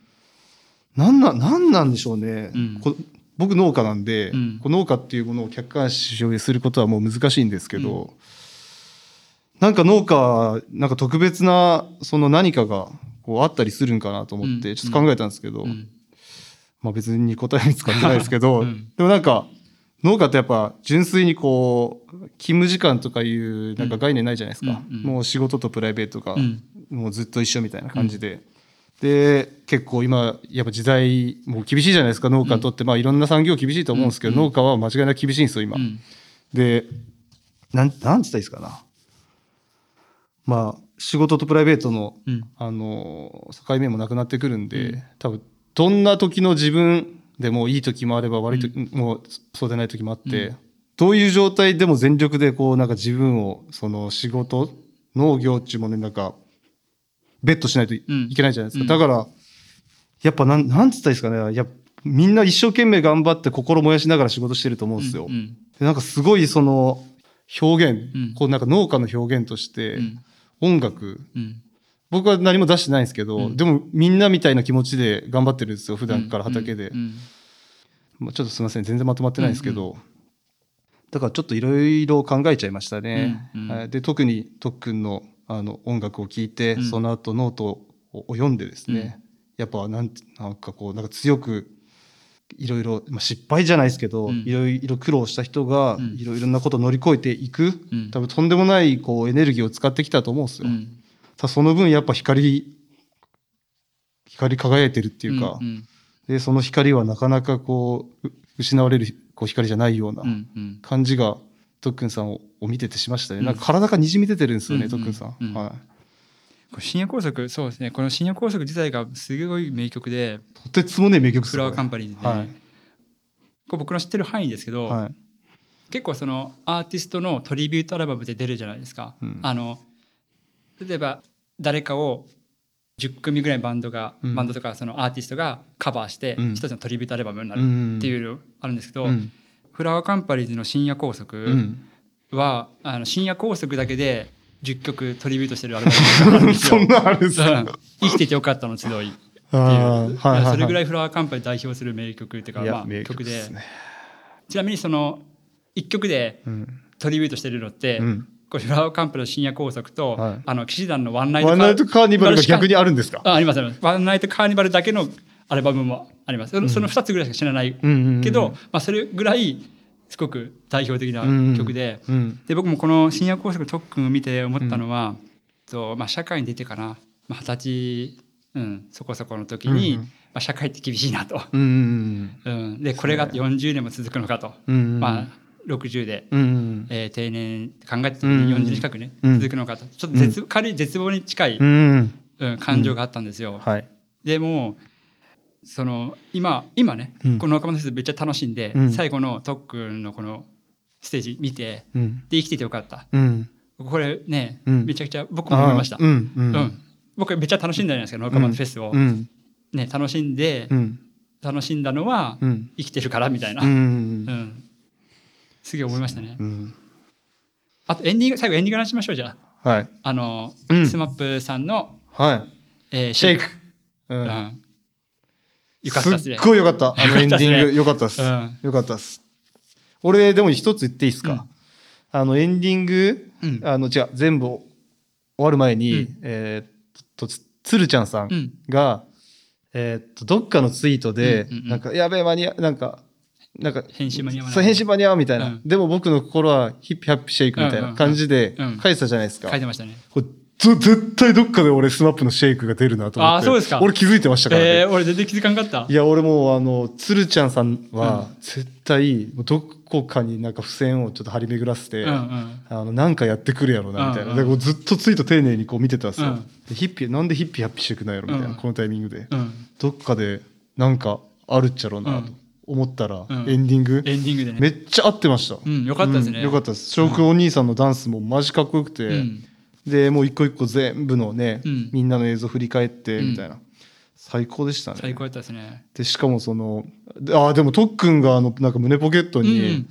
Speaker 2: なんななんなんでしょうね、
Speaker 1: うん
Speaker 2: こ僕農家なんで、
Speaker 1: うん
Speaker 2: こう農家っていうものを客観視することはもう難しいんですけど、なんか農家なんか特別なその何かがこうあったりするんかなと思っ
Speaker 1: うん
Speaker 2: てちょっと考えたんですけど、
Speaker 1: うん
Speaker 2: まあ、別に答え見つかってないですけど、
Speaker 1: うん
Speaker 2: でもなんか農家ってやっぱ純粋にこう勤務時間とかいうなんか概念ないじゃないですか、
Speaker 1: うんうんうん
Speaker 2: もう仕事とプライベートが
Speaker 1: うん
Speaker 2: もうずっと一緒みたいな感じで。で結構今やっぱ時代もう厳しいじゃないですか農家にとって、まあいろんな産業厳しいと思うんですけど、農家は間違いなく厳しいんですよ今、
Speaker 1: うん
Speaker 2: でなんなんつったらいいですかなまあ仕事とプライベートの
Speaker 1: うん
Speaker 2: あの境目もなくなってくるんで、
Speaker 1: うん
Speaker 2: 多分どんな時の自分でもいい時もあれば悪い時、もうそうでない時もあって、
Speaker 1: うん
Speaker 2: どういう状態でも全力でこうなんか自分をその仕事農業っていうものになんかベットしないとい
Speaker 1: うん
Speaker 2: いけないじゃないですか、
Speaker 1: うん
Speaker 2: だからやっぱなんなんつったらいいですかねやっぱみんな一生懸命頑張って心燃やしながら仕事してると思うんですよ。
Speaker 1: うん
Speaker 2: でなんかすごいその表現、
Speaker 1: うん
Speaker 2: こうなんか農家の表現として
Speaker 1: うん
Speaker 2: 音楽
Speaker 1: うん
Speaker 2: 僕は何も出してないんですけど、
Speaker 1: うん
Speaker 2: でもみんなみたいな気持ちで頑張ってるんですよ普
Speaker 1: 普
Speaker 2: 段から畑で、
Speaker 1: うん
Speaker 2: まあちょっとすいません全然まとまってないんですけど、だからちょっといろいろ考えちゃいましたね、
Speaker 1: うんうん
Speaker 2: はいで特に特訓のあの音楽を聴いて、
Speaker 1: うん
Speaker 2: その後ノートをを読んでですね、やっぱなんてなんかこうなんか強くいろいろまあ失敗じゃないですけど
Speaker 1: うん
Speaker 2: いろいろ苦労した人が
Speaker 1: うん
Speaker 2: いろいろなことを乗り越えていく、
Speaker 1: うん
Speaker 2: 多分とんでもないこうエネルギーを使ってきたと思うんです
Speaker 1: う
Speaker 2: よ。
Speaker 1: んうん
Speaker 2: ただその分やっぱ光光り輝いてるっていうか、
Speaker 1: うんうん
Speaker 2: でその光はなかなかこうう失われるこう光じゃないような
Speaker 1: うんうん
Speaker 2: 感じがとっくんさんをを見ててしましたね、
Speaker 1: うん
Speaker 2: なんか体がにじみ出てるんですよね、
Speaker 1: うん
Speaker 2: とっくんさん、
Speaker 1: うん
Speaker 2: はい、
Speaker 1: これ深夜高速そうですねこの深夜高速自体がすごい名曲で
Speaker 2: とてつもねえ名曲っす
Speaker 1: フラワーカン
Speaker 2: パ
Speaker 1: パニーで、ね
Speaker 2: はい
Speaker 1: これ僕の知ってる範囲ですけど、
Speaker 2: はい
Speaker 1: 結構そのアーティストのトリビュートアルバムで出るじゃないですか、
Speaker 2: うん
Speaker 1: あの例えば誰かを10組ぐらいバンドが、
Speaker 2: うん
Speaker 1: バンドとかそのアーティストがカバーして
Speaker 2: うん
Speaker 1: 一つのトリビュートアルバムになる
Speaker 2: ん
Speaker 1: って
Speaker 2: う
Speaker 1: いうのあるんですけど、
Speaker 2: ん
Speaker 1: フラワーカンパニーズの「深夜高
Speaker 2: う
Speaker 1: 速
Speaker 2: ん
Speaker 1: は」あの深夜高速だけで10曲トリビュートしてるアルバムがあるんです
Speaker 2: そ
Speaker 1: よ
Speaker 2: ん なあるんです
Speaker 1: うん
Speaker 2: か
Speaker 1: 生きててよかったの集いっていう
Speaker 2: あーはいはい
Speaker 1: それぐら
Speaker 2: い
Speaker 1: いフラワーカンパニー代表する名曲っていうか
Speaker 2: いや
Speaker 1: まあ、
Speaker 2: 名
Speaker 1: 曲
Speaker 2: 曲
Speaker 1: で
Speaker 2: ですね
Speaker 1: ちなみにその1曲で
Speaker 2: うん
Speaker 1: トリビュートしてるのって、
Speaker 2: うん
Speaker 1: これフラワーカンパニーの深夜工作と、
Speaker 2: はい
Speaker 1: あの騎士団のワンナイト
Speaker 2: ワンナイトカーニバルが逆にあるんですか
Speaker 1: あありますありますワンナイトカーニバルだけのアルバムもありますその,、その2つぐらいしか知らない
Speaker 2: うんうんうん
Speaker 1: けど、まあ、それぐらいすごく代表的な曲で,、
Speaker 2: うん
Speaker 1: で僕もこの深夜工作の特訓を見て思ったのは、とまあ、社会に出てからまあ二十歳、うん、そこそこの時に、
Speaker 2: うんうん
Speaker 1: まあ、社会って厳しいなと、
Speaker 2: うんうん
Speaker 1: うん、でこれが40年も続くのかと、
Speaker 2: うんうん
Speaker 1: まあ、60で
Speaker 2: うんうん
Speaker 1: えー定年考えた時
Speaker 2: うん
Speaker 1: に40年近くね、
Speaker 2: うん
Speaker 1: 続くのかとちょっと絶、軽い絶望に近い、
Speaker 2: うん
Speaker 1: うん感情があったんですよ、
Speaker 2: はい
Speaker 1: でもその今今ね、
Speaker 2: うん
Speaker 1: この若者フェスめっちゃ楽しんで、
Speaker 2: うん
Speaker 1: 最後のトックンのこのステージ見て
Speaker 2: うん
Speaker 1: で生きててよかった
Speaker 2: うん
Speaker 1: これね、
Speaker 2: うん
Speaker 1: めちゃくちゃ僕も思いました、
Speaker 2: あーうんう
Speaker 1: うんん僕めっちゃ楽しんだじゃないですか若者フェスを、
Speaker 2: うん
Speaker 1: ね、楽しんで、
Speaker 2: うん
Speaker 1: 楽しんだのは、
Speaker 2: うん
Speaker 1: 生きてるからみたいな、
Speaker 2: う
Speaker 1: うんんすげえ思いましたね、
Speaker 2: うん
Speaker 1: あとエンディング最後エンディングの話しましょうじゃあ
Speaker 2: はい
Speaker 1: あの、
Speaker 2: うん
Speaker 1: スマップさんの、
Speaker 2: はい
Speaker 1: えー
Speaker 2: シェイク。う
Speaker 1: うんん。よかったです
Speaker 2: すっ
Speaker 1: ね。
Speaker 2: ごい良かった。あのエ
Speaker 1: 良
Speaker 2: ン
Speaker 1: かっ
Speaker 2: デ
Speaker 1: たっすね
Speaker 2: ィング良かったです。
Speaker 1: うん
Speaker 2: 良かったです。俺、でも一つ言っていいですか、あの、エンディング、
Speaker 1: うん
Speaker 2: あの、じゃあ全部終わる前に、
Speaker 1: うん
Speaker 2: えーっと、つつるちゃんさ
Speaker 1: うんん。
Speaker 2: が、えーっと、どっかのツイートで、
Speaker 1: うんうんうん
Speaker 2: なんか、やべえ、間に合う、なんか、なんか、
Speaker 1: 返信間に合わない
Speaker 2: そう返信間に合うみたいな、
Speaker 1: うん
Speaker 2: でも僕の心はヒッピーハッピーシェイクみたいな感じで
Speaker 1: うんうんうん
Speaker 2: 書いてたじゃないですか。
Speaker 1: 書いてましたね。
Speaker 2: これず絶対どっかで俺スマップのシェイクが出るなと思って
Speaker 1: あーそうですか
Speaker 2: 俺気づいてましたからね、
Speaker 1: えー、俺全然気づかんかった
Speaker 2: い。や俺もうあのつるちゃんさんは絶対もうどこかになんか付箋をちょっと張り巡らせて、
Speaker 1: うんうん
Speaker 2: あのなんかやってくるやろうなみたいな、
Speaker 1: うんうん
Speaker 2: でこうずっとツイート丁寧にこう見てたんです
Speaker 1: う
Speaker 2: よ、
Speaker 1: ん
Speaker 2: でヒッピーなんでヒッピーハッピーしてくないやろみたいな、
Speaker 1: うん
Speaker 2: このタイミングで、
Speaker 1: うん。
Speaker 2: どっかでなんかあるっちゃろうなと思ったら、
Speaker 1: うん
Speaker 2: エンディング、
Speaker 1: エンディングでね。
Speaker 2: めっちゃ合ってました、
Speaker 1: うんよかったですね
Speaker 2: うんよかったです翔くんお兄さんのダンスもマジかっこよくて、
Speaker 1: うん
Speaker 2: でもう一個一個全部のね、
Speaker 1: うん
Speaker 2: みんなの映像振り返って
Speaker 1: うん
Speaker 2: みたいな、最高でしたね
Speaker 1: 最高やったですね。
Speaker 2: でしかもそのであーでもとっくんがあのなんか胸ポケット
Speaker 1: うん
Speaker 2: に、
Speaker 1: うん。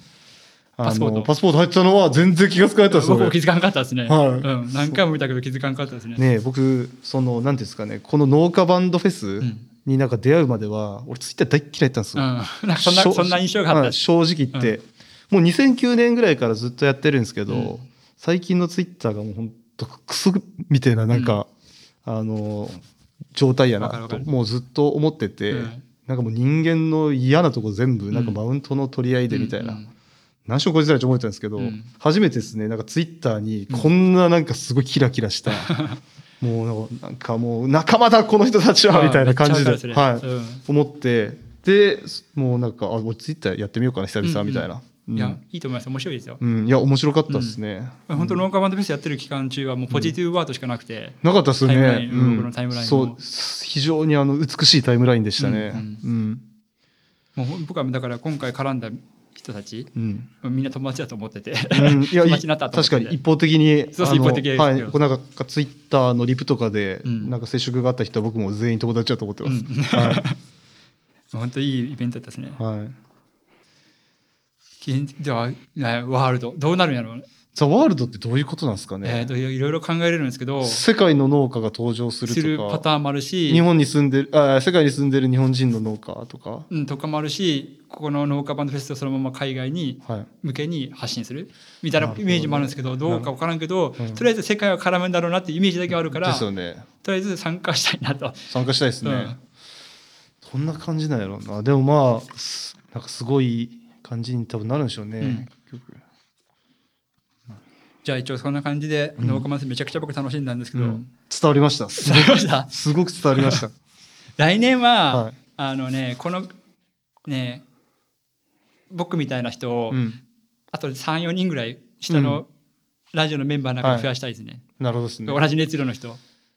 Speaker 2: あ
Speaker 1: パ
Speaker 2: の
Speaker 1: スポート
Speaker 2: パスポート入ってたのは全然気が付かなかったです
Speaker 1: 僕も
Speaker 2: 俺
Speaker 1: 気づかんかったですね。
Speaker 2: はい
Speaker 1: うん。何回も見たけど気づかんかったですね。
Speaker 2: ねえ僕そのなんていうんですかねこの農家バンドフェス
Speaker 1: うん
Speaker 2: になんか出会うまでは、俺ツイッター大っ嫌いだったんです
Speaker 1: うん、
Speaker 2: よ。
Speaker 1: なんかそんな
Speaker 2: しょ
Speaker 1: そんな印象があった
Speaker 2: はい正直言って、もう2009年ぐらいからずっとやってるんですけど、
Speaker 1: うん
Speaker 2: 最近のツイッターがもうほんとクソみたいななんか、あの状態や
Speaker 1: わかる
Speaker 2: な
Speaker 1: わか
Speaker 2: と
Speaker 1: る
Speaker 2: もうずっと思ってて、
Speaker 1: うん
Speaker 2: なんかもう人間の嫌なとこ全部なんか
Speaker 1: うん
Speaker 2: マウントの取り合いでみたいな、
Speaker 1: うんうん
Speaker 2: 何しろこじつらいと思ってたんですけど、
Speaker 1: うん
Speaker 2: 初めてですねなんかツイッターにこんななんかすごいキラキラした、もうなんかもう仲間だこの人たちはみたいな感じで、
Speaker 1: めっちゃわかる
Speaker 2: は
Speaker 1: そ
Speaker 2: い
Speaker 1: れうん
Speaker 2: 思ってでもうなんかあ俺ツイッターやってみようかな久々みたいな、うん
Speaker 1: いやいいと思います面白いですよ、
Speaker 2: うんいや面白かったですね、
Speaker 1: 本当ローカルバンドフェスやってる期間中はもうポジティブワードしかなくて、
Speaker 2: なかったです
Speaker 1: タイムライ
Speaker 2: ね
Speaker 1: ン
Speaker 2: うん
Speaker 1: 僕のタイムラインも
Speaker 2: そう非常にあの美しいタイムラインでしたねうん
Speaker 1: もう僕はだから今回絡んだ人たち
Speaker 2: うん
Speaker 1: みんな友達だと思ってて、
Speaker 2: うんいや
Speaker 1: 友達になったと思って
Speaker 2: 確かに一方的に
Speaker 1: そうそう
Speaker 2: あの
Speaker 1: 一方的です
Speaker 2: はい、こうなんかツイッターのリプとかで、
Speaker 1: うん
Speaker 2: なんか接触があった人は僕も全員友達だと思ってます、
Speaker 1: うん
Speaker 2: はい
Speaker 1: 本当いいイベントだったですね、
Speaker 2: はい
Speaker 1: 現ではねワールドどうなるんやろうね
Speaker 2: ザワールドってどういうことなんですか
Speaker 1: えー
Speaker 2: ね、
Speaker 1: といろいろ考えれるんですけどす
Speaker 2: 世界の農家が登場するとか
Speaker 1: るパターンもあるし
Speaker 2: 日本に住んでるあ世界に住んでる日本人の農家とか、
Speaker 1: うん、とかもあるしここの農家バンドフェスをそのまま海外に
Speaker 2: はい、
Speaker 1: 向けに発信するみたいな
Speaker 2: なるほど
Speaker 1: イメージもあるんですけどどうか分からんけど、
Speaker 2: うん
Speaker 1: とりあえず世界は絡むんだろうなっていうイメージだけはあるから、
Speaker 2: です
Speaker 1: と
Speaker 2: よね
Speaker 1: りあえず参加したいなと。
Speaker 2: 参加したいですね、
Speaker 1: うん
Speaker 2: どんな感じなんやろうなでもまあすなんかすごい感じに多分なるんでしょうね、
Speaker 1: うん
Speaker 2: 結局
Speaker 1: じゃあ一応そんな感じで
Speaker 2: うん
Speaker 1: 農家マンスめちゃくちゃ僕楽しんだんですけ
Speaker 2: う
Speaker 1: ど、
Speaker 2: ん伝わりましたす
Speaker 1: 伝わりました
Speaker 2: すごく伝わりました
Speaker 1: 来年は、
Speaker 2: はい
Speaker 1: あのねこのね僕みたいな人を、
Speaker 2: うん
Speaker 1: あと34人ぐらい下のラジオのメンバーの中で増やしたいですね、
Speaker 2: なるほどですね
Speaker 1: 同じ熱量の人、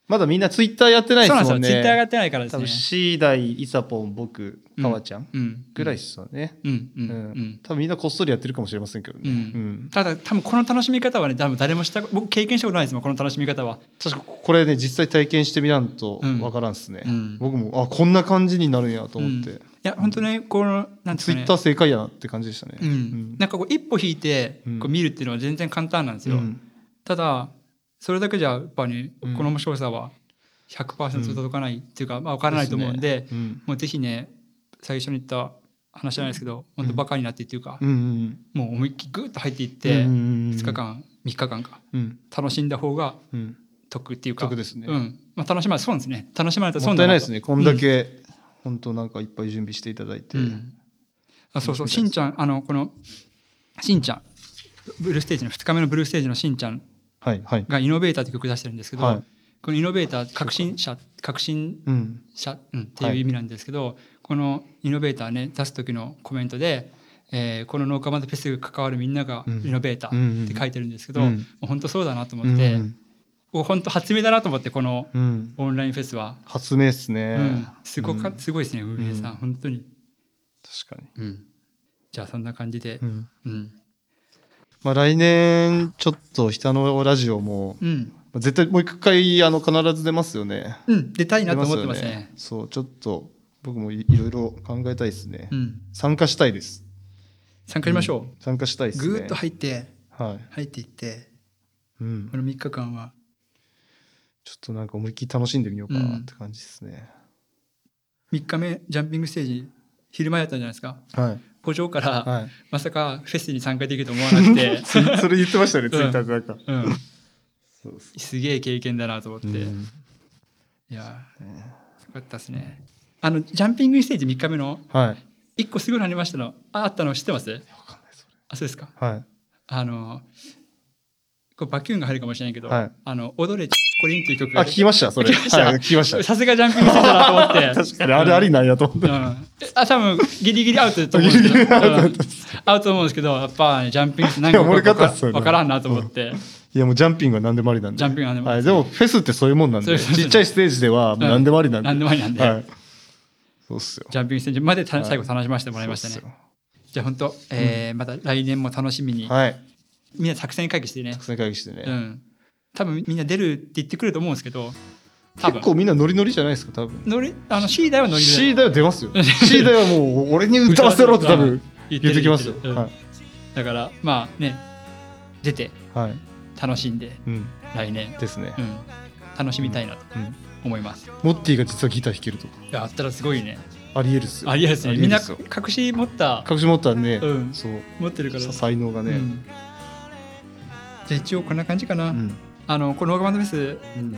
Speaker 2: まだみんなツイッターやってない
Speaker 1: そうな
Speaker 2: で
Speaker 1: ん
Speaker 2: す
Speaker 1: です
Speaker 2: も
Speaker 1: よ
Speaker 2: んね
Speaker 1: ツイッター上がってないからです
Speaker 2: 多分
Speaker 1: ね
Speaker 2: シーダイイサポン僕
Speaker 1: うん
Speaker 2: かわちゃん
Speaker 1: うん
Speaker 2: ぐらいですよね、
Speaker 1: うんう
Speaker 2: うんん
Speaker 1: うん
Speaker 2: 多分みんなこっそりやってるかもしれませんけどね、
Speaker 1: うんただ多分この楽しみ方はね多分誰もした僕経験したことないですもんこの楽しみ方は
Speaker 2: 確かこれね実際体験してみなんとわからんっすね、
Speaker 1: うん
Speaker 2: 僕もあこんな感じになるんやと思って、
Speaker 1: うんいや本当ねこのなんです
Speaker 2: ツ
Speaker 1: か
Speaker 2: イ
Speaker 1: ね
Speaker 2: ッター正解やなって感じでしたね、
Speaker 1: うんなんかこう一歩引いて
Speaker 2: うん
Speaker 1: こう見るっていうのは全然簡単なんです
Speaker 2: う
Speaker 1: よ、
Speaker 2: ん
Speaker 1: ただそれだけじゃやっぱり
Speaker 2: うん
Speaker 1: この面白さは100%届かないっていうか、まあ、分からないと思うんで
Speaker 2: う、ん
Speaker 1: もうぜひね最初に言った話じゃないですけど本当バカになってっていうか、
Speaker 2: うんうん
Speaker 1: もう思いっきりグッと入っていって、
Speaker 2: うん
Speaker 1: 二
Speaker 2: うん
Speaker 1: 2日間3日間か
Speaker 2: うん
Speaker 1: 楽しんだ方が
Speaker 2: うん
Speaker 1: 得っていうか
Speaker 2: 得ですね、
Speaker 1: うんまあ、楽しまない損ですね楽しまないと
Speaker 2: も
Speaker 1: 損
Speaker 2: った
Speaker 1: だ
Speaker 2: いないで
Speaker 1: と
Speaker 2: すねこんだけ、本当なんかいっぱい準備していただいて、
Speaker 1: うんあそうそうしんちゃんあのこのしんちゃんブルーステージの2日目のブルーステージのしんちゃん
Speaker 2: はいはい
Speaker 1: が「イノベーター」って曲出してるんですけど、
Speaker 2: はい
Speaker 1: この「イノベーター」革新者革新
Speaker 2: うん
Speaker 1: 者、うん、っていう意味なんですけど、この「イノベーターね」出す時のコメントで、えーこの農家までフェスに関わるみんなが
Speaker 2: うん
Speaker 1: イノベーターって書いてるんですけど、
Speaker 2: うんうん
Speaker 1: もう本当そうだなと思って、
Speaker 2: うん
Speaker 1: こう本当発明だなと思ってこの
Speaker 2: うん
Speaker 1: オンラインフェスは、
Speaker 2: 発明ですね、
Speaker 1: うん、すごか、
Speaker 2: うん
Speaker 1: すごいですね運営さん、
Speaker 2: うん
Speaker 1: 本当に、
Speaker 2: 確かに、
Speaker 1: じゃあそんな感じで、
Speaker 2: うん
Speaker 1: うん
Speaker 2: まあ、来年ちょっと下のラジオも、
Speaker 1: うん、
Speaker 2: まあ絶対もう一回あの必ず出ますよね
Speaker 1: うん、出たいなと思ってますね。
Speaker 2: 出ますよそう、ちょっと僕もいいろいろ考えたいですね。
Speaker 1: うん、
Speaker 2: 参加したいです。
Speaker 1: 参加しましょう。
Speaker 2: 参加したいですね。
Speaker 1: ぐーっと入って、
Speaker 2: はい。
Speaker 1: 入っていって、
Speaker 2: うん
Speaker 1: こ。の3日間は。
Speaker 2: ちょっとなんか思いっきり楽しんでみようかなって感じですね。
Speaker 1: 3日目、ジャンピングステージ、昼前やったんじゃないですか。
Speaker 2: はい。
Speaker 1: 補助から、
Speaker 2: はい。
Speaker 1: まさかフェスに参加できると思わなくて、
Speaker 2: それそれ言ってましたね、
Speaker 1: ん
Speaker 2: ツイッターでなんか。
Speaker 1: うん、
Speaker 2: そうです
Speaker 1: すげえ経験だなと思って、
Speaker 2: ね。
Speaker 1: いやー、よかったですね。あの、ジャンピングステージ3日目の、
Speaker 2: はい。わ
Speaker 1: 1個すごいのありましたの、ああったの知ってます
Speaker 2: かんないそれ
Speaker 1: あ、そうですか。
Speaker 2: はい。
Speaker 1: あの、これバキューンが入るかもしれないけど、
Speaker 2: はい
Speaker 1: あの、踊れ、チッコリンっていう曲
Speaker 2: あ、
Speaker 1: が
Speaker 2: 聞きました、それ。
Speaker 1: 聞きました
Speaker 2: はい聞きました。
Speaker 1: さすがジャンピングしてたなと思って。
Speaker 2: 確かに、あれありなんやと思っ
Speaker 1: う
Speaker 2: て。
Speaker 1: ん。あ、多分ギリギリアウトだと思うんです けど。うんアウトだと思うんですけど、やっぱねジャンピングしてなんか
Speaker 2: いや俺
Speaker 1: わ
Speaker 2: か
Speaker 1: か
Speaker 2: ったっすよね
Speaker 1: わからんなと思って。
Speaker 2: いや、もうジャンピングは何でもありなんで。
Speaker 1: ジャンピングは何でもあ
Speaker 2: は
Speaker 1: り
Speaker 2: い。でも、フェスってそういうもんなん
Speaker 1: そうい
Speaker 2: で、
Speaker 1: うことです
Speaker 2: ちっちゃいステージではもう何でもありなんで。
Speaker 1: うん何でもありなんで
Speaker 2: はい。そうっすよ。
Speaker 1: ジャンピングしてまでた
Speaker 2: はい
Speaker 1: 最後楽しませてもらいましたね。じゃあ本当、えーまた来年も楽しみに、
Speaker 2: はい。
Speaker 1: みんな作戦会議してね。
Speaker 2: 作戦会議してね。
Speaker 1: うん。多分みんな出るって言ってくると思うんですけど、多
Speaker 2: 結
Speaker 1: 分。
Speaker 2: 構みんなノリノリじゃないですか、多分。
Speaker 1: 乗りあの C 代は乗り
Speaker 2: C だよ出ますよ。C だよもう俺に歌わせろって多分
Speaker 1: 言
Speaker 2: 言ってきますよ。
Speaker 1: うん
Speaker 2: は
Speaker 1: だからまあね出て
Speaker 2: い。はい。
Speaker 1: 楽しんで
Speaker 2: うん。
Speaker 1: 来年、
Speaker 2: ですね
Speaker 1: う。ん、楽しみたいなと
Speaker 2: うん。
Speaker 1: 思います。
Speaker 2: モッティが実はギター弾けるとか
Speaker 1: いやあったらすごいね。
Speaker 2: ありえるっすよ
Speaker 1: ありえですね。
Speaker 2: あり
Speaker 1: みんな
Speaker 2: よ
Speaker 1: 隠し持った
Speaker 2: 隠し持ったらね、
Speaker 1: うん
Speaker 2: そう
Speaker 1: 持ってるから。
Speaker 2: 才能が
Speaker 1: う
Speaker 2: ね、
Speaker 1: んじゃあ一応こんな感じかな。
Speaker 2: うん
Speaker 1: あのこのオーガバンドフェ
Speaker 2: うん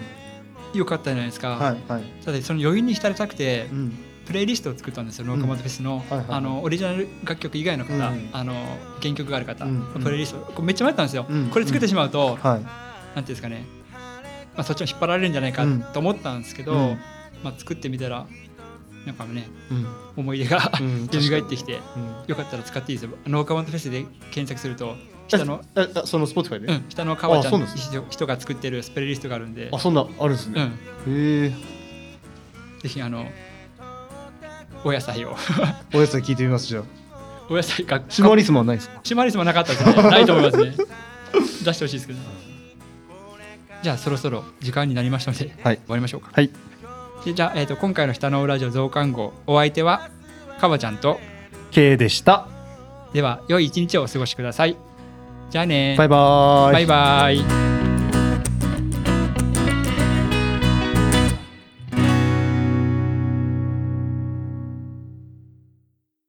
Speaker 1: ス良かったじゃないですか。
Speaker 2: はいはい、
Speaker 1: ただその余韻に浸りたくて、
Speaker 2: うん
Speaker 1: プレイリストを作ったんですよ、ノーカマドフェスの,、
Speaker 2: はいはいはい
Speaker 1: あのオリジナル楽曲以外の方、
Speaker 2: うん
Speaker 1: あの原曲がある方、
Speaker 2: うん
Speaker 1: プレイリストこれめっちゃ迷ったんですよ、
Speaker 2: うん
Speaker 1: これ作ってしまうと、なんてい
Speaker 2: はい、
Speaker 1: うんですかね、まあ、そっちも引っ張られるんじゃないか
Speaker 2: うん
Speaker 1: と思ったんですけど、
Speaker 2: うん
Speaker 1: まあ、作ってみたらなんかね
Speaker 2: うん
Speaker 1: 思い出が
Speaker 2: うん
Speaker 1: 蘇ってきて
Speaker 2: うん
Speaker 1: よかったら使っていいですよノーカマンドフェスで検索すると北の,、
Speaker 2: えあその Spotify で、
Speaker 1: うん、北の川ちゃ
Speaker 2: あそうんな
Speaker 1: の
Speaker 2: んです
Speaker 1: 人人が作ってるプレイリストがあるんで
Speaker 2: あ、そんなあるんです
Speaker 1: う
Speaker 2: ね、
Speaker 1: ん、
Speaker 2: へえ
Speaker 1: ぜひあのお野菜を
Speaker 2: おやつ聞いてみますじゃあ
Speaker 1: お野菜が
Speaker 2: シマリスマはないですか
Speaker 1: シマリスもなかったですね。ないと思いますね。出してほしいですけど、ね。じゃあそろそろ時間になりましたので、
Speaker 2: はい
Speaker 1: 終わりましょうか。
Speaker 2: はい
Speaker 1: でじゃあ、えー、と今回の「下のラジオ増刊号」お相手はかばちゃんと
Speaker 2: K でした
Speaker 1: では良い一日をお過ごしください。じゃあね
Speaker 2: バイバーイ
Speaker 1: バイバイ